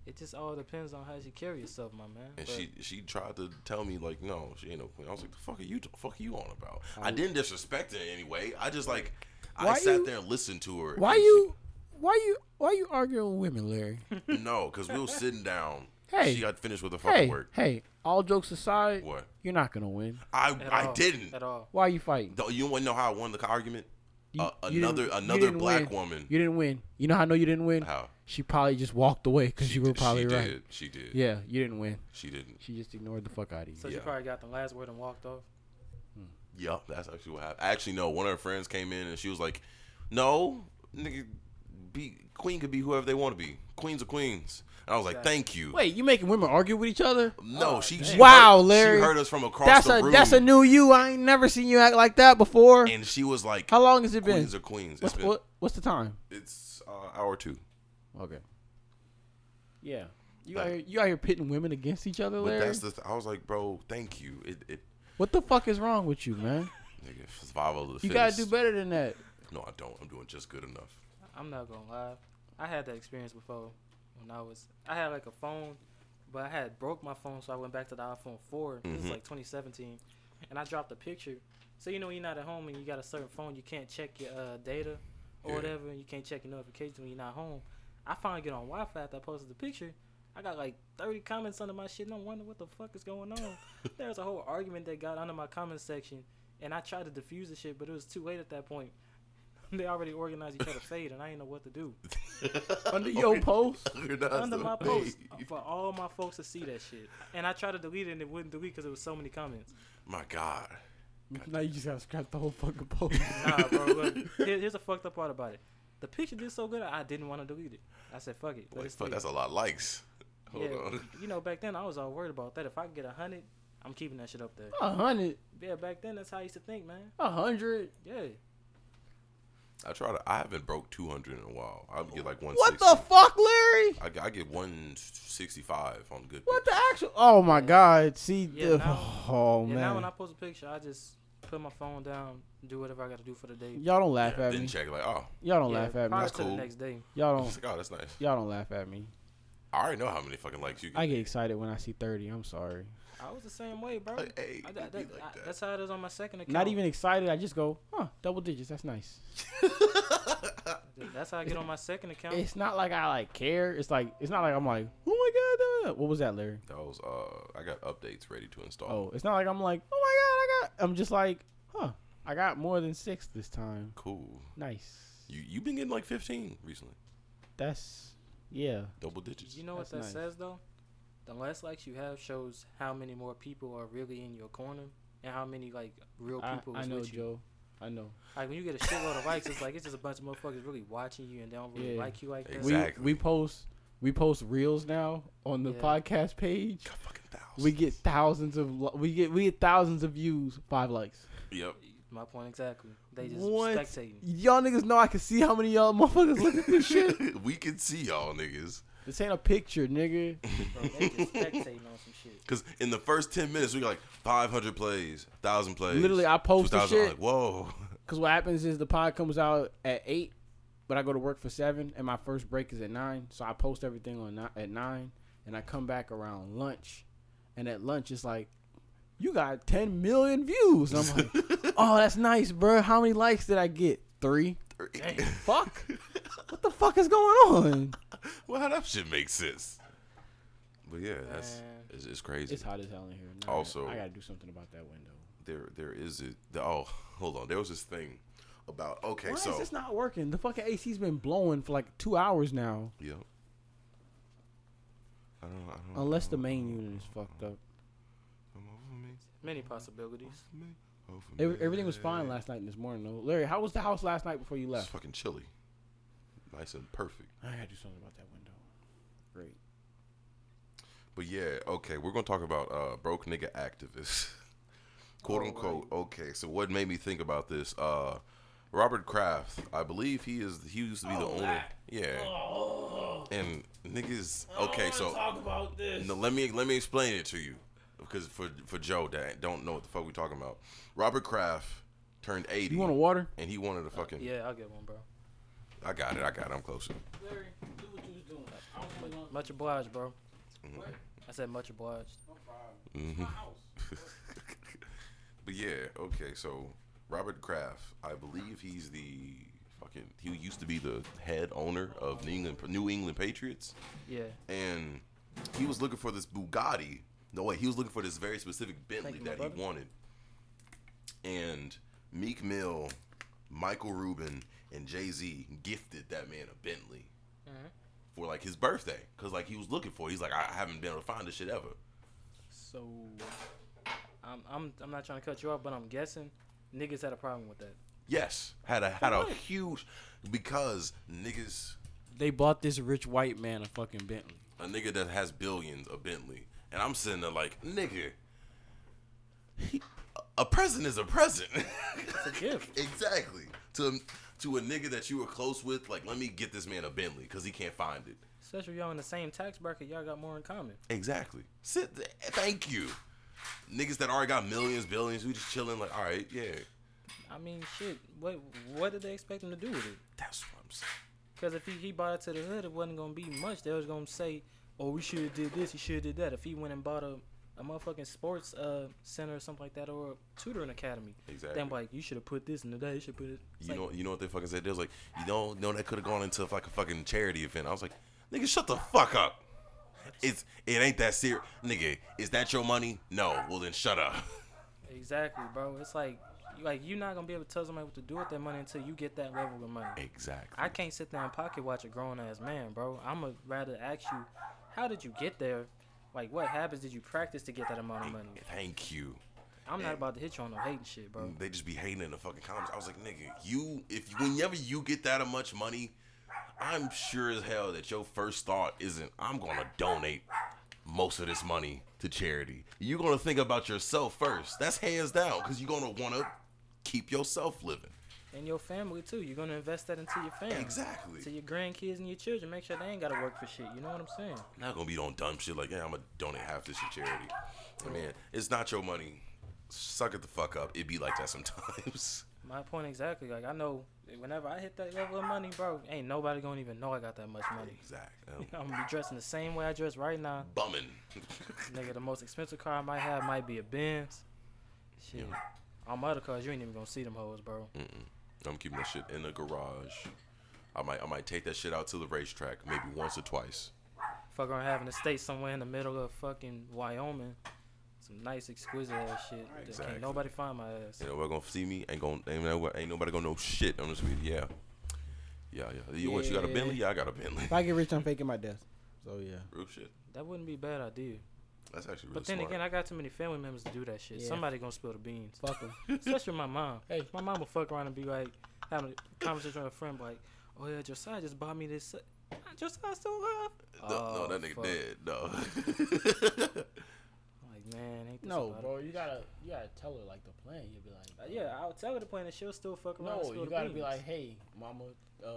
Speaker 3: It just all depends on how she carry herself, my man.
Speaker 1: And
Speaker 3: But
Speaker 1: she she tried to tell me like, no, she ain't no queen. I was like, the fuck are you the fuck are you on about? I didn't disrespect her in any way. I just like I
Speaker 2: Why
Speaker 1: sat
Speaker 2: you-
Speaker 1: there and listened to her.
Speaker 2: Why
Speaker 1: and
Speaker 2: you? Why you? Why you arguing with women, Larry?
Speaker 1: She, no, because we were sitting down.
Speaker 2: Hey.
Speaker 1: she got finished with her fucking
Speaker 2: hey,
Speaker 1: work.
Speaker 2: hey. All jokes aside,
Speaker 1: What?
Speaker 2: you're not gonna win.
Speaker 1: I
Speaker 3: at
Speaker 1: I
Speaker 3: all-
Speaker 1: didn't.
Speaker 3: at all.
Speaker 2: Why are you fighting?
Speaker 1: Though you want to know how I won the argument?
Speaker 2: You-
Speaker 1: uh,
Speaker 2: you didn't-
Speaker 1: another
Speaker 2: you
Speaker 1: another
Speaker 2: didn't
Speaker 1: black
Speaker 2: win.
Speaker 1: woman.
Speaker 2: You didn't win. You know how I know you didn't win?
Speaker 1: how?
Speaker 2: She probably just walked away because you were
Speaker 1: She
Speaker 2: probably right.
Speaker 1: Did. She did.
Speaker 2: Yeah, you didn't win.
Speaker 1: She didn't.
Speaker 2: She just ignored the fuck out of you.
Speaker 3: So she
Speaker 1: Yeah.
Speaker 3: probably got the last word and walked off.
Speaker 1: Yup, that's actually what happened. Actually, no, one of her friends came in and she was like, "No, nigga, be queen could be whoever they want to be. Queens are queens." And I was like,
Speaker 3: Exactly.
Speaker 1: "Thank you."
Speaker 2: Wait, you making women argue with each other?
Speaker 1: no,
Speaker 3: Oh,
Speaker 1: she,
Speaker 3: damn.
Speaker 1: she
Speaker 2: Wow,
Speaker 1: heard,
Speaker 2: Larry.
Speaker 1: she heard us from across
Speaker 2: That's
Speaker 1: the
Speaker 2: a
Speaker 1: room,
Speaker 2: that's a new you. I ain't never seen you act like that before.
Speaker 1: and she was like,
Speaker 2: How long has it been?
Speaker 1: "Queens are queens." It's
Speaker 2: What's,
Speaker 1: been
Speaker 2: what, what's the time?
Speaker 1: it's uh, hour two,
Speaker 2: Okay. Yeah. You
Speaker 1: Like-
Speaker 2: out here, you out here pitting women against each other,
Speaker 1: but
Speaker 2: Larry?
Speaker 1: that's the. Th- I was like, "Bro, thank you." It it
Speaker 2: what the fuck is wrong with you, man?
Speaker 1: nigga, survival of the
Speaker 2: You gotta
Speaker 1: fittest.
Speaker 2: do better than that.
Speaker 1: No, I don't. I'm doing just good enough.
Speaker 3: I'm not gonna lie. I had that experience before when I was I had like a phone, but I had broke my phone, so I went back to the iPhone 4. This
Speaker 1: Mhm.
Speaker 3: is like 2017, and I dropped a picture. So you know when you're not at home and you got a certain phone, you can't check your uh, data or
Speaker 1: Yeah.
Speaker 3: whatever, and you can't check your notifications when you're not home. I finally get on Wi-Fi after I posted the picture. I got like 30 comments under my shit, and I'm wondering what the fuck is going on. There's a whole argument that got under my comment section, and I tried to defuse the shit, but it was too late at that point. They already organized each other's fade, and I didn't know what to do.
Speaker 2: Under your post?
Speaker 3: Under my post for all my folks to see that shit, and I tried to delete it, and it wouldn't delete because there was so many comments.
Speaker 1: My God.
Speaker 2: Now you just gotta scrap the whole fucking post.
Speaker 3: Nah, bro. Look, here, here's the fucked up part about it. The picture did so good, I didn't want to delete it. I said, "Fuck it." let
Speaker 1: Like,
Speaker 3: it
Speaker 1: fuck,
Speaker 3: sleep.
Speaker 1: that's a lot of likes. Hold
Speaker 3: yeah,
Speaker 1: on.
Speaker 3: you know, back then I was all worried about that. If I could get a hundred, I'm keeping that shit up there.
Speaker 2: A hundred,
Speaker 3: Yeah, back then that's how I used to think, man.
Speaker 2: a hundred.
Speaker 3: Yeah.
Speaker 1: I try to. I haven't broke 200 in a while. I get like 160.
Speaker 2: What the fuck, Larry?
Speaker 1: I, I get 165 on good.
Speaker 2: What the actual? Oh my god! See,
Speaker 3: Yeah,
Speaker 2: the,
Speaker 3: now-
Speaker 2: oh
Speaker 3: yeah. Now
Speaker 2: man,
Speaker 3: when I post a picture, I just put my phone down, do whatever I got to do for the day.
Speaker 2: y'all don't laugh
Speaker 1: Yeah,
Speaker 2: at
Speaker 1: then
Speaker 2: me.
Speaker 1: check like, oh,
Speaker 2: Y'all don't
Speaker 3: yeah,
Speaker 2: laugh at me.
Speaker 3: prior
Speaker 1: That's
Speaker 3: to
Speaker 1: cool.
Speaker 3: the next day.
Speaker 2: Y'all
Speaker 1: it's
Speaker 2: don't.
Speaker 1: like, oh, that's nice.
Speaker 2: Y'all don't laugh at me.
Speaker 1: I already know how many fucking likes you get.
Speaker 2: I get excited when I see thirty. I'm sorry.
Speaker 3: I was the same way, bro.
Speaker 1: Like, hey,
Speaker 3: I,
Speaker 1: it
Speaker 3: that,
Speaker 1: be
Speaker 3: that-
Speaker 1: like
Speaker 3: I-
Speaker 1: that.
Speaker 3: That's how it is on my second account.
Speaker 2: Not even excited. I just go, huh? Double digits. That's nice.
Speaker 3: That's how I get on my second account.
Speaker 2: It's not like I like care. It's like it's not like I'm like, oh my god, uh, what was that, Larry?
Speaker 1: That was uh, I got updates ready to install.
Speaker 2: Oh, it's not like I'm like, oh my god, I got. I'm just like, huh? I got more than six this time.
Speaker 1: Cool.
Speaker 2: Nice.
Speaker 1: You you've been getting like 15 recently.
Speaker 2: That's
Speaker 5: Yeah.
Speaker 1: Double digits.
Speaker 3: You know what
Speaker 2: That's
Speaker 3: that
Speaker 2: nice.
Speaker 3: says though? The less likes you have shows how many more people are really in your corner and how many like real
Speaker 2: I,
Speaker 3: people
Speaker 2: I
Speaker 3: is
Speaker 2: know,
Speaker 3: with you.
Speaker 2: Joe. I know.
Speaker 3: Like when you get a shitload of likes, it's like it's just a bunch of motherfuckers really watching you and they don't really
Speaker 2: Yeah.
Speaker 3: like you like that.
Speaker 1: Exact- Exactly.
Speaker 2: We we post we post reels now on the
Speaker 3: Yeah.
Speaker 2: podcast page.
Speaker 1: Got fucking thousands.
Speaker 2: We get thousands of li- we get we get thousands of views, five likes.
Speaker 1: Yep.
Speaker 3: My point exactly. They just
Speaker 2: What?
Speaker 3: spectating.
Speaker 2: Y'all niggas know I can see how many of y'all motherfuckers look at this shit.
Speaker 1: we can see y'all niggas.
Speaker 2: This ain't a picture, nigga.
Speaker 3: Bro, they just spectating on some shit.
Speaker 1: Because in the first 10 minutes, we got like 500 plays, 1,000 plays.
Speaker 2: Literally, I post the
Speaker 1: 2,000. I'm
Speaker 2: shit
Speaker 1: Like, Whoa.
Speaker 2: because what happens is the pod comes out at eight, but I go to work for seven, and my first break is at nine. So I post everything on ni- at nine, and I come back around lunch, and at lunch it's like, you got ten million views. And I'm like, oh, that's nice, bro. How many likes did I get? Three. Fuck. what the fuck is going on?
Speaker 1: well, how that shit makes sense? But yeah, that's
Speaker 3: Man.
Speaker 1: it's, it's crazy.
Speaker 2: It's hot as hell in here. Now I
Speaker 1: Also-
Speaker 2: gotta- I gotta do something about that window.
Speaker 1: there, there is a the, oh, hold on. There was this thing about okay,
Speaker 2: Why
Speaker 1: so
Speaker 2: is this not working? The fucking AC's been blowing for like two hours now.
Speaker 1: yep. I don't, I don't
Speaker 2: Unless the
Speaker 1: know.
Speaker 2: main unit is fucked up.
Speaker 1: Come over me,
Speaker 3: Many possibilities.
Speaker 1: over me, over
Speaker 2: Every,
Speaker 1: me.
Speaker 2: everything was fine last night and this morning. Though. Larry, how was the house last night before you
Speaker 1: It's
Speaker 2: left?
Speaker 1: fucking chilly, nice and perfect.
Speaker 2: I gotta do something about that window. Great.
Speaker 1: But yeah, okay, we're gonna talk about uh, broke nigga activists, quote
Speaker 3: All
Speaker 1: unquote. Okay, so what made me think about this? Uh, Robert Kraft, I believe he is. He used to be
Speaker 3: Oh,
Speaker 1: the owner. Yeah.
Speaker 2: Oh,
Speaker 1: And niggas.
Speaker 3: Oh,
Speaker 1: Okay, so
Speaker 5: about this.
Speaker 1: no, let me let me explain it to you, because for for Joe that don't know what the fuck we talking about. Robert Kraft turned eighty,
Speaker 2: You want a water?
Speaker 1: and he wanted a fucking.
Speaker 3: Yeah, I'll get one, bro.
Speaker 1: I got it. I got it. I'm closer.
Speaker 2: Larry, do what you was doing. I was only going
Speaker 3: Much obliged, bro. I said much obliged.
Speaker 1: Mhm. But yeah, okay, so Robert Kraft, I believe he's the fucking he used to be the head owner of New England New England Patriots
Speaker 3: Yeah.
Speaker 1: and he was looking for this Bugatti. No way, he was looking for this very specific Bentley
Speaker 3: Thank you, my
Speaker 1: that he
Speaker 3: brother.
Speaker 1: wanted. And Meek Mill, Michael Rubin, and Jay Z gifted that man a Bentley
Speaker 3: Mhm.
Speaker 1: for like his birthday, cause like he was looking for. it. He's like, I haven't been able to find this shit ever.
Speaker 3: So I'm I'm I'm not trying to cut you off, but I'm guessing niggas had a problem with that.
Speaker 1: Yes, had a had a
Speaker 3: what?
Speaker 1: huge because niggas
Speaker 2: They bought this rich white man a fucking Bentley.
Speaker 1: a nigga that has billions a Bentley, and I'm sitting there like nigga. he- a present is a present.
Speaker 3: It's a gift.
Speaker 1: exactly to to a nigga that you were close with. Like, let me get this man a Bentley because he can't find it.
Speaker 3: Especially y'all in the same tax bracket, y'all got more in common.
Speaker 1: Exactly. Sit. th- Thank you. Niggas that already got millions, billions, we just chilling. Like, all right, yeah.
Speaker 3: I mean, shit. What what did they expect him to do with it?
Speaker 1: That's what I'm saying.
Speaker 3: Because if he, he bought it to the hood, it wasn't gonna be much. They was gonna say, "Oh, we should have did this. He should have did that." If he went and bought a, a motherfucking sports uh center or something like that, or a tutoring academy,
Speaker 1: Exactly.
Speaker 3: then like you should have put this in the day. You should put it.
Speaker 1: You
Speaker 3: It's like,
Speaker 1: know, you know what they fucking said? They was like, you know, no, that could have gone into like a fucking charity event. I was like, nigga, shut the fuck up. It's it ain't that serious, nigga. Is that your money? No. Well then, shut up.
Speaker 3: exactly, bro. It's like you- like you're not gonna be able to tell somebody what to do with that money until you get that level of money.
Speaker 1: Exactly.
Speaker 3: I can't sit there and pocket watch a grown ass man, bro. I'ma rather ask you, how did you get there? Like, what habits did you practice to get that amount of money?
Speaker 1: Thank you.
Speaker 3: I'm not about to hit you on no hating shit, bro.
Speaker 1: They just be hating in the fucking comments. I was like, nigga, you if you, whenever you get that much money, I'm sure as hell that your first thought isn't I'm gonna donate most of this money to charity. You're gonna think about yourself first. That's hands down, cause you're gonna wanna keep yourself living.
Speaker 3: and your family too. You're gonna invest that into your family,
Speaker 1: Exactly.
Speaker 3: to your grandkids and your children. Make sure they ain't gotta work for shit. You know what I'm saying?
Speaker 1: I'm not gonna be on dumb shit like, yeah, I'm gonna donate half this to charity. I mean, it's not your money. Suck it the fuck up. It be like that sometimes.
Speaker 3: My point exactly. Like I know, whenever I hit that level of money, bro, ain't nobody gonna even know I got that much money.
Speaker 1: exactly.
Speaker 3: I'm gonna be dressing the same way I dress right now.
Speaker 1: um, Bumming.
Speaker 3: Nigga, the most expensive car I might have might be a Benz. Shit. All my other cars, you ain't even gonna see them hoes, bro.
Speaker 1: I'm keeping that shit in the garage. I might I might take that shit out to the racetrack maybe once or twice.
Speaker 3: Fuck around having an estate somewhere in the middle of fucking Wyoming. Some nice, exquisite ass shit. that
Speaker 1: Exactly.
Speaker 3: Can't nobody find my ass.
Speaker 1: Ain't nobody gonna see me. Ain't gonna ain't, nobody- ain't nobody gonna know shit. I'm just gonna be yeah. Yeah, yeah. You, What, you got a
Speaker 2: Yeah.
Speaker 1: Bentley? Yeah, I got a Bentley.
Speaker 2: If I get rich, I'm faking my death. So yeah.
Speaker 1: Real shit.
Speaker 3: That wouldn't be a bad idea.
Speaker 1: That's actually really
Speaker 3: but then
Speaker 1: smart.
Speaker 3: again, I got too many family members to do that shit.
Speaker 2: Yeah.
Speaker 3: Somebody gonna spill the beans.
Speaker 2: Fuck him.
Speaker 3: Especially my mom.
Speaker 2: Hey.
Speaker 3: My mom will fuck around and be like, having a conversation with a friend, like, oh yeah, Josiah just bought me this. uh, Josiah still alive?
Speaker 1: no, no, that
Speaker 3: Oh,
Speaker 1: nigga dead.
Speaker 3: fuck.
Speaker 1: No.
Speaker 3: Like, man, ain't this
Speaker 6: No,
Speaker 3: about it?"
Speaker 6: bro, you gotta you gotta tell her like the plan. You'll be like,
Speaker 3: Uh, Yeah, I'll tell her the plan and she'll still fuck around. and
Speaker 6: No,
Speaker 3: spill
Speaker 6: you
Speaker 3: the
Speaker 6: gotta be
Speaker 3: beans.
Speaker 6: like, hey, mama, uh,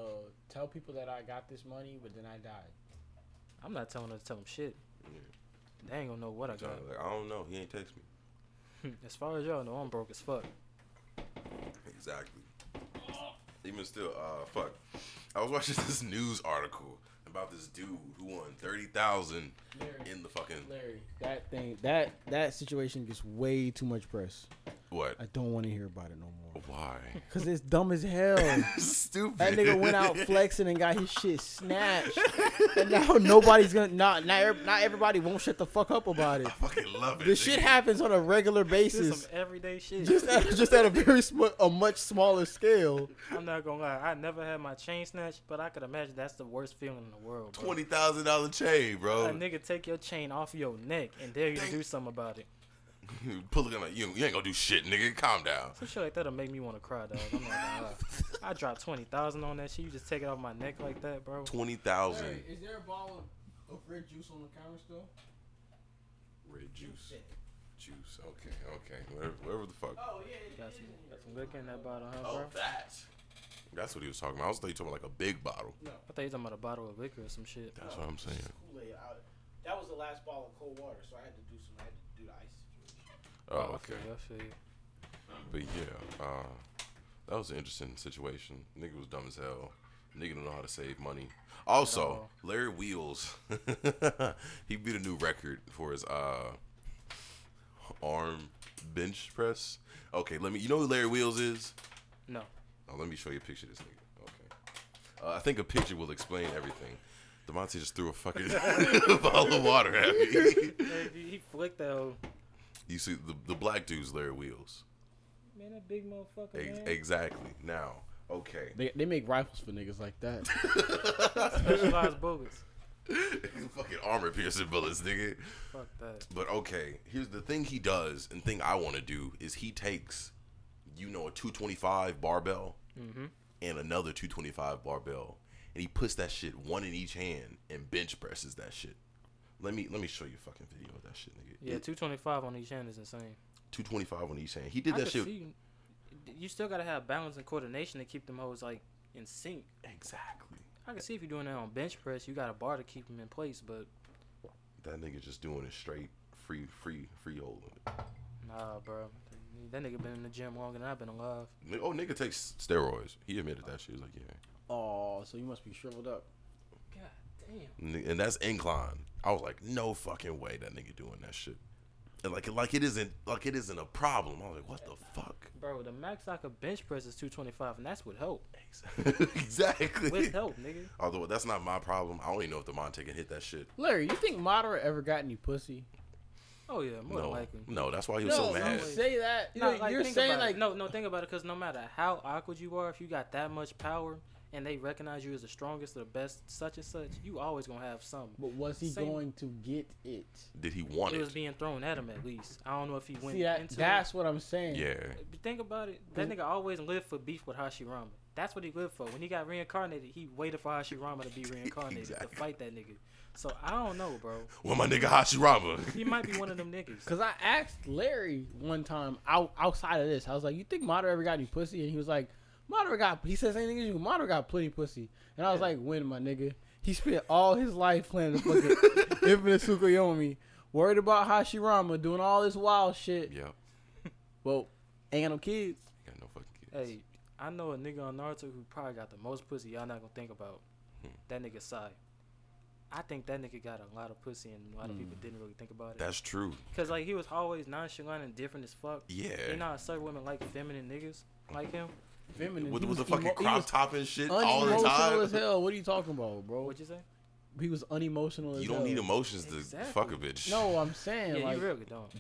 Speaker 6: tell people that I got this money, but then I died.
Speaker 3: I'm not telling her to tell them shit.
Speaker 1: Yeah.
Speaker 3: They ain't gonna know what I got.
Speaker 1: Like, I don't know. He ain't text me.
Speaker 3: As far as y'all know, I'm broke as fuck.
Speaker 1: Exactly. Even still, uh, fuck. I was watching this news article about this dude who won thirty thousand
Speaker 6: Larry,
Speaker 1: in the fucking
Speaker 6: Larry,
Speaker 2: That thing, that that situation gets way too much press.
Speaker 1: what?
Speaker 2: I don't want to hear about it no more.
Speaker 1: Why?
Speaker 2: Cause it's dumb as hell.
Speaker 1: Stupid.
Speaker 2: That nigga went out flexing and got his shit snatched, and now nobody's gonna not not ev- not everybody won't shut the fuck up about it.
Speaker 1: I fucking love it.
Speaker 2: This shit
Speaker 1: nigga.
Speaker 2: happens on a regular
Speaker 3: This
Speaker 2: basis,
Speaker 3: some everyday shit.
Speaker 2: just at, just at a very sm- a much smaller scale.
Speaker 3: I'm not gonna lie. I never had my chain snatched, but I could imagine that's the worst feeling in the world. Bro.
Speaker 1: Twenty Oh. thousand dollar chain,
Speaker 3: A
Speaker 1: bro.
Speaker 3: nigga take your chain off your neck and dare you to do something about it.
Speaker 1: Pulling on you. You ain't gonna do shit, nigga. Calm down.
Speaker 3: Some shit like that'll make me want to cry, dog. I'm not gonna lie. I dropped twenty thousand on that shit. You just take it off my neck like that, bro.
Speaker 1: Twenty thousand.
Speaker 4: is there a bottle of, of red juice on the counter still?
Speaker 1: Red juice. Juice. Okay. Okay. Whatever. Whatever the fuck.
Speaker 4: Oh yeah.
Speaker 3: Got some, got some liquor in that bottle, huh, bro?
Speaker 1: Oh, that. That's what he was talking about. I was thinking he talking about like a big bottle.
Speaker 3: I thought you were talking about a bottle of liquor or some shit.
Speaker 1: That's what I'm saying.
Speaker 2: That was the last bottle of cold water, so I had to do some. I had to do the ice
Speaker 1: Oh,
Speaker 3: I
Speaker 1: okay.
Speaker 3: feel you, I
Speaker 1: But
Speaker 3: feel you.
Speaker 1: yeah, uh, that was an interesting situation. Nigga was dumb as hell. Nigga don't know how to save money. Also,
Speaker 3: all.
Speaker 1: Larry Wheels, he beat a new record for his uh, arm bench press. Okay, let me. You know who Larry Wheels is?
Speaker 3: No.
Speaker 1: Now, let me show you a picture of this nigga. Okay. Uh, I think a picture will explain everything. Demonte just threw a fucking bottle of water at me.
Speaker 3: Hey, He he flicked that old
Speaker 1: you see, the, the black dude's Larry Wheels.
Speaker 3: man, that big motherfucker.
Speaker 1: Ex-
Speaker 3: man.
Speaker 1: exactly. Now, okay.
Speaker 6: they they make rifles for niggas like that.
Speaker 3: Specialized bullets.
Speaker 1: fucking armor piercing bullets, nigga.
Speaker 3: Fuck that.
Speaker 1: But okay, here's the thing he does and thing I want to do is he takes, you know, a 225 barbell
Speaker 3: Mm-hmm.
Speaker 1: and another 225 barbell and he puts that shit one in each hand and bench presses that shit. Let me let me show you a fucking video of that shit, nigga.
Speaker 3: Yeah, two twenty five on each hand is insane.
Speaker 1: 225 on each hand. He did that
Speaker 3: could
Speaker 1: shit.
Speaker 3: see- you still gotta have balance and coordination to keep them hoes like in sync.
Speaker 1: Exactly.
Speaker 3: I can see if you're doing that on bench press, you got a bar to keep them in place, but
Speaker 1: That nigga just doing it straight, free, free, free holding it.
Speaker 3: nah, bro. That nigga been in the gym longer than I've been alive.
Speaker 1: Ni- Oh, nigga takes steroids. He admitted that shit. He was like, yeah.
Speaker 6: oh, so you must be shriveled up.
Speaker 3: God damn.
Speaker 1: Ni- and that's incline. I was like, no fucking way that nigga doing that shit. And like, like it isn't, like it isn't a problem. I was like, what the fuck?
Speaker 3: Bro, the max I could bench press is 225, and that's with help.
Speaker 1: exactly.
Speaker 3: With help, nigga.
Speaker 1: Although that's not my problem. I don't even know if the Monte can hit that shit.
Speaker 6: Larry, you think Moderate ever got any pussy?
Speaker 3: Oh, yeah, more than
Speaker 1: No,
Speaker 3: likely.
Speaker 1: no, that's why he was so mad.
Speaker 6: don't say that.
Speaker 3: No,
Speaker 6: You're,
Speaker 3: like,
Speaker 6: you're
Speaker 3: think
Speaker 6: saying
Speaker 3: about it.
Speaker 6: like
Speaker 3: no, no. Think about it, because no matter how awkward you are, if you got that much power and they recognize you as the strongest or the best, such and such, you always gonna have some.
Speaker 6: But was he
Speaker 3: Same.
Speaker 6: going to get it?
Speaker 1: Did he want
Speaker 3: It
Speaker 1: it?
Speaker 3: was being thrown at him at least. I don't know if he went
Speaker 6: See that?
Speaker 3: into
Speaker 6: That's what I'm saying.
Speaker 1: yeah,
Speaker 3: it. But think about it. That nigga always lived for beef with Hashirama. That's what he lived for. When he got reincarnated, he waited for Hashirama to be reincarnated
Speaker 1: Exactly.
Speaker 3: to fight that nigga. So I don't know, bro.
Speaker 1: well, my nigga Hashirama.
Speaker 3: He might be one of them niggas.
Speaker 6: Cause I asked Larry one time out, outside of this, I was like, "You think Moderate ever got any pussy?" And he was like, "Moderate got." He said, "Same thing as you. Moderate got plenty pussy." And I was like, "When, my nigga?" He spent all his life playing the fucking Infinite Tsukuyomi, worried about Hashirama doing all this wild shit.
Speaker 1: yeah,
Speaker 6: Well, ain't got no kids.
Speaker 1: got no fucking kids.
Speaker 3: Hey, I know a nigga on Naruto who probably got the most pussy y'all not gonna think about.
Speaker 1: Hmm.
Speaker 3: That nigga Sai. I think that nigga got a lot of pussy and a lot of
Speaker 1: Hmm.
Speaker 3: people didn't really think about it.
Speaker 1: That's true.
Speaker 3: Cause like he was always nonchalant and different as fuck.
Speaker 1: Yeah.
Speaker 3: You know how certain women like feminine niggas like him?
Speaker 6: Feminine.
Speaker 1: with
Speaker 6: He
Speaker 1: with the
Speaker 6: was
Speaker 1: fucking
Speaker 6: emo- he
Speaker 1: crop
Speaker 6: was
Speaker 1: top and shit all the
Speaker 6: unemotional
Speaker 1: time.
Speaker 2: Oh.
Speaker 6: as hell. What are you talking about, bro?
Speaker 3: What'd you say?
Speaker 2: he was unemotional. As
Speaker 1: You don't
Speaker 2: hell.
Speaker 1: need emotions to
Speaker 3: Exactly.
Speaker 1: fuck a bitch.
Speaker 2: No, I'm saying
Speaker 3: Yeah,
Speaker 2: like
Speaker 3: you real good dog.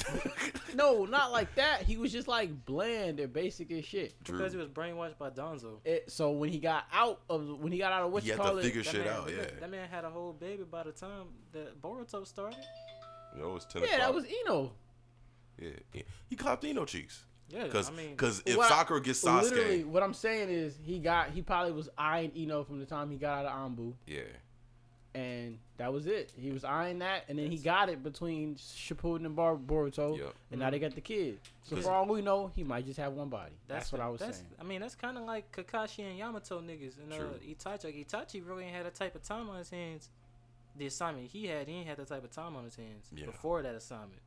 Speaker 2: no, not like that. He was just like bland and basic as shit.
Speaker 1: Drew.
Speaker 3: Because he was brainwashed by Donzo.
Speaker 2: It, so when he got out of when he got out of what
Speaker 1: You
Speaker 2: you
Speaker 1: have
Speaker 2: call
Speaker 1: to
Speaker 2: it,
Speaker 1: figure
Speaker 3: That
Speaker 1: shit
Speaker 3: man-
Speaker 1: out. Yeah.
Speaker 3: That man had a whole baby by the time that Boruto started.
Speaker 1: You know, it's ten
Speaker 2: yeah,
Speaker 1: o'clock.
Speaker 2: that was Eno.
Speaker 1: yeah. yeah. He clapped Eno cheeks.
Speaker 3: Yeah,
Speaker 1: Cause,
Speaker 3: I mean,
Speaker 1: cause if
Speaker 2: Well,
Speaker 1: Sakura gets Sasuke,
Speaker 2: Literally, what I'm saying is he got he probably was eyeing Eno from the time he got out of Ambu,
Speaker 1: yeah,
Speaker 2: and that was it. He was eyeing that, and then he got it between Shippuden and Bar- Boruto,
Speaker 1: Yep.
Speaker 2: and now they got the kid. So
Speaker 1: Cause-
Speaker 2: for all we know, he might just have one body. That's, what
Speaker 3: the-
Speaker 2: I was
Speaker 3: that's-
Speaker 2: saying.
Speaker 3: I mean, that's kind of like Kakashi and Yamato niggas and uh,
Speaker 1: True.
Speaker 3: Itachi. Like, Itachi really ain't had that type of time on his hands. The assignment he had, he ain't had that type of time on his hands
Speaker 1: Yeah.
Speaker 3: before that assignment.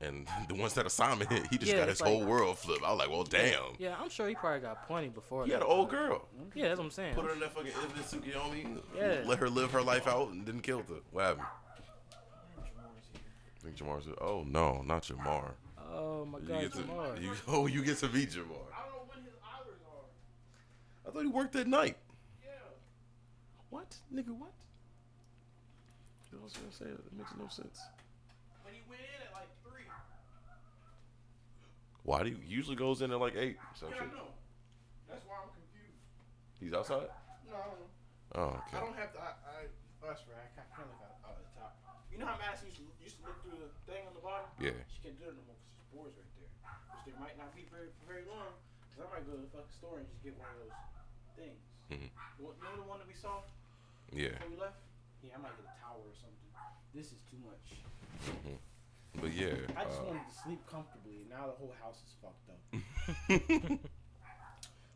Speaker 1: and the ones that assignment hit, he just
Speaker 3: Yeah,
Speaker 1: got his
Speaker 3: it's like-
Speaker 1: whole world flipped. I was like, well, damn.
Speaker 3: Yeah, I'm sure he probably got plenty before.
Speaker 1: He
Speaker 3: that.
Speaker 1: had an old girl.
Speaker 3: Yeah, that's what I'm saying.
Speaker 1: Put her in that fucking infant Tsukiyomi.
Speaker 3: Yeah.
Speaker 1: Let her live her life out and didn't kill her. What happened? I think Jamar's. Oh no, not Jamar.
Speaker 3: Oh my
Speaker 1: You
Speaker 3: God,
Speaker 1: get to-
Speaker 3: Jamar.
Speaker 1: you- oh, you get to be Jamar. I thought he worked at night. What, nigga? What? You know what I'm saying? It makes no sense. Why do you he usually goes in at like eight? or Some shit.
Speaker 7: That's why I'm confused.
Speaker 1: He's outside.
Speaker 7: No, I don't know.
Speaker 1: Oh,
Speaker 7: I
Speaker 1: okay.
Speaker 7: don't have to. I, I us right. I kind of got out of the top. You know how Madison used to, used to look through the thing on the bottom?
Speaker 1: Yeah.
Speaker 7: She can't do it no more because there's boards right there, which they might not be very for very long. Cause I might go to the fucking store and just get one of those things.
Speaker 1: Mhm.
Speaker 7: What, you know the one that we saw
Speaker 1: Yeah.
Speaker 7: before we left? Yeah, I might get a tower or something. This is too much.
Speaker 1: But yeah.
Speaker 7: I just
Speaker 1: uh,
Speaker 7: wanted to sleep comfortably, and now the whole house is fucked up.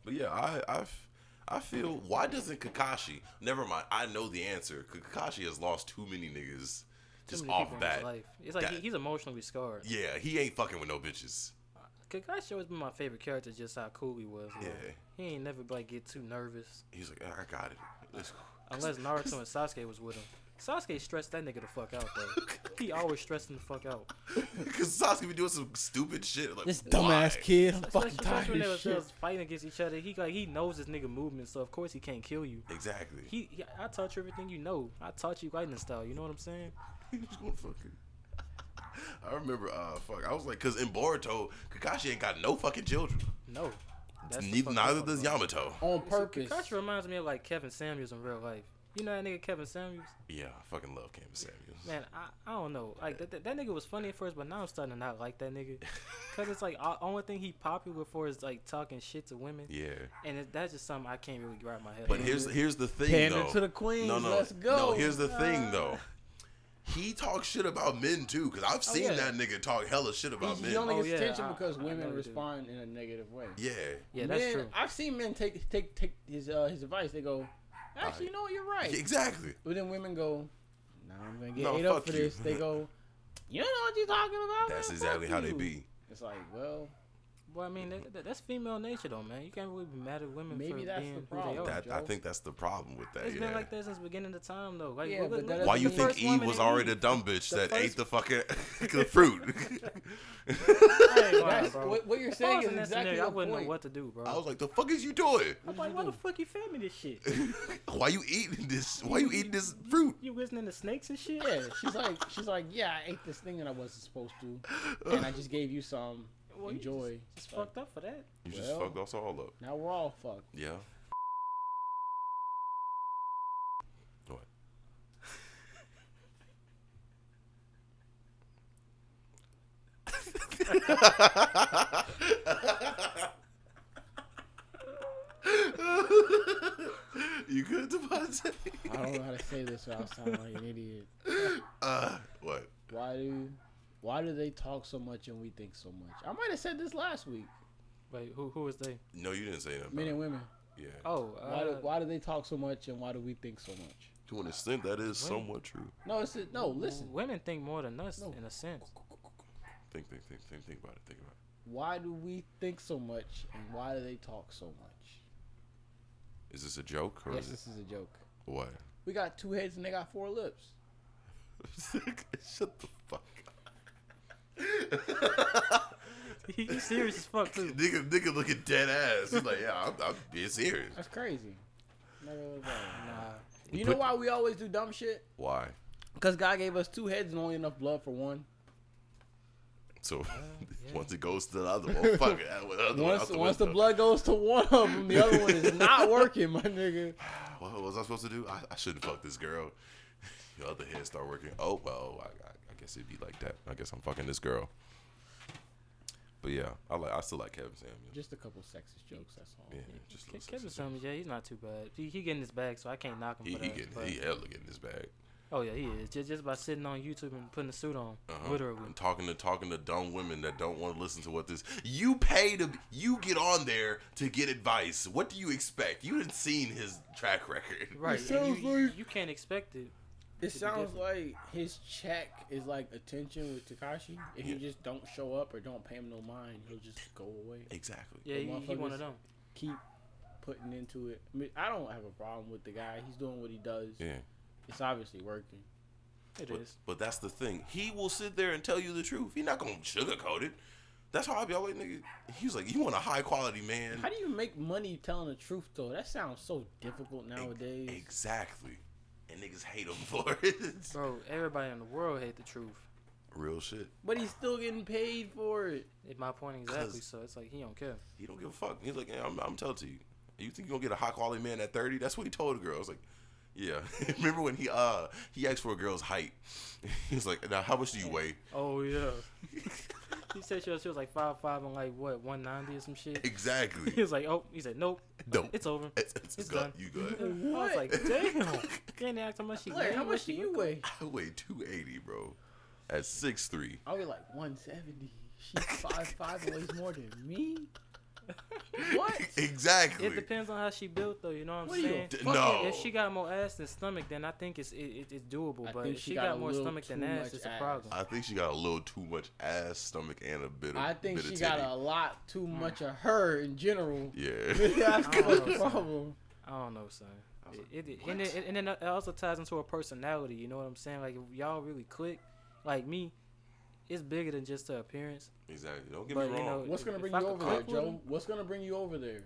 Speaker 1: But yeah, I I've, I feel why doesn't Kakashi? Never mind. I know the answer. Kakashi has lost too many niggas
Speaker 3: Too
Speaker 1: just
Speaker 3: many
Speaker 1: off
Speaker 3: people in his
Speaker 1: bat.
Speaker 3: life. It's like he-
Speaker 1: that-
Speaker 3: he's emotionally scarred.
Speaker 1: Yeah, he ain't fucking with no bitches.
Speaker 3: Kakashi always been my favorite character, just how cool he was.
Speaker 2: Mm.
Speaker 3: like,
Speaker 1: Yeah.
Speaker 3: He ain't never like get too nervous,
Speaker 1: He's like, I got it. It's cool."
Speaker 3: unless Naruto and Sasuke was with him. Sasuke stressed that nigga the fuck out though. he always stressed him the fuck out.
Speaker 1: Cause Sasuke be doing some stupid shit. Like
Speaker 2: This
Speaker 1: why?
Speaker 2: dumbass kid, I'm fucking
Speaker 3: Especially
Speaker 2: tired of
Speaker 3: when they
Speaker 2: this
Speaker 3: was,
Speaker 2: shit.
Speaker 3: they was fighting against each other. He like he knows this nigga movement, so of course he can't kill you.
Speaker 1: Exactly.
Speaker 3: He, he I taught you everything you know. I taught you lightning style. You know what I'm saying?
Speaker 1: He was going fucking. I remember, uh, fuck. I was like, cause in Boruto, Kakashi ain't got no fucking children.
Speaker 3: No.
Speaker 1: Neither,
Speaker 3: the fucking
Speaker 1: neither
Speaker 3: point,
Speaker 1: does
Speaker 3: bro.
Speaker 1: Yamato.
Speaker 2: On
Speaker 3: So
Speaker 2: purpose.
Speaker 3: Kakashi reminds me of like Kevin Samuels in real life. You know that nigga Kevin Samuels?
Speaker 1: Yeah, I fucking love Canvas Samuels.
Speaker 3: Man, I, I don't know. Like that, that, that nigga was funny at first, but now I'm starting to not like that nigga. Cause it's like the only thing he popular for is like talking shit to women,
Speaker 1: Yeah.
Speaker 3: and it, that's just something I can't really wrap my head.
Speaker 1: But
Speaker 3: around.
Speaker 1: here's here's the thing
Speaker 2: Pander
Speaker 1: though.
Speaker 2: to the queens,
Speaker 1: No, no,
Speaker 2: let's go.
Speaker 1: No, here's the thing though. He talks shit about men too, cause I've seen
Speaker 2: Oh, yeah.
Speaker 1: that nigga talk hella shit about
Speaker 2: He
Speaker 1: men.
Speaker 2: he only
Speaker 3: Oh,
Speaker 2: gets
Speaker 3: yeah,
Speaker 2: attention
Speaker 3: I-
Speaker 2: because
Speaker 3: I know you
Speaker 2: women
Speaker 3: do.
Speaker 2: respond in a negative way.
Speaker 1: yeah,
Speaker 3: yeah, that's
Speaker 2: Men-
Speaker 3: true.
Speaker 2: I've seen men take take take his uh, his advice. They go, actually, you know what? You're right.
Speaker 1: exactly.
Speaker 2: But then women go, "Nah, I'm gonna get
Speaker 1: No,
Speaker 2: ate up
Speaker 1: fuck
Speaker 2: for
Speaker 1: you.
Speaker 2: this." They go, "You don't know what you're talking about."
Speaker 1: That's
Speaker 2: man.
Speaker 1: exactly
Speaker 2: Fuck
Speaker 1: how they
Speaker 2: you."
Speaker 1: be.
Speaker 2: It's like, well,
Speaker 3: Well, I mean, that, that, that's female nature though, man. You can't really be mad at women
Speaker 2: Maybe
Speaker 3: for
Speaker 2: that's the
Speaker 3: being who
Speaker 2: problem.
Speaker 3: they are.
Speaker 1: That I
Speaker 2: Joe.
Speaker 1: think that's the problem with that.
Speaker 3: Oh, It's
Speaker 1: yeah.
Speaker 3: been like that since the beginning of time though. Like,
Speaker 2: Yeah,
Speaker 3: look,
Speaker 2: but
Speaker 3: look,
Speaker 2: that
Speaker 3: look
Speaker 1: Why
Speaker 3: at
Speaker 1: you
Speaker 3: the
Speaker 1: think
Speaker 3: first
Speaker 1: Eve
Speaker 3: woman
Speaker 1: was
Speaker 3: in
Speaker 1: already the
Speaker 3: Eve.
Speaker 1: dumb bitch
Speaker 3: The
Speaker 1: that ate
Speaker 3: first-
Speaker 1: the fucking the fruit?
Speaker 3: I ain't lying,
Speaker 2: that's,
Speaker 3: bro.
Speaker 2: what, what you're
Speaker 3: If I
Speaker 2: saying
Speaker 3: was
Speaker 2: is
Speaker 3: in that
Speaker 2: exactly
Speaker 3: scenario, I
Speaker 2: the
Speaker 3: wouldn't
Speaker 2: point.
Speaker 3: know what to do, bro.
Speaker 1: I was like, the fuck is you doing?
Speaker 3: I'm like, why the fuck you fed me this shit?
Speaker 1: Why you eating this? Why you eating this fruit?
Speaker 3: You listening to snakes and shit?
Speaker 2: Yeah, she's like, she's like, yeah, I ate this thing that I wasn't supposed to, and I just gave you some.
Speaker 3: Well, you
Speaker 2: Enjoy.
Speaker 3: It's fucked up for that.
Speaker 1: You just
Speaker 2: Well.
Speaker 1: fucked us all up.
Speaker 2: now we're all fucked.
Speaker 1: Yeah. What? you good, Devontae?
Speaker 2: I don't know how to say this without sounding like an idiot.
Speaker 1: Uh, what?
Speaker 2: Why do, why do they talk so much and we think so much? I might have said this last week.
Speaker 3: Wait, who who is they?
Speaker 1: No, you didn't say nothing.
Speaker 2: Men
Speaker 1: About
Speaker 2: and
Speaker 1: it.
Speaker 2: women.
Speaker 1: Yeah.
Speaker 3: Oh, uh,
Speaker 2: Why do, why do they talk so much and why do we think so much?
Speaker 1: To an extent, that is somewhat true.
Speaker 2: No, it's no. Listen,
Speaker 3: Women think more than us
Speaker 2: No.
Speaker 3: in a sense.
Speaker 1: Think, think, think, think, think about it. Think about
Speaker 2: why do we think so much and why do they talk so much?
Speaker 1: it. Is this a joke or
Speaker 2: Yes,
Speaker 1: is it
Speaker 2: this is a joke.
Speaker 1: what?
Speaker 2: We got two heads and they got four lips.
Speaker 1: Shut the fuck up.
Speaker 3: He, he's serious as fuck too.
Speaker 1: Nigga, nigga looking dead ass. He's like, yeah, I'm, I'm being serious.
Speaker 2: That's crazy. Never would have thought of
Speaker 3: Nah,
Speaker 2: that.
Speaker 1: We
Speaker 2: You know
Speaker 1: put-
Speaker 2: why we always do dumb shit?
Speaker 1: Why?
Speaker 2: Because God gave us two heads and only enough blood for one.
Speaker 3: Uh,
Speaker 1: So once it goes to the other one, fuck it. that one- other one out
Speaker 2: Once, once the
Speaker 1: window.
Speaker 2: blood goes to one of them, the other one is not working, my nigga.
Speaker 1: What was I supposed to do? I, I shouldn't fuck this girl. The other head start working. Oh well, I, I, I guess it'd be like that. I guess I'm fucking this girl. But yeah, I like. I still like Kevin Samuels.
Speaker 2: Just a couple sexist jokes, that's all.
Speaker 1: Yeah, just a
Speaker 3: Ke-
Speaker 1: little
Speaker 3: Kevin
Speaker 1: sexy.
Speaker 3: Samuels, yeah, he's not too bad. He, he getting his bag, so I can't knock him.
Speaker 1: He,
Speaker 3: for
Speaker 1: he
Speaker 3: that,
Speaker 1: getting
Speaker 3: but-
Speaker 1: he hella getting his bag.
Speaker 3: oh yeah, he is. Just, just by sitting on YouTube and putting a suit on,
Speaker 1: Uh-huh.
Speaker 3: literally.
Speaker 1: And talking to talking to dumb women that don't want to listen to what this. You pay to you get on there to get advice. What do you expect? You didn't seen his track record.
Speaker 3: Right. and
Speaker 2: sounds
Speaker 3: you,
Speaker 2: like-
Speaker 3: you can't expect it.
Speaker 2: It sounds
Speaker 3: different.
Speaker 2: like his check is like attention with Takashi. If you
Speaker 1: Yeah.
Speaker 2: just don't show up or don't pay him no mind, he'll just go away.
Speaker 1: Exactly.
Speaker 3: Yeah,
Speaker 2: The
Speaker 3: he, he one
Speaker 2: motherfuckers-
Speaker 3: of them.
Speaker 2: Keep putting into it. I, mean, I don't have a problem with the guy. He's doing what he does.
Speaker 1: Yeah.
Speaker 2: It's obviously working.
Speaker 3: It
Speaker 1: But,
Speaker 3: is.
Speaker 1: but that's the thing. He will sit there and tell you the truth. He's not gonna sugarcoat it. That's how I be always nigga. He was like, You want a high quality man?
Speaker 2: How do you make money telling the truth though? That sounds so difficult nowadays.
Speaker 1: Exactly. And niggas hate him for it.
Speaker 3: Bro, everybody in the world hate the truth.
Speaker 1: Real shit.
Speaker 2: But he's still getting paid for it.
Speaker 3: It my point exactly.
Speaker 1: 'Cause-
Speaker 3: So it's like he don't care.
Speaker 1: He don't give a fuck. He's like, yeah, I'm, I'm telling to you. You think you gonna get a high quality man at 30? That's what he told the girl. I was like, yeah. Remember when he uh he asked for a girl's height? he was like, now how much do you weigh?
Speaker 3: Oh yeah. he said she was, she was like five five and like what one ninety or some shit. He
Speaker 1: exactly.
Speaker 3: was like, oh, he said nope,
Speaker 1: Nope.
Speaker 3: it's over.
Speaker 1: It's, it's,
Speaker 3: It's
Speaker 1: done.
Speaker 3: done.
Speaker 1: You good?
Speaker 3: I was
Speaker 2: What?
Speaker 3: like, damn. Can't ask how much she.
Speaker 2: Like,
Speaker 3: weigh,
Speaker 2: how
Speaker 3: what
Speaker 2: much do
Speaker 3: she
Speaker 2: you
Speaker 3: look
Speaker 2: weigh?
Speaker 1: I weigh 280, bro. At 6'3.
Speaker 2: I'll be like 170. She's five five, weighs more than me. What?
Speaker 1: exactly.
Speaker 3: It depends on how she built, though. You know what I'm
Speaker 2: What are you,
Speaker 3: saying?
Speaker 1: d-
Speaker 3: Fuck
Speaker 1: no.
Speaker 3: it, If she got more ass than stomach, then I think it's it, it, it's doable.
Speaker 2: I
Speaker 3: but
Speaker 2: think
Speaker 3: if
Speaker 2: she
Speaker 3: she
Speaker 2: got
Speaker 3: got,
Speaker 2: a
Speaker 3: more
Speaker 2: little
Speaker 3: stomach than
Speaker 2: too
Speaker 3: ass,
Speaker 2: much
Speaker 3: it's a
Speaker 2: ass.
Speaker 3: problem.
Speaker 1: I think she got a little too much ass, stomach, and a bit of.
Speaker 2: I think
Speaker 1: bit of
Speaker 2: she got
Speaker 1: titty.
Speaker 2: a lot too much of her in general.
Speaker 1: Yeah.
Speaker 2: That's
Speaker 3: Hmm. I don't
Speaker 2: the
Speaker 3: know, son.
Speaker 2: problem.
Speaker 3: I don't know, son.
Speaker 1: I was like,
Speaker 3: It, it, and, it, and then it also ties into her personality. You know what I'm saying? Like if y'all really click, like me, it's bigger than just her appearance.
Speaker 1: exactly. Don't get
Speaker 3: But,
Speaker 1: me
Speaker 3: you
Speaker 1: wrong.
Speaker 3: know,
Speaker 2: What's gonna
Speaker 3: If
Speaker 2: bring
Speaker 3: I
Speaker 2: you
Speaker 3: could
Speaker 2: over there,
Speaker 3: cook with
Speaker 2: Joe? What's gonna bring you over there?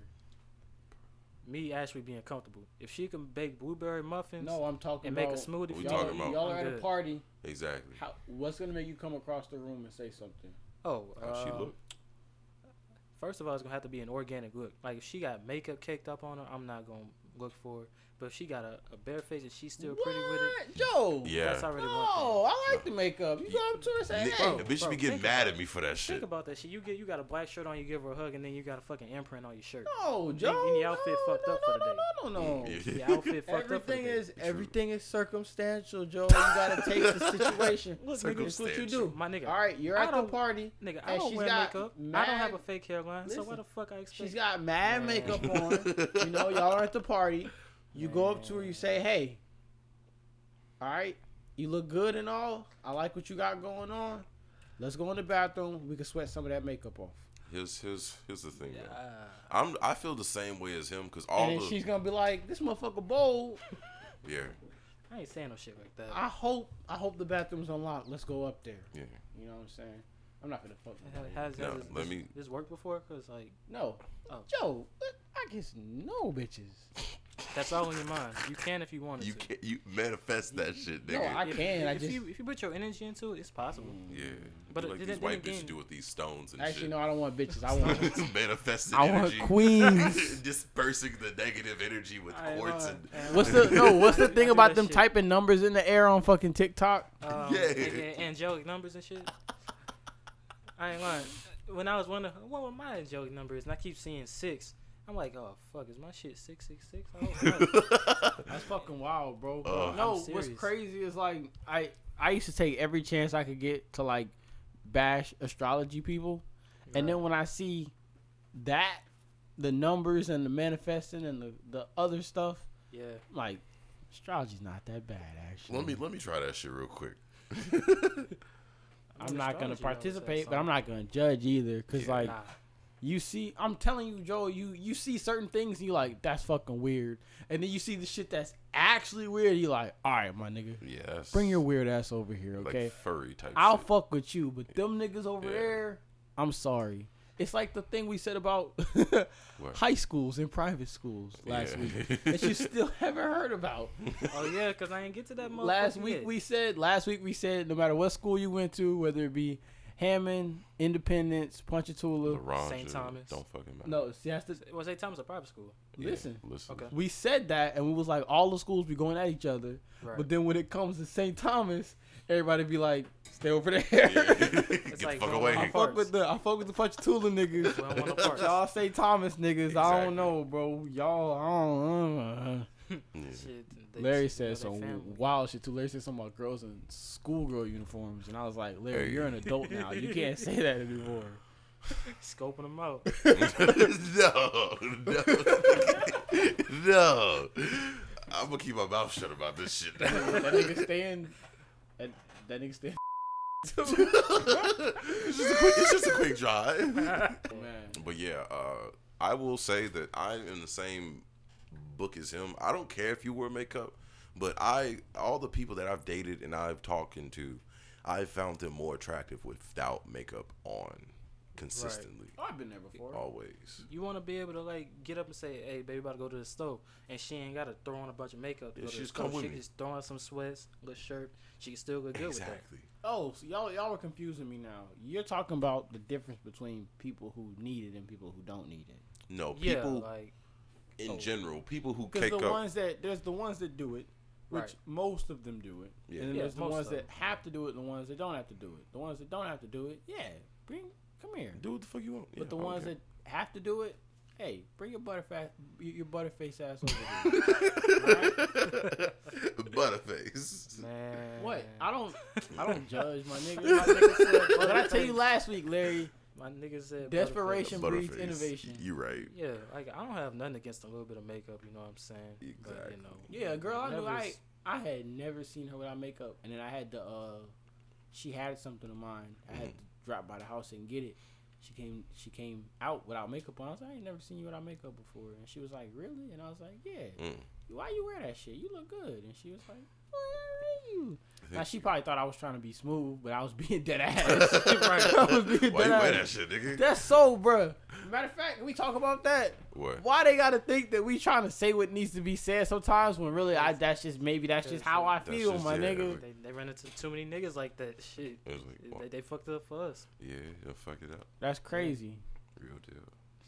Speaker 3: Me actually being comfortable. If she can bake blueberry muffins
Speaker 2: No, I'm talking
Speaker 3: and
Speaker 2: about.
Speaker 3: make a smoothie,
Speaker 1: We
Speaker 3: for
Speaker 2: y'all,
Speaker 1: talking
Speaker 3: you,
Speaker 1: about-
Speaker 2: y'all are
Speaker 3: I'm
Speaker 2: at a
Speaker 3: good.
Speaker 2: party.
Speaker 1: exactly.
Speaker 2: How, what's gonna make you come across the room and say something?
Speaker 3: Oh,
Speaker 1: How she
Speaker 3: uh,
Speaker 1: look?
Speaker 3: First of all, it's gonna have to be an organic look. Like if she got makeup caked up on her, I'm not gonna look for it. But if she got a, a bare face and she's still pretty with it,
Speaker 2: What? Joe.
Speaker 1: Yeah.
Speaker 3: that's already one thing.
Speaker 2: Oh, I like the makeup. You go up to her and say,
Speaker 1: Ni-
Speaker 2: "Hey,
Speaker 1: the bitch
Speaker 3: bro,
Speaker 1: be getting
Speaker 3: think
Speaker 1: mad
Speaker 3: about
Speaker 1: at me for that
Speaker 3: Think
Speaker 1: shit.
Speaker 3: about that shit. You get you got a black shirt on, you give her a hug, and then you got a fucking imprint on your shirt.
Speaker 2: no, Joe."
Speaker 3: and the outfit
Speaker 2: no,
Speaker 3: fucked
Speaker 2: no,
Speaker 3: up for the
Speaker 2: no,
Speaker 3: day.
Speaker 2: No, no, no.
Speaker 1: Yeah.
Speaker 3: The outfit fucked up. for the
Speaker 2: Everything
Speaker 3: day.
Speaker 2: is
Speaker 1: True.
Speaker 2: everything is circumstantial, Joe. You gotta take the situation.
Speaker 3: Look,
Speaker 2: That's what you do.
Speaker 3: my nigga.
Speaker 2: All right, you're
Speaker 3: I
Speaker 2: at the
Speaker 3: don't-
Speaker 2: party.
Speaker 3: Nigga, I
Speaker 2: And
Speaker 3: don't
Speaker 2: she's
Speaker 3: wear
Speaker 2: got
Speaker 3: makeup. I
Speaker 2: mad-
Speaker 3: don't have a fake hairline, so why
Speaker 2: Listen,
Speaker 3: the fuck I expect?
Speaker 2: She's got mad
Speaker 3: Man.
Speaker 2: makeup on. You know, y'all are at the party. You go up to her, you say, "Hey, all right, you look good and all. I like what you got going on. Let's go in the bathroom. We can sweat some of that makeup off."
Speaker 1: Here's here's here's the thing. man.
Speaker 3: Uh,
Speaker 1: I'm I feel the same way as him because all
Speaker 2: And
Speaker 1: the
Speaker 2: then she's gonna be like, "This motherfucker bold.
Speaker 1: yeah
Speaker 3: I ain't saying no shit like that.
Speaker 2: I hope, I hope the bathroom's unlocked. Let's go up there."
Speaker 1: yeah.
Speaker 2: You know what I'm saying? I'm not gonna fuck.
Speaker 3: Has,
Speaker 2: nobody.
Speaker 3: has,
Speaker 1: No,
Speaker 3: this,
Speaker 1: let me-
Speaker 3: this worked before? Cause like
Speaker 2: No,
Speaker 3: Oh.
Speaker 2: Joe, what- I guess no bitches.
Speaker 3: that's all in your mind. You can if you wanted
Speaker 1: You
Speaker 3: to.
Speaker 1: can't you manifest that shit,
Speaker 2: No,
Speaker 1: nigga.
Speaker 2: I
Speaker 3: If-
Speaker 2: can. I
Speaker 3: if
Speaker 2: just
Speaker 3: you if you put your energy into it, it's possible.
Speaker 1: yeah.
Speaker 3: But
Speaker 1: But
Speaker 3: it-
Speaker 1: Mm. like
Speaker 3: then-
Speaker 1: these
Speaker 3: then
Speaker 1: white
Speaker 3: again-
Speaker 1: bitches do with these stones and
Speaker 2: actually
Speaker 1: shit.
Speaker 2: no. I don't want bitches. I want.
Speaker 1: Manifesting
Speaker 2: I want
Speaker 1: energy.
Speaker 2: queens.
Speaker 1: Dispersing the negative energy with
Speaker 3: I,
Speaker 1: quartz
Speaker 3: uh,
Speaker 1: and
Speaker 3: uh,
Speaker 2: What's the no? What's the
Speaker 3: I do- I
Speaker 2: thing
Speaker 3: do
Speaker 2: about
Speaker 3: that
Speaker 2: them
Speaker 3: shit.
Speaker 2: typing numbers in the air on fucking TikTok?
Speaker 3: Um,
Speaker 1: Yeah.
Speaker 3: yeah. angelic numbers and shit. I ain't lying. When I was wondering what were my angelic numbers, and I keep seeing six, I'm like, oh fuck, is my shit six six six?
Speaker 2: That's fucking wild, bro.
Speaker 1: Uh,
Speaker 2: no,
Speaker 3: I'm
Speaker 2: what's
Speaker 3: serious.
Speaker 2: crazy is like I I used to take every chance I could get to like bash astrology people, and then when I see that the numbers and the manifesting and the the other stuff,
Speaker 3: yeah,
Speaker 2: I'm like astrology's not that bad actually.
Speaker 1: let me let me try that shit real quick.
Speaker 2: I'm not gonna
Speaker 3: astrology knows that
Speaker 2: participate, but
Speaker 3: song.
Speaker 2: I'm not gonna judge either, cause
Speaker 1: Yeah.
Speaker 2: like
Speaker 3: Nah.
Speaker 2: You see, I'm telling you, Joel, you you see certain things and you like, that's fucking weird. And then you see the shit that's actually weird, you like, all right, my nigga,
Speaker 1: Yes.
Speaker 2: bring your weird ass over here,
Speaker 1: like
Speaker 2: okay?
Speaker 1: furry type.
Speaker 2: I'll
Speaker 1: shit.
Speaker 2: fuck with you, but them niggas over
Speaker 1: Yeah.
Speaker 2: there, I'm sorry. It's like the thing we said about high schools and private schools last week that you still haven't heard about.
Speaker 3: Oh yeah, because I didn't get to that motherfucker
Speaker 2: last week
Speaker 3: yet.
Speaker 2: we said last week we said no matter what school you went to, whether it be Hammond, Independence, Ponchatoula.
Speaker 3: St. Thomas.
Speaker 1: Don't fucking matter.
Speaker 2: No, see that's the
Speaker 3: was St. Thomas a private school.
Speaker 1: Yeah,
Speaker 2: listen.
Speaker 1: Listen.
Speaker 3: Okay.
Speaker 2: We said that and we was like all the schools be going at each other.
Speaker 3: Right.
Speaker 2: But then when it comes to St. Thomas, everybody be like, stay over there.
Speaker 1: Get the
Speaker 3: like
Speaker 1: fuck
Speaker 3: going
Speaker 1: away.
Speaker 3: on
Speaker 2: I fuck with the I fuck with the Ponchatoula niggas.
Speaker 3: Well, one of the parts.
Speaker 2: Y'all say Thomas niggas. I
Speaker 1: Exactly.
Speaker 2: don't know, bro. Y'all, I don't know.
Speaker 1: Yeah.
Speaker 3: Shit, they-
Speaker 2: Larry
Speaker 3: they
Speaker 2: said
Speaker 3: know
Speaker 2: some
Speaker 3: they family.
Speaker 2: wild shit too. Larry said something about girls in schoolgirl uniforms, and I was like, Larry,
Speaker 1: Hey.
Speaker 2: you're an adult now. You can't say that anymore.
Speaker 3: Scoping them out.
Speaker 1: no, no, no. I'm gonna keep my mouth shut about this shit.
Speaker 2: that nigga stand. That, that nigga stand.
Speaker 1: it's, just a quick, it's just a quick drive.
Speaker 2: Man,
Speaker 1: But yeah, uh, I will say that I'm in the same book as him. I don't care if you wear makeup, but I all the people that I've dated and I've talked to, I've found them more attractive without makeup on consistently,
Speaker 2: Oh, I've been there before.
Speaker 1: Oh. always.
Speaker 3: You want to be able to like get up and say, "Hey, baby, about to go to the store," and she ain't got to throw on a bunch of makeup. to
Speaker 1: Yeah,
Speaker 3: go to
Speaker 1: she
Speaker 3: the
Speaker 1: just come
Speaker 3: store.
Speaker 1: with
Speaker 3: she
Speaker 1: me.
Speaker 3: can just throw on some sweats, little shirt. She can still look good with that.
Speaker 1: Exactly.
Speaker 2: Oh, so y'all y'all are confusing me now. You're talking about the difference between people who need it and people who don't need it.
Speaker 1: No, Oh,
Speaker 3: Yeah,
Speaker 1: people
Speaker 3: like
Speaker 1: in general, people who
Speaker 2: oh. Because
Speaker 1: cake
Speaker 2: the
Speaker 1: up.
Speaker 2: ones that there's the ones that do it, which
Speaker 3: Right.
Speaker 2: most of them do it,
Speaker 1: Yeah.
Speaker 2: and then
Speaker 3: Yeah,
Speaker 2: there's the
Speaker 3: most
Speaker 2: ones
Speaker 3: of
Speaker 2: that
Speaker 3: them.
Speaker 2: have to do it, and the ones that don't have to do it. The ones that don't have to do it, yeah, bring come here.
Speaker 1: do what the fuck you want.
Speaker 2: but
Speaker 1: Yeah,
Speaker 2: the
Speaker 1: I don't
Speaker 2: ones
Speaker 1: care.
Speaker 2: that have to do it, hey, bring your butterface your butterface ass over here.
Speaker 1: Butterface.
Speaker 3: man,
Speaker 2: what? I don't I don't judge my nigga. My nigga said, but I tell you last week, Larry,
Speaker 3: My nigga said butterface.
Speaker 2: Desperation. breeds
Speaker 1: Butterface.
Speaker 2: innovation.
Speaker 1: You right.
Speaker 3: Yeah, like I don't have nothing against a little bit of makeup. You know what I'm saying? But,
Speaker 1: Exactly.
Speaker 3: you know,
Speaker 2: yeah, girl, I knew
Speaker 3: never
Speaker 2: I
Speaker 3: s-
Speaker 2: I had never seen her without makeup, and then I had to uh, she had something of mine. I had to
Speaker 1: Mm-hmm.
Speaker 2: drop by the house and get it. She came she came out without makeup on. I was like, I ain't never seen you without makeup before, and she was like, really? And I was like, yeah.
Speaker 1: Mm.
Speaker 2: why you wear that shit? You look good. And she was like, where are you? Now she probably thought I was trying to be smooth, but I was being dead ass.
Speaker 3: Right.
Speaker 2: I was being
Speaker 1: Why you
Speaker 2: dead
Speaker 1: wear
Speaker 2: ass.
Speaker 1: that shit, nigga?
Speaker 2: That's so, bruh. Matter of fact, we talk about that.
Speaker 1: What?
Speaker 2: Why they gotta think that we trying to say what needs to be said sometimes when really I that's just maybe that's just how I
Speaker 1: That's
Speaker 2: feel,
Speaker 1: just-
Speaker 2: my
Speaker 1: yeah,
Speaker 2: nigga.
Speaker 1: like-
Speaker 3: They, they ran into too many niggas like that. Shit,
Speaker 1: It was like, wow.
Speaker 3: they, they fucked it up for us.
Speaker 1: yeah, you'll fuck it up.
Speaker 2: That's crazy.
Speaker 1: Real deal.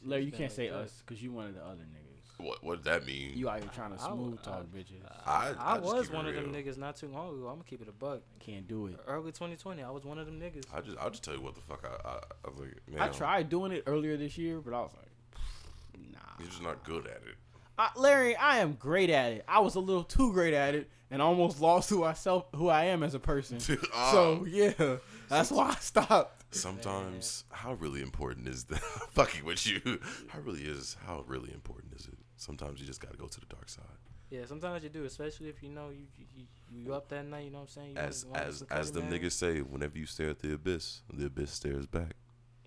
Speaker 2: Larry, you
Speaker 3: been
Speaker 2: can't
Speaker 3: like
Speaker 2: say
Speaker 3: that.
Speaker 2: us because you one of the other niggas.
Speaker 1: What? What does that mean?
Speaker 2: You out here trying to
Speaker 3: I- I-
Speaker 2: smooth
Speaker 3: I-
Speaker 2: talk bitches.
Speaker 1: I,
Speaker 3: I,
Speaker 1: I just
Speaker 3: was
Speaker 1: keep it
Speaker 3: one of them
Speaker 1: real.
Speaker 3: niggas not too long ago. I'm gonna keep it a buck.
Speaker 2: Can't do it.
Speaker 3: Early 2020, I was one of them niggas.
Speaker 1: I just, I'll just tell you what the fuck I, I, I was like, man.
Speaker 2: I tried doing it earlier this year, but I was like, nah.
Speaker 1: You're just not good at it.
Speaker 2: I, Larry, I am great at it. I was a little too great at it, and almost lost who I self, who I am as a person.
Speaker 1: Ah,
Speaker 2: so yeah, that's why I stopped.
Speaker 1: sometimes, how really important is the fucking with you? How really is? How really important is it? Sometimes you just gotta go to the dark side.
Speaker 3: Yeah, sometimes you do, especially if you know you you, you, you up that night. You know what I'm saying? You
Speaker 1: As,
Speaker 3: wanna- wanna
Speaker 1: as,
Speaker 3: look at
Speaker 1: as
Speaker 3: it,
Speaker 1: them
Speaker 3: man.
Speaker 1: niggas say, whenever you stare at the abyss, the abyss stares back.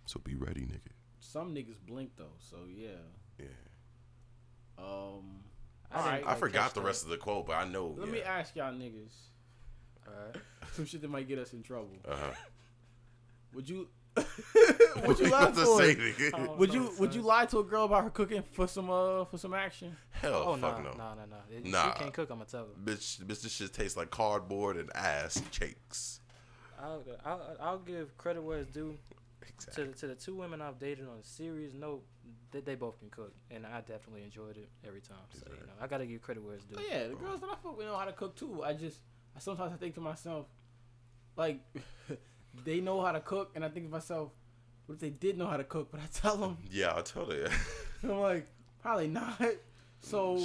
Speaker 1: So be ready, nigga.
Speaker 2: Some niggas blink though, so yeah.
Speaker 1: Yeah.
Speaker 2: Um,
Speaker 3: didn't
Speaker 2: Alright,
Speaker 1: I
Speaker 3: quite catch
Speaker 1: forgot the
Speaker 3: that.
Speaker 1: rest of the quote, but I know.
Speaker 2: let
Speaker 1: Oh, yeah.
Speaker 2: me ask y'all niggas
Speaker 3: Alright.
Speaker 2: some shit that might get us in trouble.
Speaker 1: Uh-huh.
Speaker 2: Would you?
Speaker 1: What
Speaker 2: would you
Speaker 1: you
Speaker 2: lie
Speaker 1: about to
Speaker 2: for?
Speaker 1: say,
Speaker 2: it?
Speaker 1: nigga?
Speaker 3: Oh,
Speaker 2: Would
Speaker 3: no,
Speaker 2: you? Would you
Speaker 3: son.
Speaker 2: lie to a girl about her cooking for some uh for some action?
Speaker 1: Hell,
Speaker 3: Oh, no,
Speaker 1: fuck
Speaker 3: no,
Speaker 1: no.
Speaker 3: no, no. If
Speaker 1: Nah.
Speaker 3: She can't cook. I'ma tell her.
Speaker 1: Bitch, bitch, this shit tastes like cardboard and ass cakes.
Speaker 3: I'll, I'll, I'll give credit where it's due to
Speaker 1: Exactly.
Speaker 3: the, to the two women I've dated on a serious note. That they both can cook, and I definitely enjoyed it every time. So you know, I gotta give credit where it's due.
Speaker 2: Oh yeah, the girls that I fuck with know how to cook too. I just I sometimes I think to myself, like they know how to cook, and I think to myself, what if they did know how to cook? But I tell them,
Speaker 1: Yeah, I told her.
Speaker 2: I'm like, probably not. So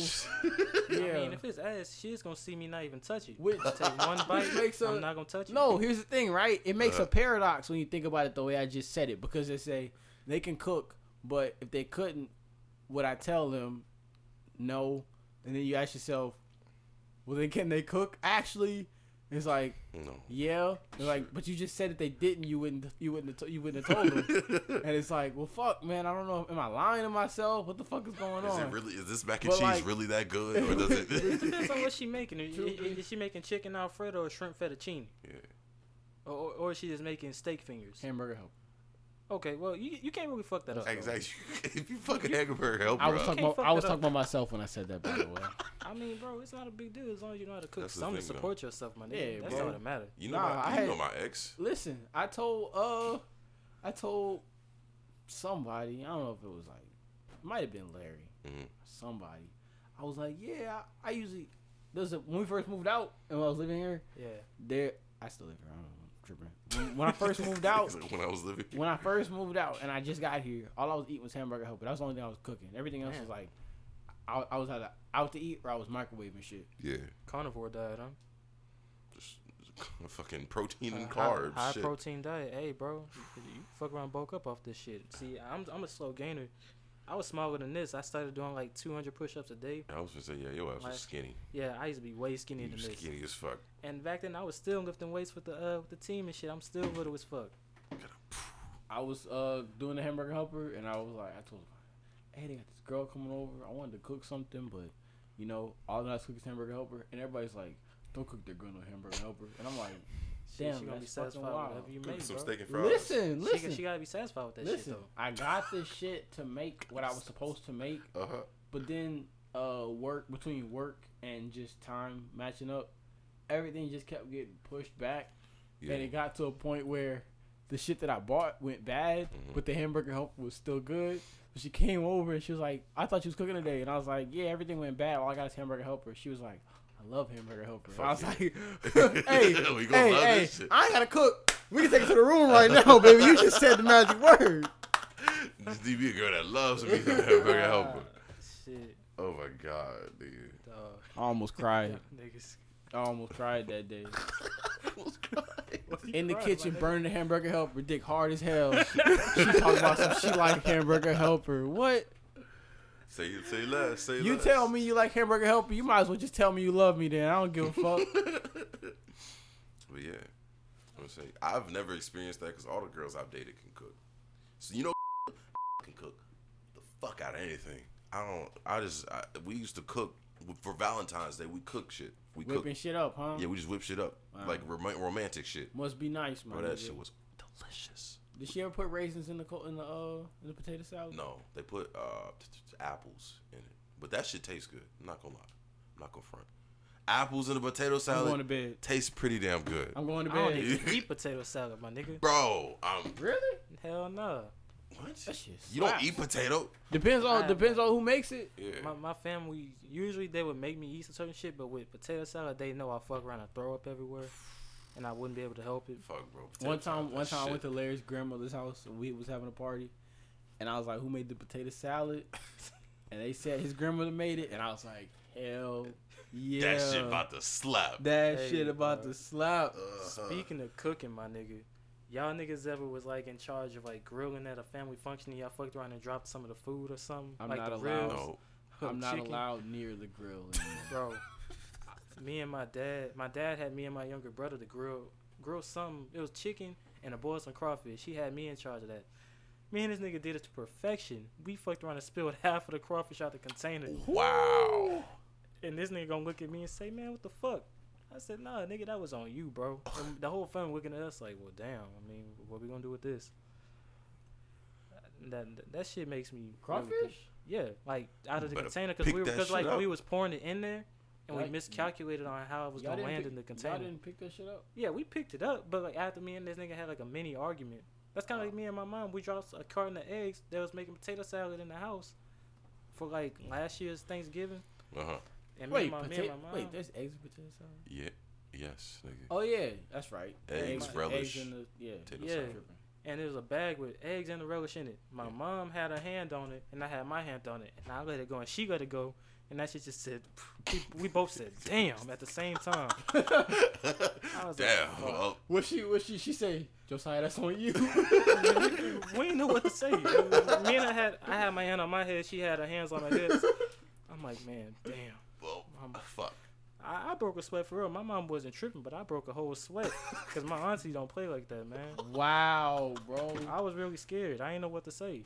Speaker 2: yeah,
Speaker 3: I mean, if it's ass, she's gonna see me not even touch it.
Speaker 2: which
Speaker 3: Take one bite,
Speaker 2: makes a-
Speaker 3: I'm not gonna touch it.
Speaker 2: no, here's the thing, right? It makes
Speaker 1: Uh-huh.
Speaker 2: a paradox when you think about it the way I just said it because they say they can cook, but if they couldn't, would I tell them no? And then you ask yourself, well, then can they cook? Actually, it's like.
Speaker 1: No.
Speaker 2: Yeah, They're like, but you just said that they didn't. You wouldn't. You wouldn't. Have to, you wouldn't have told them. and it's like, well, fuck, man. I don't know. Am I lying to myself? What the fuck is going
Speaker 1: Is
Speaker 2: on?
Speaker 1: it really? Is this mac and
Speaker 2: But,
Speaker 1: cheese
Speaker 2: like-
Speaker 1: really that good, or does
Speaker 3: It
Speaker 1: it?
Speaker 3: depends on what she making. Is,
Speaker 2: True.
Speaker 3: is- is she making chicken alfredo or shrimp fettuccine?
Speaker 1: Yeah.
Speaker 3: Or, or, or is she just making steak fingers?
Speaker 2: Hamburger help.
Speaker 3: Okay, well, you, you can't really fuck that up. though.
Speaker 1: Exactly. If you fucking Heckenberg help,
Speaker 8: I was talking
Speaker 1: bro.
Speaker 3: Can't
Speaker 8: about
Speaker 3: fuck
Speaker 8: I was
Speaker 3: that up.
Speaker 8: talking about myself when I said that. By the way,
Speaker 3: I mean, bro, it's not a big deal as long as you know how to cook
Speaker 1: That's the
Speaker 3: something to
Speaker 1: thing, though.
Speaker 3: support yourself, my nigga.
Speaker 2: Yeah,
Speaker 3: That's
Speaker 2: bro.
Speaker 3: all that matters.
Speaker 1: You know,
Speaker 2: Nah,
Speaker 1: my,
Speaker 2: I
Speaker 1: you
Speaker 2: had-
Speaker 1: know my ex.
Speaker 2: Listen, I told uh, I told somebody. I don't know if it was like, it might have been Larry,
Speaker 1: Mhm.
Speaker 2: somebody. I was like, yeah, I, I usually. There's a, when we first moved out and when I was living here.
Speaker 3: Yeah.
Speaker 2: There, I still live here. I don't know. I'm tripping. When, when I first moved out,
Speaker 1: when I was living.
Speaker 2: when I first moved out and I just got here, all I was eating was hamburger helper. That was the only thing I was cooking. Everything else was like, I, I was either out to eat or I was microwaving shit.
Speaker 1: Yeah,
Speaker 3: Carnivore diet, huh?
Speaker 1: just fucking protein and
Speaker 3: Uh, high-
Speaker 1: carbs.
Speaker 3: High,
Speaker 1: shit.
Speaker 3: protein diet. Hey, bro, you- you fuck around, bulk up off this shit. See, I'm I'm a slow gainer. I was smaller than this. I started doing like 200 push-ups a day.
Speaker 1: I was gonna say, yeah, your ass
Speaker 3: Like,
Speaker 1: was skinny.
Speaker 3: Yeah, I used to be way skinnier
Speaker 1: You
Speaker 3: than this.
Speaker 1: skinny as fuck.
Speaker 3: And back then, I was still lifting weights with the uh with the team and shit. I'm still little as fuck.
Speaker 2: I was uh doing the hamburger helper, and I was like, I told him, hey, they got this girl coming over. I wanted to cook something, but you know, all I was cooking is hamburger helper, and everybody's like, don't cook their girl no hamburger helper, and I'm like,
Speaker 3: Shit,
Speaker 2: damn,
Speaker 3: she gonna be
Speaker 2: that's fucking
Speaker 3: satisfied with
Speaker 2: wild.
Speaker 3: whatever you
Speaker 1: Cook
Speaker 3: make,
Speaker 1: some
Speaker 3: bro.
Speaker 1: steak and fries.
Speaker 2: Listen,
Speaker 3: She,
Speaker 2: listen,
Speaker 3: she gotta be satisfied with that
Speaker 2: listen.
Speaker 3: shit though.
Speaker 2: I got this shit to make what I was supposed to make,
Speaker 1: Uh huh.
Speaker 2: but then uh work between work and just time matching up, everything just kept getting pushed back.
Speaker 1: Yeah.
Speaker 2: And it got to a point where the shit that I bought went bad,
Speaker 1: Mhm.
Speaker 2: but the hamburger help was still good. So she came over and she was like, I thought you was cooking today. And I was like, yeah, everything went bad. All I got is hamburger helper. She was like, I love hamburger helper. I was
Speaker 1: Fuck
Speaker 2: like, hey,
Speaker 1: We
Speaker 2: hey,
Speaker 1: gonna love
Speaker 2: hey,
Speaker 1: this shit.
Speaker 2: I ain't got to cook. We can take it to the room right now, baby. You just said the magic word.
Speaker 1: This DB a girl that loves me. Hamburger helper.
Speaker 3: Shit,
Speaker 1: Oh my god, dude.
Speaker 3: dog.
Speaker 2: I almost cried.
Speaker 3: Niggas.
Speaker 2: I almost cried that day.
Speaker 3: You
Speaker 2: In the
Speaker 3: cried, my
Speaker 2: kitchen,
Speaker 3: nigga.
Speaker 2: burning the hamburger helper, dick hard as hell. she talking about some she like hamburger helper. What?
Speaker 1: Say say less. Say
Speaker 2: You
Speaker 1: less.
Speaker 2: tell me you like hamburger helper, you might as well just tell me you love me then. I don't give a fuck.
Speaker 1: But yeah, I'm gonna say I've never experienced that because all the girls I've dated can cook. So you know, can cook the fuck out of anything. I don't. I just I, we used to cook for Valentine's Day. We cook shit. We cook.
Speaker 2: Whipping shit up, huh?
Speaker 1: Yeah, we just whip shit up like rom- romantic shit.
Speaker 2: Must be nice, man.
Speaker 1: Bro, that shit was delicious.
Speaker 2: Did she ever put raisins in the co- in the uh in the potato salad?
Speaker 1: No, they put uh t- t- t- apples in it, but that shit tastes good. I'm not gonna lie. I'm not gonna front. Apples in a potato
Speaker 2: I'm going
Speaker 1: salad
Speaker 2: to bed.
Speaker 1: tastes pretty damn good.
Speaker 2: I'm going to
Speaker 3: I don't
Speaker 2: bed.
Speaker 3: even eat potato salad, my nigga.
Speaker 1: Bro, um,
Speaker 2: Really?
Speaker 3: Hell no.
Speaker 1: what?
Speaker 2: That shit.
Speaker 1: You don't
Speaker 2: slaps.
Speaker 1: eat potato?
Speaker 2: Depends on
Speaker 3: I-
Speaker 2: depends on who makes it.
Speaker 1: Yeah.
Speaker 3: My, my family usually they would make me eat some certain shit, but with potato salad they know I fuck around and throw up everywhere, and I wouldn't be able to help it.
Speaker 1: Fuck, bro. potato
Speaker 2: One time,
Speaker 1: salad,
Speaker 2: one
Speaker 1: that
Speaker 2: time I went
Speaker 1: shit.
Speaker 2: to Larry's grandmother's house and we was having a party, and I was like, "Who made the potato salad?" and they said his grandmother made it, and I was like, "Hell yeah!"
Speaker 1: That shit about to slap.
Speaker 2: That
Speaker 3: Hey, uh,
Speaker 2: shit about
Speaker 3: bro.
Speaker 2: to slap.
Speaker 1: Uh-huh.
Speaker 3: Speaking of cooking, my nigga, y'all niggas ever was like in charge of like grilling at a family function? And y'all fucked around and dropped some of the food or something,
Speaker 2: I'm
Speaker 3: like
Speaker 2: not
Speaker 3: the
Speaker 2: allowed.
Speaker 3: ribs,
Speaker 1: no,
Speaker 3: or
Speaker 2: I'm not
Speaker 3: chicken?
Speaker 2: allowed near the grill. anymore.
Speaker 3: bro. me and my dad, my dad had me and my younger brother to grill grill something. It was chicken and a boiled some crawfish. He had me in charge of that. Me and this nigga did it to perfection. We fucked around and spilled half of the crawfish out the container.
Speaker 1: wow.
Speaker 3: And this nigga gonna look at me and say, "Man, what the fuck?" I said, "Nah, nigga, that was on you, bro." And the whole family looking at us like, "Well, damn. I mean, what we gonna do with this?" That that shit makes me really think-
Speaker 2: Crawfish?
Speaker 3: yeah, like out of the
Speaker 1: Better
Speaker 3: container because
Speaker 1: pick
Speaker 3: we were
Speaker 1: that
Speaker 3: because
Speaker 1: shit
Speaker 3: like
Speaker 1: up.
Speaker 3: we was pouring it in there. And we
Speaker 2: Like,
Speaker 3: miscalculated on how it was
Speaker 2: Y'all
Speaker 3: gonna
Speaker 2: didn't
Speaker 3: land
Speaker 2: pick-
Speaker 3: in the
Speaker 2: Y'all
Speaker 3: container.
Speaker 2: didn't pick that shit up.
Speaker 3: Yeah, we picked it up, but like after me and this nigga had like a mini argument. That's kind of like me and my mom. We dropped a carton of eggs that was making potato salad in the house for like last year's Thanksgiving.
Speaker 1: Uh huh.
Speaker 3: And me
Speaker 2: Wait,
Speaker 3: and my, me and
Speaker 2: potato,
Speaker 3: my mom.
Speaker 2: wait, there's eggs with potato salad.
Speaker 1: Yeah. Yes, nigga.
Speaker 2: Oh yeah, that's right.
Speaker 1: Eggs, relish,
Speaker 2: in the, yeah.
Speaker 1: Potato
Speaker 3: yeah.
Speaker 1: salad.
Speaker 3: and it was a bag with eggs and the relish in it. My
Speaker 1: Yeah.
Speaker 3: mom had her hand on it, and I had my hand on it, and I let it go, and she let it go, and that shit just said, we, we both said, damn, at the same time. I was
Speaker 1: Damn.
Speaker 3: like, fuck.
Speaker 1: Oh,
Speaker 2: What she what she she say? Josiah, that's on you.
Speaker 1: uh,
Speaker 3: we didn't know what to say. Me and I had, I had my hand on my head, she had her hands on her hips. I'm like, man, damn.
Speaker 1: well,
Speaker 3: Um,
Speaker 1: oh, fuck.
Speaker 3: I, I broke a sweat for real. My mom wasn't tripping, but I broke a whole sweat because my auntie don't play like that, man.
Speaker 2: wow, bro.
Speaker 3: I was really scared. I didn't know what to say.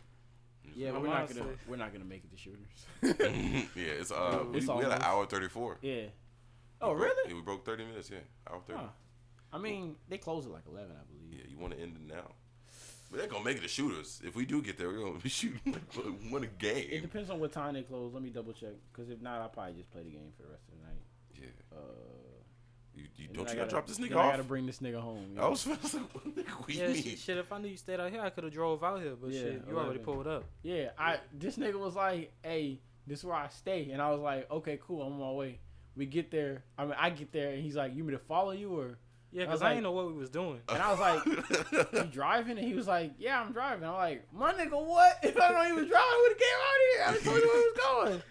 Speaker 2: Yeah,
Speaker 3: My
Speaker 2: we're not
Speaker 3: mom
Speaker 2: gonna
Speaker 3: said-
Speaker 2: we're not gonna make it to shooters.
Speaker 1: yeah, it's uh, we,
Speaker 2: It's
Speaker 1: we had an
Speaker 2: almost-
Speaker 1: hour thirty four.
Speaker 2: yeah. Oh
Speaker 1: we broke-
Speaker 2: really?
Speaker 1: yeah, we broke thirty minutes. Yeah, hour thirty.
Speaker 2: Huh. I mean, they close at like eleven, I believe.
Speaker 1: Yeah, you want to end it now? But they're gonna make it the shooters. If we do get there, we're gonna be shooting like one a
Speaker 2: It
Speaker 1: game.
Speaker 2: depends on what time they close. Let me double check. Because if not, I'll probably just play the game for the rest of the night.
Speaker 1: Yeah.
Speaker 2: Uh,
Speaker 1: You, you
Speaker 2: and
Speaker 1: don't
Speaker 2: then I
Speaker 1: you gotta
Speaker 2: gotta-
Speaker 1: drop this
Speaker 2: then
Speaker 1: nigga
Speaker 2: I
Speaker 1: off? Oh,
Speaker 2: gotta bring this nigga home.
Speaker 1: I was like, what nigga we
Speaker 3: Yeah,
Speaker 1: mean?
Speaker 3: shit, shit, if I knew you stayed out here, I could have drove out here, but
Speaker 2: Yeah,
Speaker 3: shit, you already
Speaker 2: 11.
Speaker 3: pulled up.
Speaker 2: Yeah, I this nigga was like, "Hey, this is where I stay," and I was like, "Okay, cool, I'm on my way." We get there. I mean, I get there, and he's like, "You mean to follow you or?"
Speaker 3: Yeah,
Speaker 2: I
Speaker 3: because
Speaker 2: was
Speaker 3: I,
Speaker 2: like-
Speaker 3: didn't know what we was doing.
Speaker 2: And I was like, "You
Speaker 1: like,
Speaker 2: driving?" And he was like, "Yeah, I'm driving." I'm like, "My nigga, what? If I know he was driving, I would have came out here. I told you where he was going."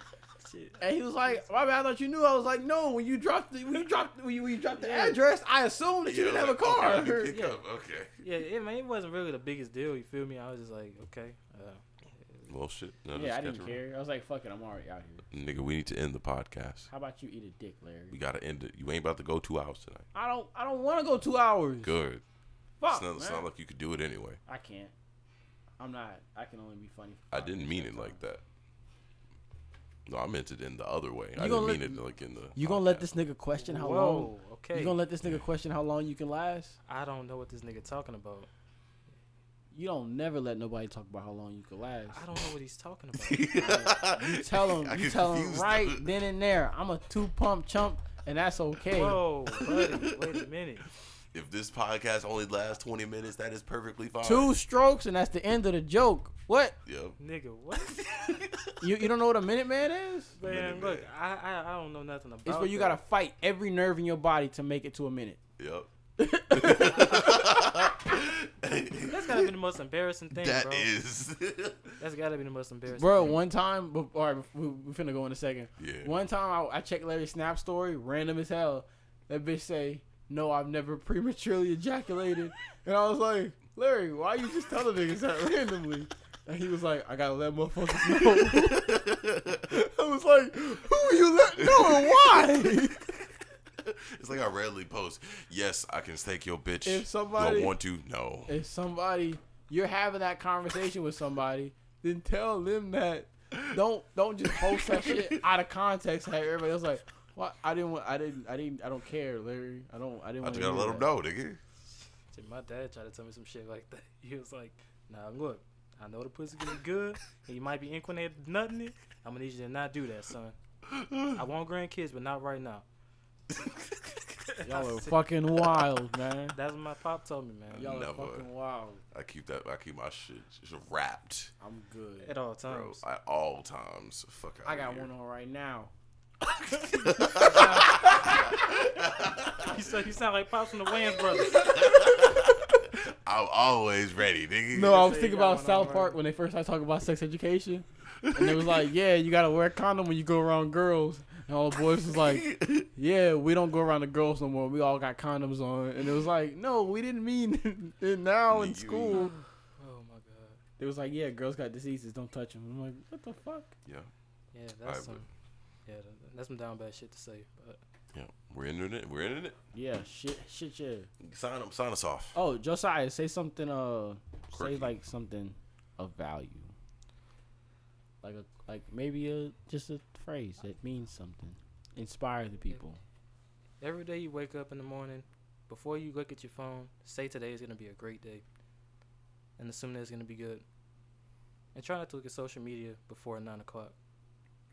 Speaker 3: Shit.
Speaker 2: And he was like, "My bad, I thought you knew." I was like, "No, when you dropped the when you dropped when you, when you dropped the address, I assumed that you didn't have a car."
Speaker 1: Okay, let me pick
Speaker 3: Yeah.
Speaker 1: up. okay.
Speaker 3: Yeah, it, man, it wasn't really the biggest deal, you feel me? I was just like, okay. Uh,
Speaker 1: Well, shit. No,
Speaker 2: yeah,
Speaker 1: just
Speaker 2: I
Speaker 1: catch
Speaker 2: didn't
Speaker 1: a-
Speaker 2: care. I was like, "Fuck it, I'm already out here."
Speaker 1: Nigga, we need to end the podcast.
Speaker 2: How about you eat a dick, Larry?
Speaker 1: We gotta end it. You ain't about to go two hours tonight.
Speaker 2: I don't. I don't want to go two hours.
Speaker 1: Good.
Speaker 2: Fuck,
Speaker 1: It's not, it's
Speaker 2: man.
Speaker 1: not like you could do it anyway.
Speaker 2: I can't. I'm not. I can only be funny. For
Speaker 1: I
Speaker 2: five
Speaker 1: didn't
Speaker 2: minutes
Speaker 1: mean
Speaker 2: at a
Speaker 1: it
Speaker 2: time.
Speaker 1: like that. No, I meant it in the other way. I
Speaker 2: You
Speaker 1: didn't
Speaker 2: gonna
Speaker 1: mean
Speaker 2: let-
Speaker 1: it like in the.
Speaker 2: You gonna let
Speaker 1: podcast.
Speaker 2: this nigga question how
Speaker 3: whoa,
Speaker 2: long?
Speaker 3: okay.
Speaker 2: You gonna let this nigga question how long you can last?
Speaker 3: I don't know what this nigga talking about.
Speaker 2: You don't never let nobody talk about how long you can last.
Speaker 3: I don't know what he's talking about.
Speaker 2: You tell him.
Speaker 1: I
Speaker 2: you
Speaker 1: get
Speaker 2: tell him
Speaker 1: confused.
Speaker 2: right then and there. I'm a two pump chump, and that's okay.
Speaker 3: Whoa, buddy, wait a minute.
Speaker 1: If this podcast only lasts twenty minutes, that is perfectly fine.
Speaker 2: Two strokes, and that's the end of the joke. What?
Speaker 1: Yep.
Speaker 3: Nigga, what?
Speaker 2: You you don't know what a minute man is?
Speaker 3: Man,
Speaker 1: Minute
Speaker 3: look,
Speaker 1: Man.
Speaker 3: I, I I don't know nothing about
Speaker 2: It's where you
Speaker 3: that.
Speaker 2: gotta fight every nerve in your body to make it to a minute.
Speaker 1: Yep.
Speaker 3: That's gotta be the most embarrassing thing,
Speaker 1: That
Speaker 3: bro.
Speaker 1: is.
Speaker 3: That's gotta be the most embarrassing
Speaker 2: Bro, one time, bef- all right, we, we finna go in a second.
Speaker 1: Yeah.
Speaker 2: One time, I, I checked Larry's snap story, random as hell. That bitch say, "No, I've never prematurely ejaculated," and I was like, "Larry, why you just telling niggas that randomly?" And he was like, "I gotta let motherfuckers know." I was like, "Who are you letting know and why?"
Speaker 1: It's like I rarely post. Yes, I can stake your bitch.
Speaker 2: If
Speaker 1: Do
Speaker 2: somebody-
Speaker 1: I want to, no.
Speaker 2: if somebody you're having that conversation with somebody, then tell them that. Don't don't just post that shit out of context. Have everybody else like, "What? I didn't want. I didn't. I didn't. I don't care, Larry. I don't. I didn't
Speaker 1: I just
Speaker 2: want to
Speaker 1: gotta let them know, nigga.
Speaker 3: Shit, my dad tried to tell me some shit like that. He was like, "Nah, look, I know the pussy gonna be good, and you might be inclinated to nutting it. I'm gonna need you to not do that, son. I want grandkids, but not right now."
Speaker 2: Y'all are fucking wild, man.
Speaker 3: That's what my pop told me, man.
Speaker 2: Y'all
Speaker 1: Never.
Speaker 2: are fucking wild.
Speaker 1: I keep that. I keep my shit just wrapped,
Speaker 2: I'm good.
Speaker 3: At all
Speaker 1: bro.
Speaker 3: times.
Speaker 1: At all times. Fuck.
Speaker 2: I
Speaker 1: outta
Speaker 2: got
Speaker 1: here.
Speaker 2: one on right now.
Speaker 3: You sound, you sound like pops from the Wayans brothers.
Speaker 1: I'm always ready, nigga.
Speaker 2: No, I was
Speaker 3: say
Speaker 2: thinking
Speaker 3: you got
Speaker 2: about
Speaker 3: one on
Speaker 2: South
Speaker 3: right
Speaker 2: Park when they first started talking about sex education, and it was like, "Yeah, you gotta wear a condom when you go around girls." And all the boys was like, Yeah, we don't go around the girls no more. We all got condoms on. And it was like, no, we didn't mean it now in
Speaker 1: You-
Speaker 2: school.
Speaker 3: Oh my god.
Speaker 2: It was like, yeah, girls got diseases. Don't touch them. I'm like, what the fuck?
Speaker 1: yeah,
Speaker 3: Yeah,
Speaker 1: All right,
Speaker 3: that's some.
Speaker 1: but-
Speaker 3: Yeah, that- that's some down bad shit to say. But
Speaker 1: yeah. We're in it. We're in it.
Speaker 2: Yeah, shit, shit, yeah.
Speaker 1: Sign them. Sign us off.
Speaker 2: Oh, Josiah, say something. Uh,
Speaker 1: Quirky.
Speaker 2: say like something of value. Like a like maybe a just a phrase that means something. Inspire the people.
Speaker 3: every day you wake up in the morning, before you look at your phone, say today is gonna be a great day, and assume that it's gonna be good. And try not to look at social media before nine o'clock.